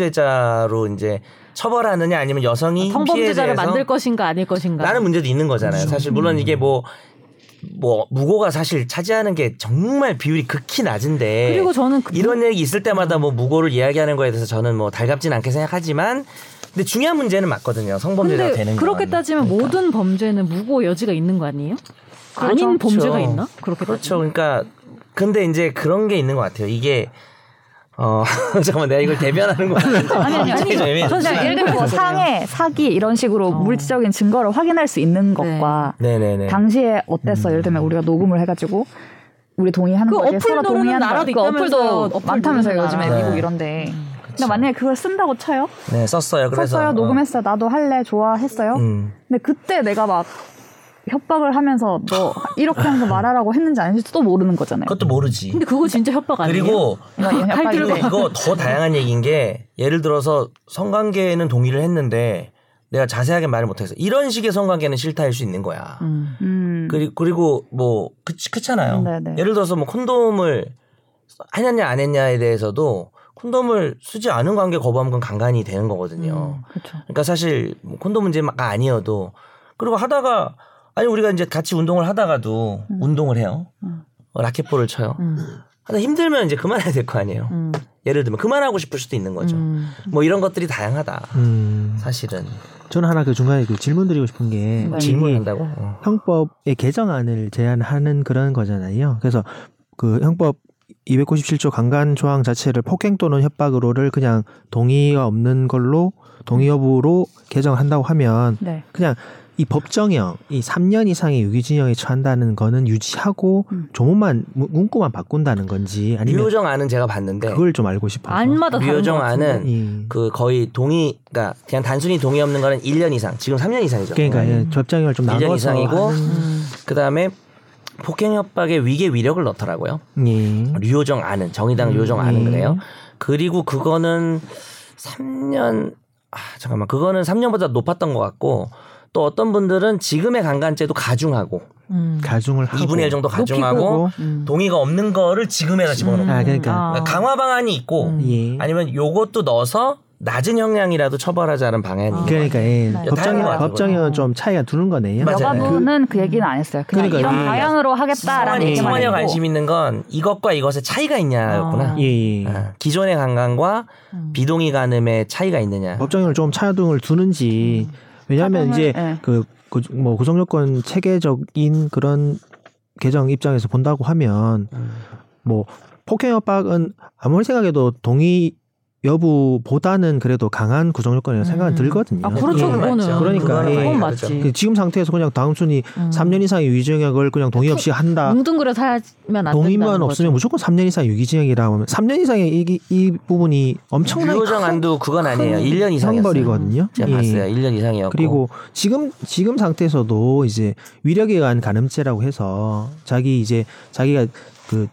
[SPEAKER 4] 성범죄자로 이제 처벌하느냐 아니면 여성이
[SPEAKER 2] 성범죄자를
[SPEAKER 4] 피해자에서
[SPEAKER 2] 만들 뭐 것인가 그렇죠. 음. 아닐 것인가.
[SPEAKER 4] 라는 문제도 있는 거잖아요. 사실 물론 이게 뭐. 뭐 무고가 사실 차지하는 게 정말 비율이 극히 낮은데
[SPEAKER 2] 그리고 저는 그-
[SPEAKER 4] 이런 얘기 있을 때마다 뭐 무고를 이야기하는 거에 대해서 저는 뭐 달갑진 않게 생각하지만 근데 중요한 문제는 맞거든요. 성범죄가
[SPEAKER 2] 근데
[SPEAKER 4] 되는 거.
[SPEAKER 2] 그렇게 따지면 모든 범죄는 무고 여지가 있는 거 아니에요? 아닌
[SPEAKER 4] 그렇죠.
[SPEAKER 2] 범죄가 있나? 그렇게
[SPEAKER 4] 그렇죠. 그러니까 근데 이제 그런 게 있는 것 같아요. 이게 어 잠깐만 내가 이걸 대변하는 거 같은데.
[SPEAKER 1] 아니 아니
[SPEAKER 4] 갑자기 좀
[SPEAKER 1] 아니.
[SPEAKER 4] 애매해졌다.
[SPEAKER 1] 저는 그냥 예를 들면 뭐 상해, 사기 이런 식으로 물질적인 증거를 확인할 수 있는 것과
[SPEAKER 4] 네네네.
[SPEAKER 1] 당시에 어땠어? 예를 들면 우리가 녹음을 해가지고 우리 동의하는
[SPEAKER 2] 그
[SPEAKER 1] 거지
[SPEAKER 2] 어플
[SPEAKER 1] 서로
[SPEAKER 2] 누르는
[SPEAKER 1] 동의하는
[SPEAKER 2] 나라도
[SPEAKER 1] 거. 그 어플도
[SPEAKER 2] 있다면서요. 어플
[SPEAKER 1] 많다면서요
[SPEAKER 2] 누르는
[SPEAKER 1] 요즘에
[SPEAKER 2] 나라.
[SPEAKER 1] 미국
[SPEAKER 4] 네.
[SPEAKER 1] 이런데 근데 만약에 그걸 쓴다고 쳐요
[SPEAKER 4] 네 썼어요. 그래서
[SPEAKER 1] 썼어요
[SPEAKER 4] 어.
[SPEAKER 1] 녹음했어요 나도 할래 좋아했어요
[SPEAKER 4] 음.
[SPEAKER 1] 근데 그때 내가 막 협박을 하면서 너 이렇게 하면서 말하라고 했는지 안 했는지 또 모르는 거잖아요.
[SPEAKER 4] 그것도 모르지.
[SPEAKER 2] 근데 그거 진짜 협박 아니에요?
[SPEAKER 4] 그리고
[SPEAKER 1] 이거
[SPEAKER 2] 칼들고
[SPEAKER 1] 협박인데.
[SPEAKER 4] 이거 더 다양한 얘기인 게 예를 들어서 성관계에는 동의를 했는데 내가 자세하게 말을 못해서 이런 식의 성관계는 싫다일 수 있는 거야.
[SPEAKER 2] 음.
[SPEAKER 1] 음.
[SPEAKER 4] 그리- 그리고 뭐 그, 그렇잖아요.
[SPEAKER 1] 네네.
[SPEAKER 4] 예를 들어서 뭐 콘돔을 했느냐 안 했냐에 대해서도 콘돔을 쓰지 않은 관계 거부하면 그건 강간이 되는 거거든요.
[SPEAKER 2] 음, 그렇죠.
[SPEAKER 4] 그러니까 사실 뭐 콘돔 문제가 아니어도 그리고 하다가 아니 우리가 이제 같이 운동을 하다가도
[SPEAKER 1] 음.
[SPEAKER 4] 운동을 해요.
[SPEAKER 1] 음.
[SPEAKER 4] 어, 라켓볼을 쳐요.
[SPEAKER 2] 음,
[SPEAKER 4] 하다 힘들면 이제 그만해야 될 거 아니에요.
[SPEAKER 2] 음,
[SPEAKER 4] 예를 들면 그만하고 싶을 수도 있는 거죠.
[SPEAKER 2] 음.
[SPEAKER 4] 뭐 이런 것들이 다양하다.
[SPEAKER 3] 음,
[SPEAKER 4] 사실은
[SPEAKER 3] 저는 하나 그 중간에 그 질문 드리고 싶은 게
[SPEAKER 1] 네.
[SPEAKER 3] 질문
[SPEAKER 4] 질문한다고. 어.
[SPEAKER 3] 형법의 개정안을 제안하는 그런 거잖아요. 그래서 그 형법 297조 강간 조항 자체를 폭행 또는 협박으로를 그냥 동의가 없는 걸로 동의 여부로 개정한다고 하면
[SPEAKER 1] 네.
[SPEAKER 3] 그냥 이 법정형 이 3년 이상의 유기징역에 처한다는 거는 유지하고
[SPEAKER 1] 음.
[SPEAKER 3] 조문만 문- 문구만 바꾼다는 건지 아니면
[SPEAKER 4] 미호정 안은 제가 봤는데
[SPEAKER 3] 그걸 좀 알고 싶어서
[SPEAKER 2] 안마다 다른
[SPEAKER 4] 미호정
[SPEAKER 2] 것 같은데.
[SPEAKER 4] 안은
[SPEAKER 3] 예.
[SPEAKER 4] 그 거의 동의 그러니까 그냥 단순히 동의 없는 거는 1년 이상 지금 3년 이상이죠.
[SPEAKER 3] 그러니까 예, 접장형을 좀
[SPEAKER 4] 일년
[SPEAKER 3] 나눠서
[SPEAKER 4] 음. 이상이고
[SPEAKER 3] 하는-
[SPEAKER 2] 음.
[SPEAKER 4] 그다음에 폭행 협박에 위계 위력을 넣더라고요. 음.
[SPEAKER 3] 예.
[SPEAKER 4] 류호정 안은 정의당 류호정 안은 그래요. 그리고 그거는 3년 아 잠깐만 그거는 3년보다 높았던 것 같고 또 어떤 분들은 지금의 강간죄도 가중하고
[SPEAKER 2] 음.
[SPEAKER 3] 가중을 하고
[SPEAKER 4] 2분의 1 정도 가중하고
[SPEAKER 2] 음.
[SPEAKER 4] 동의가 없는 거를 지금에다 집어넣고
[SPEAKER 3] 아, 그러니까.
[SPEAKER 4] 그러니까 강화 방안이 있고
[SPEAKER 2] 음.
[SPEAKER 3] 예.
[SPEAKER 4] 아니면 요것도 넣어서 낮은 형량이라도 처벌하자는 방안이
[SPEAKER 2] 아.
[SPEAKER 4] 있는 거예요.
[SPEAKER 3] 그러니까 예.
[SPEAKER 2] 네.
[SPEAKER 3] 법정형
[SPEAKER 4] 다른 거
[SPEAKER 3] 법정형은
[SPEAKER 2] 같아요.
[SPEAKER 3] 좀 차이가 두는 거네요.
[SPEAKER 4] 맞아요.
[SPEAKER 1] 여가부는 그, 얘기는 안 했어요. 그냥
[SPEAKER 3] 그러니까요.
[SPEAKER 1] 이런
[SPEAKER 3] 아,
[SPEAKER 1] 방향으로 하겠다라는
[SPEAKER 4] 성환이
[SPEAKER 1] 얘기만
[SPEAKER 4] 성환이
[SPEAKER 1] 했고.
[SPEAKER 4] 관심 있는 건 이것과 이것의 차이가 있냐였구나.
[SPEAKER 2] 아.
[SPEAKER 3] 예. 예.
[SPEAKER 4] 아, 기존의 강간과
[SPEAKER 2] 음.
[SPEAKER 4] 비동의 간음의 차이가 있느냐.
[SPEAKER 3] 법정형을 좀 차등을 두는지
[SPEAKER 2] 음.
[SPEAKER 3] 왜냐하면 이제
[SPEAKER 1] 예.
[SPEAKER 3] 그뭐 구성요건 체계적인 그런 개정 입장에서 본다고 하면
[SPEAKER 4] 음.
[SPEAKER 3] 뭐 폭행 협박은 아무리 생각해도 동의 여부보다는 그래도 강한 구성요건이라고 생각은
[SPEAKER 2] 음.
[SPEAKER 3] 들거든요.
[SPEAKER 2] 아
[SPEAKER 4] 그거는
[SPEAKER 2] 그렇죠 그거는
[SPEAKER 4] 맞죠.
[SPEAKER 3] 그러니까,
[SPEAKER 2] 그거는
[SPEAKER 3] 예.
[SPEAKER 2] 그건
[SPEAKER 4] 맞죠.
[SPEAKER 2] 맞지. 음.
[SPEAKER 3] 그 지금 상태에서 그냥 단순히 3년 이상의 유기징역을 그냥 동의 없이 한다.
[SPEAKER 2] 뭉뚱그려 살면 안
[SPEAKER 3] 동의만
[SPEAKER 2] 된다는
[SPEAKER 3] 없으면 무조건 3년 이상 유기징역이라고 하면 3년 이상의 이, 이 부분이 엄청나게
[SPEAKER 4] 유효정 안도 그건 아니에요. 1년 이상이었어요.
[SPEAKER 3] 형벌이거든요.
[SPEAKER 4] 제가
[SPEAKER 3] 예.
[SPEAKER 4] 봤어요. 1년 이상이었고.
[SPEAKER 3] 그리고 지금 지금 상태에서도 이제 위력에 의한 간음죄라고 해서 자기 이제 자기가 그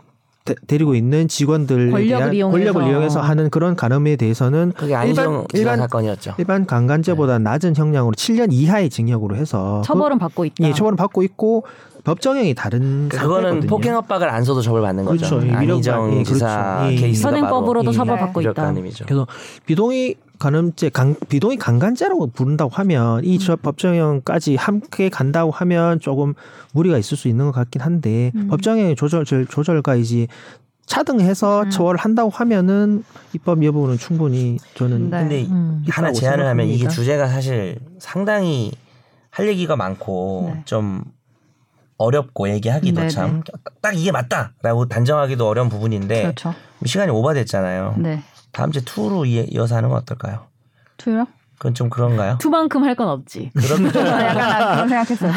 [SPEAKER 3] 데, 데리고 있는 직원들
[SPEAKER 2] 권력을 이용해서.
[SPEAKER 3] 권력을 이용해서 하는 그런 간음에 대해서는
[SPEAKER 4] 그게 안희정
[SPEAKER 3] 일반-
[SPEAKER 4] 기자
[SPEAKER 3] 일반-
[SPEAKER 4] 사건이었죠. 네.
[SPEAKER 3] 일반 강간죄보다 낮은 형량으로 7년 이하의 징역으로 해서
[SPEAKER 2] 거죠. 처벌은 받고
[SPEAKER 3] 그,
[SPEAKER 2] 있다.
[SPEAKER 3] 예, 처벌을 받고 있고 법정형이 다른
[SPEAKER 4] 그거는
[SPEAKER 3] 상태거든요.
[SPEAKER 4] 폭행 협박을 안 써도 처벌받는 거죠.
[SPEAKER 3] 그렇죠. 예,
[SPEAKER 4] 안희정
[SPEAKER 3] 위력만, 예,
[SPEAKER 4] 지사
[SPEAKER 3] 그렇죠. 예.
[SPEAKER 4] 케이스가
[SPEAKER 2] 현행법으로도
[SPEAKER 3] 예.
[SPEAKER 2] 처벌받고
[SPEAKER 4] 바로
[SPEAKER 2] 있다.
[SPEAKER 4] 간음이죠.
[SPEAKER 3] 그래서 비동의 간음죄 강 비동의 강간죄라고 부른다고 하면 이
[SPEAKER 1] 음.
[SPEAKER 3] 저 법정형까지 함께 간다고 하면 조금 무리가 있을 수 있는 것 같긴 한데
[SPEAKER 1] 음.
[SPEAKER 3] 법정형 조절 조절까지 차등해서
[SPEAKER 2] 음.
[SPEAKER 3] 처벌을 한다고 하면은 입법 여부는 충분히 저는
[SPEAKER 1] 네.
[SPEAKER 4] 근데
[SPEAKER 2] 음.
[SPEAKER 4] 하나
[SPEAKER 3] 있다고
[SPEAKER 4] 제안을 하면 이게
[SPEAKER 3] 생각합니다.
[SPEAKER 4] 주제가 사실 상당히 할 얘기가 많고
[SPEAKER 1] 네.
[SPEAKER 4] 좀 어렵고 얘기하기도
[SPEAKER 1] 네네.
[SPEAKER 4] 참 딱 이게 맞다라고 단정하기도 어려운 부분인데
[SPEAKER 1] 그렇죠.
[SPEAKER 4] 시간이 오바됐잖아요.
[SPEAKER 1] 네.
[SPEAKER 4] 다음 주에 투로 이- 이어서 하는 건 어떨까요?
[SPEAKER 1] 투요?
[SPEAKER 4] 그건 좀 그런가요?
[SPEAKER 2] 투만큼 할 건 없지.
[SPEAKER 1] 저도 약간 그런 생각했어요.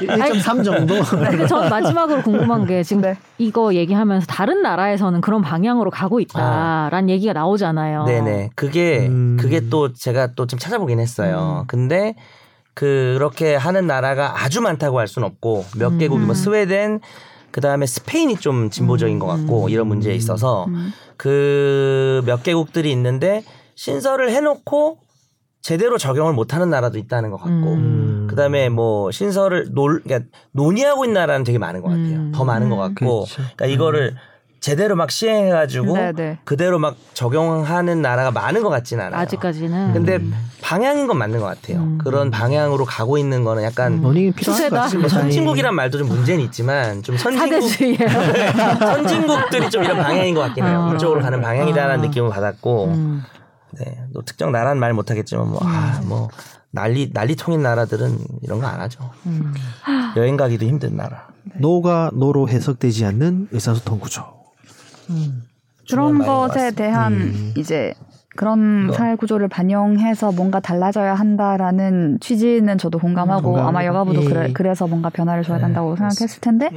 [SPEAKER 3] 1.3 정도
[SPEAKER 1] 음.
[SPEAKER 2] 근데 전 마지막으로 궁금한 게 지금
[SPEAKER 1] 네.
[SPEAKER 2] 이거 얘기하면서 다른 나라에서는 그런 방향으로 가고 있다라는 얘기가 나오잖아요.
[SPEAKER 4] 아. 네네. 그게
[SPEAKER 3] 음.
[SPEAKER 4] 그게 또 제가 또 좀 찾아보긴 했어요.
[SPEAKER 2] 음.
[SPEAKER 4] 근데 그렇게 하는 나라가 아주 많다고 할 수는 없고 몇
[SPEAKER 2] 음.
[SPEAKER 4] 개국이 뭐 스웨덴 그 다음에 스페인이 좀 진보적인 것 같고
[SPEAKER 2] 음.
[SPEAKER 4] 이런 문제에 있어서
[SPEAKER 1] 음.
[SPEAKER 4] 그 몇 개국들이 있는데 신설을 해놓고 제대로 적용을 못하는 나라도 있다는 것 같고
[SPEAKER 2] 음.
[SPEAKER 4] 그다음에 뭐 신설을 논 그러니까 논의하고 있는 나라는 되게 많은 것 같아요.
[SPEAKER 2] 음.
[SPEAKER 4] 더 많은 것 같고
[SPEAKER 3] 그렇죠.
[SPEAKER 4] 그러니까 이거를 제대로 막 시행해가지고
[SPEAKER 1] 네, 네.
[SPEAKER 4] 그대로 막 적용하는 나라가 많은 것 같지는 않아요.
[SPEAKER 2] 아직까지는
[SPEAKER 4] 근데 방향인 건 맞는 것 같아요.
[SPEAKER 2] 음.
[SPEAKER 4] 그런 방향으로 가고 있는 거는 약간
[SPEAKER 3] 논의는 필요할 것
[SPEAKER 2] 추세다. 음.
[SPEAKER 4] 뭐
[SPEAKER 3] 같습니다.
[SPEAKER 4] 선진국이란 말도 좀 문제는 있지만 좀 선진국 네.
[SPEAKER 2] 사대주의예요.
[SPEAKER 4] 선진국들이 좀 이런 방향인 것 같긴 해요.
[SPEAKER 2] 아.
[SPEAKER 4] 그쪽으로 가는 방향이다라는
[SPEAKER 2] 아.
[SPEAKER 4] 느낌을 받았고,
[SPEAKER 2] 음.
[SPEAKER 4] 네, 또 특정 나라는 말 못하겠지만 뭐, 아, 뭐 난리 난리통인 나라들은 이런 거 안 하죠.
[SPEAKER 2] 음.
[SPEAKER 4] 여행 가기도 힘든 나라.
[SPEAKER 1] 네.
[SPEAKER 3] 노가 노로 해석되지 않는 의사소통 구조
[SPEAKER 1] 그런
[SPEAKER 4] 중요한 말인 것
[SPEAKER 1] 것에
[SPEAKER 4] 같습니다. 음.
[SPEAKER 1] 대한 이제 그런
[SPEAKER 4] 뭐.
[SPEAKER 1] 사회 구조를 반영해서 뭔가 달라져야 한다라는 취지는 저도
[SPEAKER 4] 음,
[SPEAKER 1] 공감하고
[SPEAKER 3] 공감합니다.
[SPEAKER 1] 아마 여가부도
[SPEAKER 3] 예.
[SPEAKER 1] 그래, 그래서 뭔가 변화를
[SPEAKER 4] 네,
[SPEAKER 1] 줘야 한다고 생각했을 텐데
[SPEAKER 4] 음.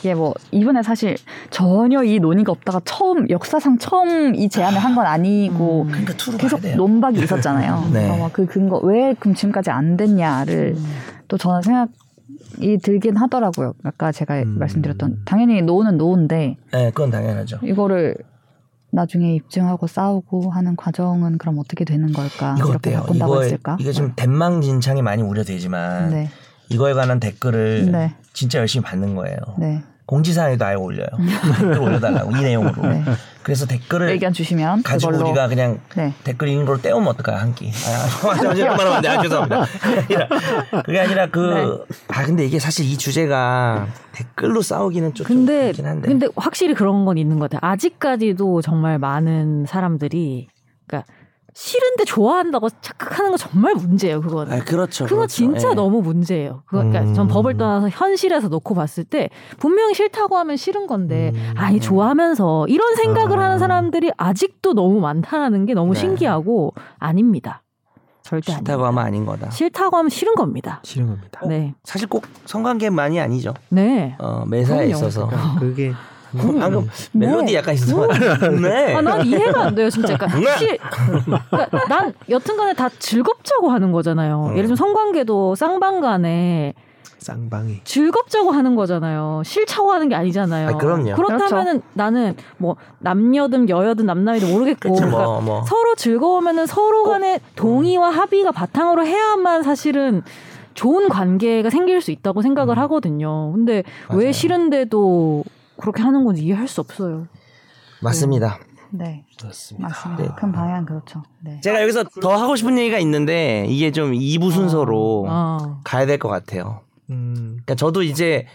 [SPEAKER 1] 이게 뭐 이번에 사실 전혀 이 논의가 없다가 처음 역사상 처음 이 제안을 한 건 아니고
[SPEAKER 4] 그러니까 투로
[SPEAKER 1] 계속
[SPEAKER 4] 가야 돼요.
[SPEAKER 1] 논박이 있었잖아요. 어, 그
[SPEAKER 4] 네.
[SPEAKER 2] 네.
[SPEAKER 4] 음.
[SPEAKER 1] 그래서 막그 근거 왜 그럼 지금까지 안 됐냐를 또 저는 생각 이 들긴 하더라고요. 아까 제가
[SPEAKER 3] 음.
[SPEAKER 1] 말씀드렸던 당연히 노는 노인데
[SPEAKER 4] 네, 그건 당연하죠.
[SPEAKER 1] 이거를 나중에 입증하고 싸우고 하는 과정은 그럼 어떻게 되는 걸까?
[SPEAKER 4] 이거
[SPEAKER 1] 이렇게
[SPEAKER 4] 어때요?
[SPEAKER 1] 바꾼다고
[SPEAKER 4] 이거
[SPEAKER 1] 했을까?
[SPEAKER 4] 이게 지금 대망진창이 많이 우려되지만
[SPEAKER 1] 네,
[SPEAKER 4] 이거에 관한 댓글을
[SPEAKER 1] 네.
[SPEAKER 4] 진짜 열심히 받는 거예요.
[SPEAKER 1] 네,
[SPEAKER 4] 공지사항에도 아예 올려요. 댓글 올려달라고 이 내용으로.
[SPEAKER 1] 네.
[SPEAKER 4] 그래서 댓글을
[SPEAKER 1] 의견 주시면
[SPEAKER 4] 가지고
[SPEAKER 1] 그걸로
[SPEAKER 4] 우리가 그냥
[SPEAKER 1] 네.
[SPEAKER 4] 댓글 읽는 걸 때우면 어떨까요 한 끼? 아, 맞아, 맞아, 말하면 안 돼. 아, 죄송합니다. 그게 아니라- 그게 아니라 그 아 근데 이게 사실 이 주제가 댓글로 싸우기는 좀
[SPEAKER 2] 근데
[SPEAKER 4] 그렇긴 한데.
[SPEAKER 2] 근데 확실히 그런 건 있는 것 같아요. 아직까지도 정말 많은 사람들이 그러니까 싫은데 좋아한다고 착각하는 거 정말 문제예요. 그거는.
[SPEAKER 4] 아 그렇죠.
[SPEAKER 2] 그거 진짜
[SPEAKER 4] 예.
[SPEAKER 2] 너무 문제예요. 그거 그러니까
[SPEAKER 3] 음.
[SPEAKER 2] 전 법을 떠나서 현실에서 놓고 봤을 때 분명히 싫다고 하면 싫은 건데
[SPEAKER 3] 음.
[SPEAKER 2] 아니 좋아하면서 이런 생각을
[SPEAKER 3] 아.
[SPEAKER 2] 하는 사람들이 아직도 너무 많다는 게 너무
[SPEAKER 4] 네.
[SPEAKER 2] 신기하고 아닙니다. 절대
[SPEAKER 4] 싫다고
[SPEAKER 2] 아닙니다.
[SPEAKER 4] 하면 어? 아닌 거다.
[SPEAKER 2] 싫다고 하면 싫은 겁니다.
[SPEAKER 3] 싫은 겁니다.
[SPEAKER 2] 네,
[SPEAKER 4] 사실 꼭 성관계만이 아니죠.
[SPEAKER 2] 네.
[SPEAKER 4] 어 매사에
[SPEAKER 2] 그럼요.
[SPEAKER 4] 있어서
[SPEAKER 3] 그게
[SPEAKER 4] 방금
[SPEAKER 1] 네.
[SPEAKER 4] 아, 멜로디 약간 있어서 네.
[SPEAKER 2] 뭐, 아, 난 이해가 안 돼요, 진짜.
[SPEAKER 4] 네.
[SPEAKER 2] 그러니까, 실- 그러니까 난 여튼간에 다 즐겁자고 하는 거잖아요.
[SPEAKER 4] 음.
[SPEAKER 2] 예를 들면 성관계도 쌍방간에
[SPEAKER 3] 쌍방이.
[SPEAKER 2] 즐겁자고 하는 거잖아요. 싫자고 하는 게 아니잖아요.
[SPEAKER 4] 아, 그럼요.
[SPEAKER 2] 그렇다면은 나는 뭐 남녀든 여여든 남남이든 모르겠고
[SPEAKER 4] 그치
[SPEAKER 2] 그러니까
[SPEAKER 4] 뭐 뭐.
[SPEAKER 2] 서로 즐거우면은 서로 간의 동의와
[SPEAKER 4] 음.
[SPEAKER 2] 합의가 바탕으로 해야만 사실은 좋은 관계가 생길 수 있다고 생각을
[SPEAKER 3] 음.
[SPEAKER 2] 하거든요. 근데
[SPEAKER 4] 맞아요.
[SPEAKER 2] 왜 싫은데도 그렇게 하는 건지 이해할 수 없어요.
[SPEAKER 4] 맞습니다.
[SPEAKER 1] 네,
[SPEAKER 3] 그렇습니다.
[SPEAKER 1] 맞습니다.
[SPEAKER 4] 네.
[SPEAKER 1] 큰 방향 그렇죠. 네.
[SPEAKER 4] 제가 여기서 더 하고 싶은 얘기가 있는데 이게 좀 2부 순서로
[SPEAKER 2] 아.
[SPEAKER 4] 가야 될 것 같아요.
[SPEAKER 3] 음.
[SPEAKER 4] 그러니까 저도 이제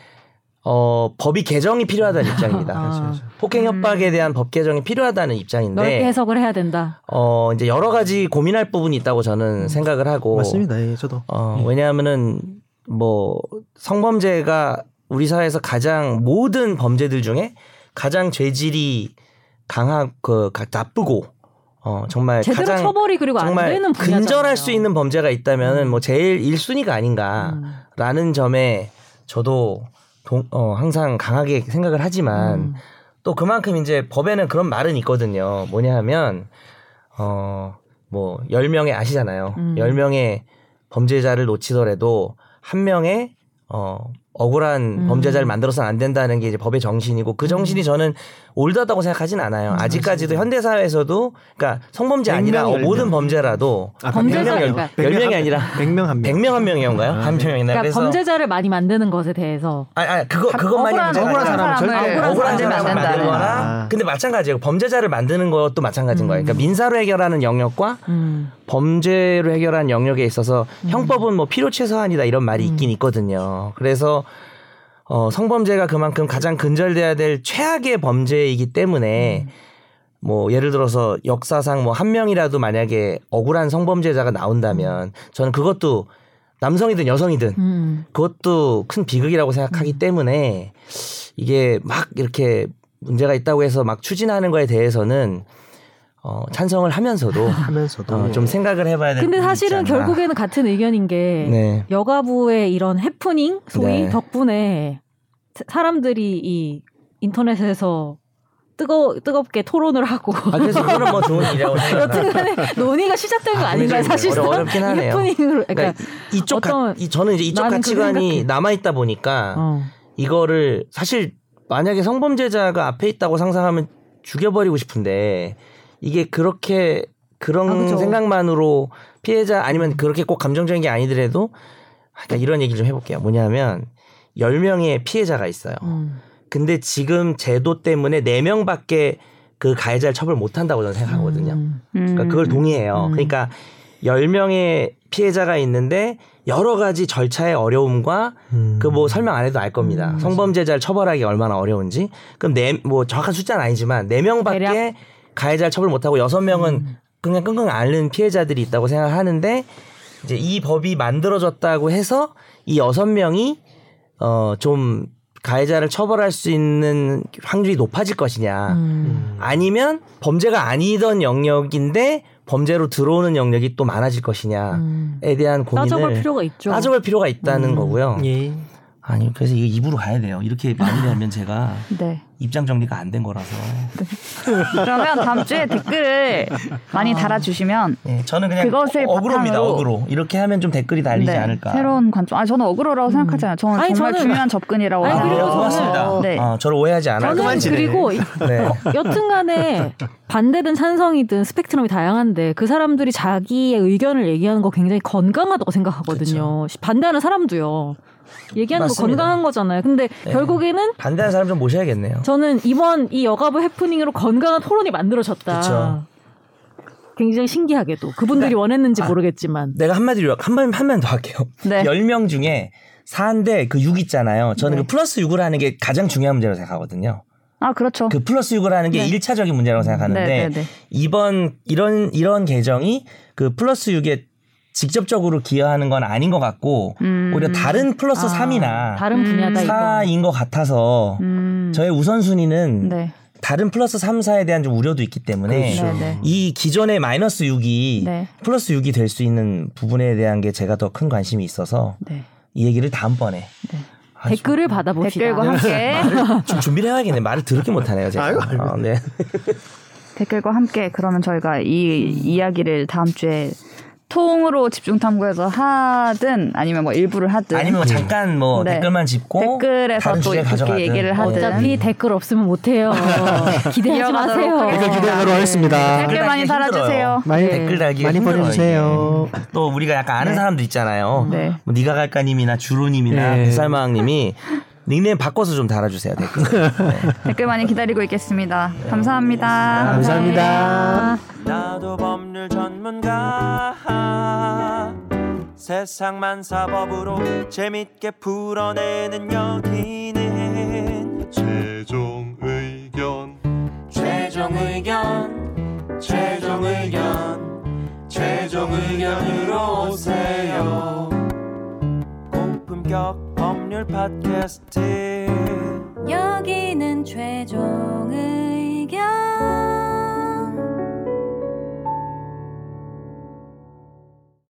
[SPEAKER 4] 어, 법이 개정이 필요하다는 입장입니다.
[SPEAKER 2] 아.
[SPEAKER 3] 그렇죠, 그렇죠.
[SPEAKER 4] 폭행 협박에 대한 법 개정이 필요하다는
[SPEAKER 2] 넓게
[SPEAKER 4] 입장인데
[SPEAKER 2] 해석을 해야 된다.
[SPEAKER 4] 어, 이제 여러 가지 고민할 부분이 있다고
[SPEAKER 2] 음.
[SPEAKER 4] 저는 생각을 하고
[SPEAKER 3] 맞습니다. 예, 저도.
[SPEAKER 4] 어, 왜냐하면은 뭐 성범죄가 우리 사회에서 가장 모든 범죄들 중에 가장 죄질이 강하 그 가- 나쁘고 어 정말
[SPEAKER 2] 제대로
[SPEAKER 4] 가장
[SPEAKER 2] 처벌이 그리고 안
[SPEAKER 4] 정말
[SPEAKER 2] 되는 분야잖아요.
[SPEAKER 4] 근절할 수 있는 범죄가 있다면은 뭐 제일 1순위가 아닌가
[SPEAKER 2] 음.
[SPEAKER 4] 라는 점에 저도 동- 어, 항상 강하게 생각을 하지만
[SPEAKER 2] 음.
[SPEAKER 4] 또 그만큼 이제 법에는 그런 말은 있거든요. 뭐냐 하면 어, 뭐 10명의 아시잖아요.
[SPEAKER 2] 음.
[SPEAKER 4] 10명의 범죄자를 놓치더라도 한 명의 어, 억울한
[SPEAKER 2] 음.
[SPEAKER 4] 범죄자를 만들어서는 안 된다는 게 이제 법의 정신이고 그 정신이 저는 올드하다고 생각하진 않아요.
[SPEAKER 2] 음,
[SPEAKER 4] 아직까지도 현대 사회에서도 그러니까 성범죄 아니라
[SPEAKER 3] 100명,
[SPEAKER 4] 모든
[SPEAKER 3] 10명.
[SPEAKER 4] 범죄라도
[SPEAKER 3] 아,
[SPEAKER 2] 범죄자,
[SPEAKER 3] 100명,
[SPEAKER 2] 그러니까
[SPEAKER 4] 10명이 아니라
[SPEAKER 3] 100명 한 명.
[SPEAKER 4] 100명 한 명이온가요?
[SPEAKER 3] 아,
[SPEAKER 4] 한
[SPEAKER 3] 네.
[SPEAKER 4] 명이나
[SPEAKER 2] 그러니까
[SPEAKER 4] 그래서
[SPEAKER 2] 범죄자를 많이 만드는 것에 대해서
[SPEAKER 4] 아니, 아니 그거
[SPEAKER 1] 가-
[SPEAKER 4] 그것만이
[SPEAKER 1] 억울한-
[SPEAKER 4] 문제가
[SPEAKER 3] 억울한
[SPEAKER 4] 아니라
[SPEAKER 3] 사람은 절대
[SPEAKER 1] 사람을
[SPEAKER 4] 억울한
[SPEAKER 1] 만들면 안
[SPEAKER 4] 사람을
[SPEAKER 1] 된다는
[SPEAKER 4] 만드는 거라.
[SPEAKER 3] 아.
[SPEAKER 4] 근데 마찬가지예요. 범죄자를 만드는 것도 마찬가지인 거예요. 그러니까 민사로 해결하는 영역과
[SPEAKER 2] 음.
[SPEAKER 4] 범죄로 해결하는 영역에 있어서 형법은 뭐 필요 최소한이다 이런 말이 있긴 있거든요. 그래서 어, 성범죄가 그만큼 가장 근절돼야 될 최악의 범죄이기 때문에 뭐 예를 들어서 역사상 뭐 한 명이라도 만약에 억울한 성범죄자가 나온다면 저는 그것도 남성이든 여성이든
[SPEAKER 2] 음.
[SPEAKER 4] 그것도 큰 비극이라고 생각하기 때문에 이게 막 이렇게 문제가 있다고 해서 막 추진하는 거에 대해서는 어, 찬성을 하면서도
[SPEAKER 3] 하면서도 음.
[SPEAKER 4] 어, 좀 생각을 해봐야 될
[SPEAKER 2] 예. 근데
[SPEAKER 4] 부분이
[SPEAKER 2] 사실은
[SPEAKER 4] 있지 않나.
[SPEAKER 2] 결국에는 같은 의견인 게
[SPEAKER 4] 네.
[SPEAKER 2] 여가부의 이런 해프닝 소위
[SPEAKER 4] 네.
[SPEAKER 2] 덕분에 사- 사람들이 이 인터넷에서 뜨거 뜨겁게 토론을 하고
[SPEAKER 4] 아, 그래서 그거는 뭐 좋은 일이라고 생각합니다.
[SPEAKER 2] 여튼간에 그러니까 논의가 시작된 거
[SPEAKER 4] 아,
[SPEAKER 2] 아닌가요
[SPEAKER 4] 근데
[SPEAKER 2] 사실상
[SPEAKER 4] 어려- 어렵긴
[SPEAKER 2] 이
[SPEAKER 4] 하네요.
[SPEAKER 2] 해프닝으로 그러니까,
[SPEAKER 4] 그러니까 이- 이쪽 가,
[SPEAKER 2] 어떤-
[SPEAKER 4] 이, 저는 이제 이쪽
[SPEAKER 2] 나는 그
[SPEAKER 4] 가치관이
[SPEAKER 2] 생각해.
[SPEAKER 4] 남아 있다 보니까
[SPEAKER 2] 어.
[SPEAKER 4] 이거를 사실 만약에 성범죄자가 앞에 있다고 상상하면 죽여버리고 싶은데 이게 그렇게 그런
[SPEAKER 1] 아, 그죠.
[SPEAKER 4] 생각만으로 피해자 아니면 그렇게 꼭 감정적인 게 아니더라도 그러니까 이런 얘기를 좀 해볼게요. 뭐냐면 10명의 피해자가 있어요.
[SPEAKER 2] 음.
[SPEAKER 4] 근데 지금 제도 때문에 4명밖에 그 가해자를 처벌 못한다고 저는 생각하거든요.
[SPEAKER 2] 음.
[SPEAKER 4] 그러니까 그걸 동의해요.
[SPEAKER 2] 음.
[SPEAKER 4] 그러니까 10명의 피해자가 있는데 여러 가지 절차의 어려움과 그 뭐 설명 안 해도 알 겁니다.
[SPEAKER 2] 음.
[SPEAKER 4] 성범죄자를 처벌하기 얼마나 어려운지. 그럼 네 뭐 정확한 숫자는 아니지만 네 명밖에
[SPEAKER 2] 대략?
[SPEAKER 4] 가해자를 처벌 못 하고 여섯 명은
[SPEAKER 2] 음.
[SPEAKER 4] 그냥 끙끙 앓는 피해자들이 있다고 생각하는데 이제 이 법이 만들어졌다고 해서 이 여섯 명이 어 좀 가해자를 처벌할 수 있는 확률이 높아질 것이냐.
[SPEAKER 2] 음.
[SPEAKER 4] 아니면 범죄가 아니던 영역인데 범죄로 들어오는 영역이 또 많아질 것이냐에
[SPEAKER 2] 음.
[SPEAKER 4] 대한 고민을
[SPEAKER 2] 따져볼 필요가 있죠.
[SPEAKER 4] 따져볼 필요가 있다는
[SPEAKER 2] 음.
[SPEAKER 4] 거고요.
[SPEAKER 3] 예.
[SPEAKER 4] 아니 그래서 이거 입으로 가야 돼요. 이렇게 마무리하면 제가
[SPEAKER 1] 네.
[SPEAKER 4] 입장 정리가 안 된 거라서
[SPEAKER 1] 그러면 다음 주에 댓글을 많이 달아주시면
[SPEAKER 4] 예, 저는 그냥
[SPEAKER 1] 그것을
[SPEAKER 4] 어그로입니다.
[SPEAKER 1] 바탕으로-
[SPEAKER 4] 어그로 이렇게 하면 좀 댓글이 달리지
[SPEAKER 1] 네,
[SPEAKER 4] 않을까.
[SPEAKER 1] 새로운 관점. 아 저는 억울하라고 생각하지 않아요. 저는
[SPEAKER 2] 아니,
[SPEAKER 1] 정말
[SPEAKER 2] 저는-
[SPEAKER 1] 중요한 접근이라고
[SPEAKER 2] 아니,
[SPEAKER 4] 아,
[SPEAKER 2] 그리고
[SPEAKER 4] 그래요?
[SPEAKER 2] 저는-
[SPEAKER 4] 고맙습니다.
[SPEAKER 2] 네.
[SPEAKER 4] 아, 저를 오해하지 않아요.
[SPEAKER 2] 저는
[SPEAKER 3] 깔끔한지네.
[SPEAKER 2] 그리고 이-
[SPEAKER 4] 네.
[SPEAKER 2] 여튼간에 반대든 찬성이든 스펙트럼이 다양한데 그 사람들이 자기의 의견을 얘기하는 거 굉장히 건강하다고 생각하거든요. 반대하는 사람도요. 얘기하는 거
[SPEAKER 4] 맞습니다.
[SPEAKER 2] 건강한 거잖아요. 근데
[SPEAKER 4] 네.
[SPEAKER 2] 결국에는
[SPEAKER 4] 반대하는 사람 좀 모셔야겠네요.
[SPEAKER 2] 저는 이번 이 여가부 해프닝으로 건강한 토론이 만들어졌다.
[SPEAKER 4] 그쵸. 네.
[SPEAKER 2] 굉장히 신기하게도 그분들이 원했는지 모르겠지만
[SPEAKER 4] 내가 한마디로 한마디 한마디 더 할게요.
[SPEAKER 1] 네.
[SPEAKER 4] 10명 중에 4인데 그 6 있잖아요. 저는
[SPEAKER 1] 네.
[SPEAKER 4] 그 플러스 6을 하는 게 가장 중요한 문제라고 생각하거든요.
[SPEAKER 1] 아 그렇죠.
[SPEAKER 4] 그 플러스 6을 하는 게
[SPEAKER 1] 네.
[SPEAKER 4] 일차적인 문제라고 생각하는데
[SPEAKER 1] 네, 네, 네.
[SPEAKER 4] 이번 이런 이런 개정이 그 플러스 6에 직접적으로 기여하는 건 아닌 것 같고
[SPEAKER 1] 음.
[SPEAKER 4] 오히려 다른 플러스
[SPEAKER 2] 아,
[SPEAKER 4] 삼 3이나
[SPEAKER 2] 다른 분야다
[SPEAKER 1] 음.
[SPEAKER 2] 이거.
[SPEAKER 4] 4인 것 같아서
[SPEAKER 1] 음.
[SPEAKER 4] 저의 우선순위는
[SPEAKER 1] 네.
[SPEAKER 4] 다른 플러스 3, 4에 대한 좀 우려도 있기 때문에
[SPEAKER 1] 그렇죠. 네, 네.
[SPEAKER 4] 이 기존의 마이너스 6이
[SPEAKER 1] 네.
[SPEAKER 4] 플러스 6이 될 수 있는 부분에 대한 게 제가 더 큰 관심이 있어서
[SPEAKER 1] 네.
[SPEAKER 4] 이 얘기를 다음번에
[SPEAKER 1] 네.
[SPEAKER 4] 아,
[SPEAKER 2] 댓글을 받아봅시다.
[SPEAKER 1] 댓글과 함께
[SPEAKER 4] 좀 준비를 해야겠네. 말을 더럽게 못하네요, 제가.
[SPEAKER 3] 아이고, 아이고.
[SPEAKER 4] 어, 네.
[SPEAKER 1] 댓글과 함께 그러면 저희가 이 이야기를 다음 주에 통으로 집중 탐구해서 하든 아니면 뭐 일부를 하든
[SPEAKER 4] 아니면 뭐 잠깐 뭐
[SPEAKER 1] 네.
[SPEAKER 4] 댓글만 짚고
[SPEAKER 1] 댓글에서
[SPEAKER 4] 다른
[SPEAKER 1] 또
[SPEAKER 4] 주제
[SPEAKER 1] 깊게
[SPEAKER 4] 가져가든.
[SPEAKER 1] 얘기를 하든.
[SPEAKER 2] 어차피 댓글 없으면 못해요. 기대하지
[SPEAKER 1] 네. 이어가도록
[SPEAKER 2] 마세요.
[SPEAKER 1] 하겠습니다.
[SPEAKER 3] 댓글 기대하도록
[SPEAKER 4] 네,
[SPEAKER 3] 하겠습니다.
[SPEAKER 1] 네, 댓글 많이
[SPEAKER 4] 댓글 달기가
[SPEAKER 1] 달아주세요.
[SPEAKER 3] 많이
[SPEAKER 4] 댓글 달기
[SPEAKER 3] 많이 보내주세요.
[SPEAKER 4] 또 우리가 약간 아는
[SPEAKER 1] 네.
[SPEAKER 4] 사람들 있잖아요.
[SPEAKER 1] 네.
[SPEAKER 4] 뭐 니가 갈까님이나 주로님이나
[SPEAKER 3] 네.
[SPEAKER 4] 뱃살마왕님이 닉네임 바꿔서 좀 달아주세요 댓글. 네.
[SPEAKER 1] 댓글 많이 기다리고 있겠습니다. 감사합니다.
[SPEAKER 3] 감사합니다.
[SPEAKER 5] 나도 법률 전문가 세상만 사법으로 재밌게 풀어내는 여기는
[SPEAKER 6] 최종 의견
[SPEAKER 5] 최종 의견 최종 의견 최종 의견으로 오세요 고품격 법률 팟캐스트
[SPEAKER 7] 여기는 최종 의견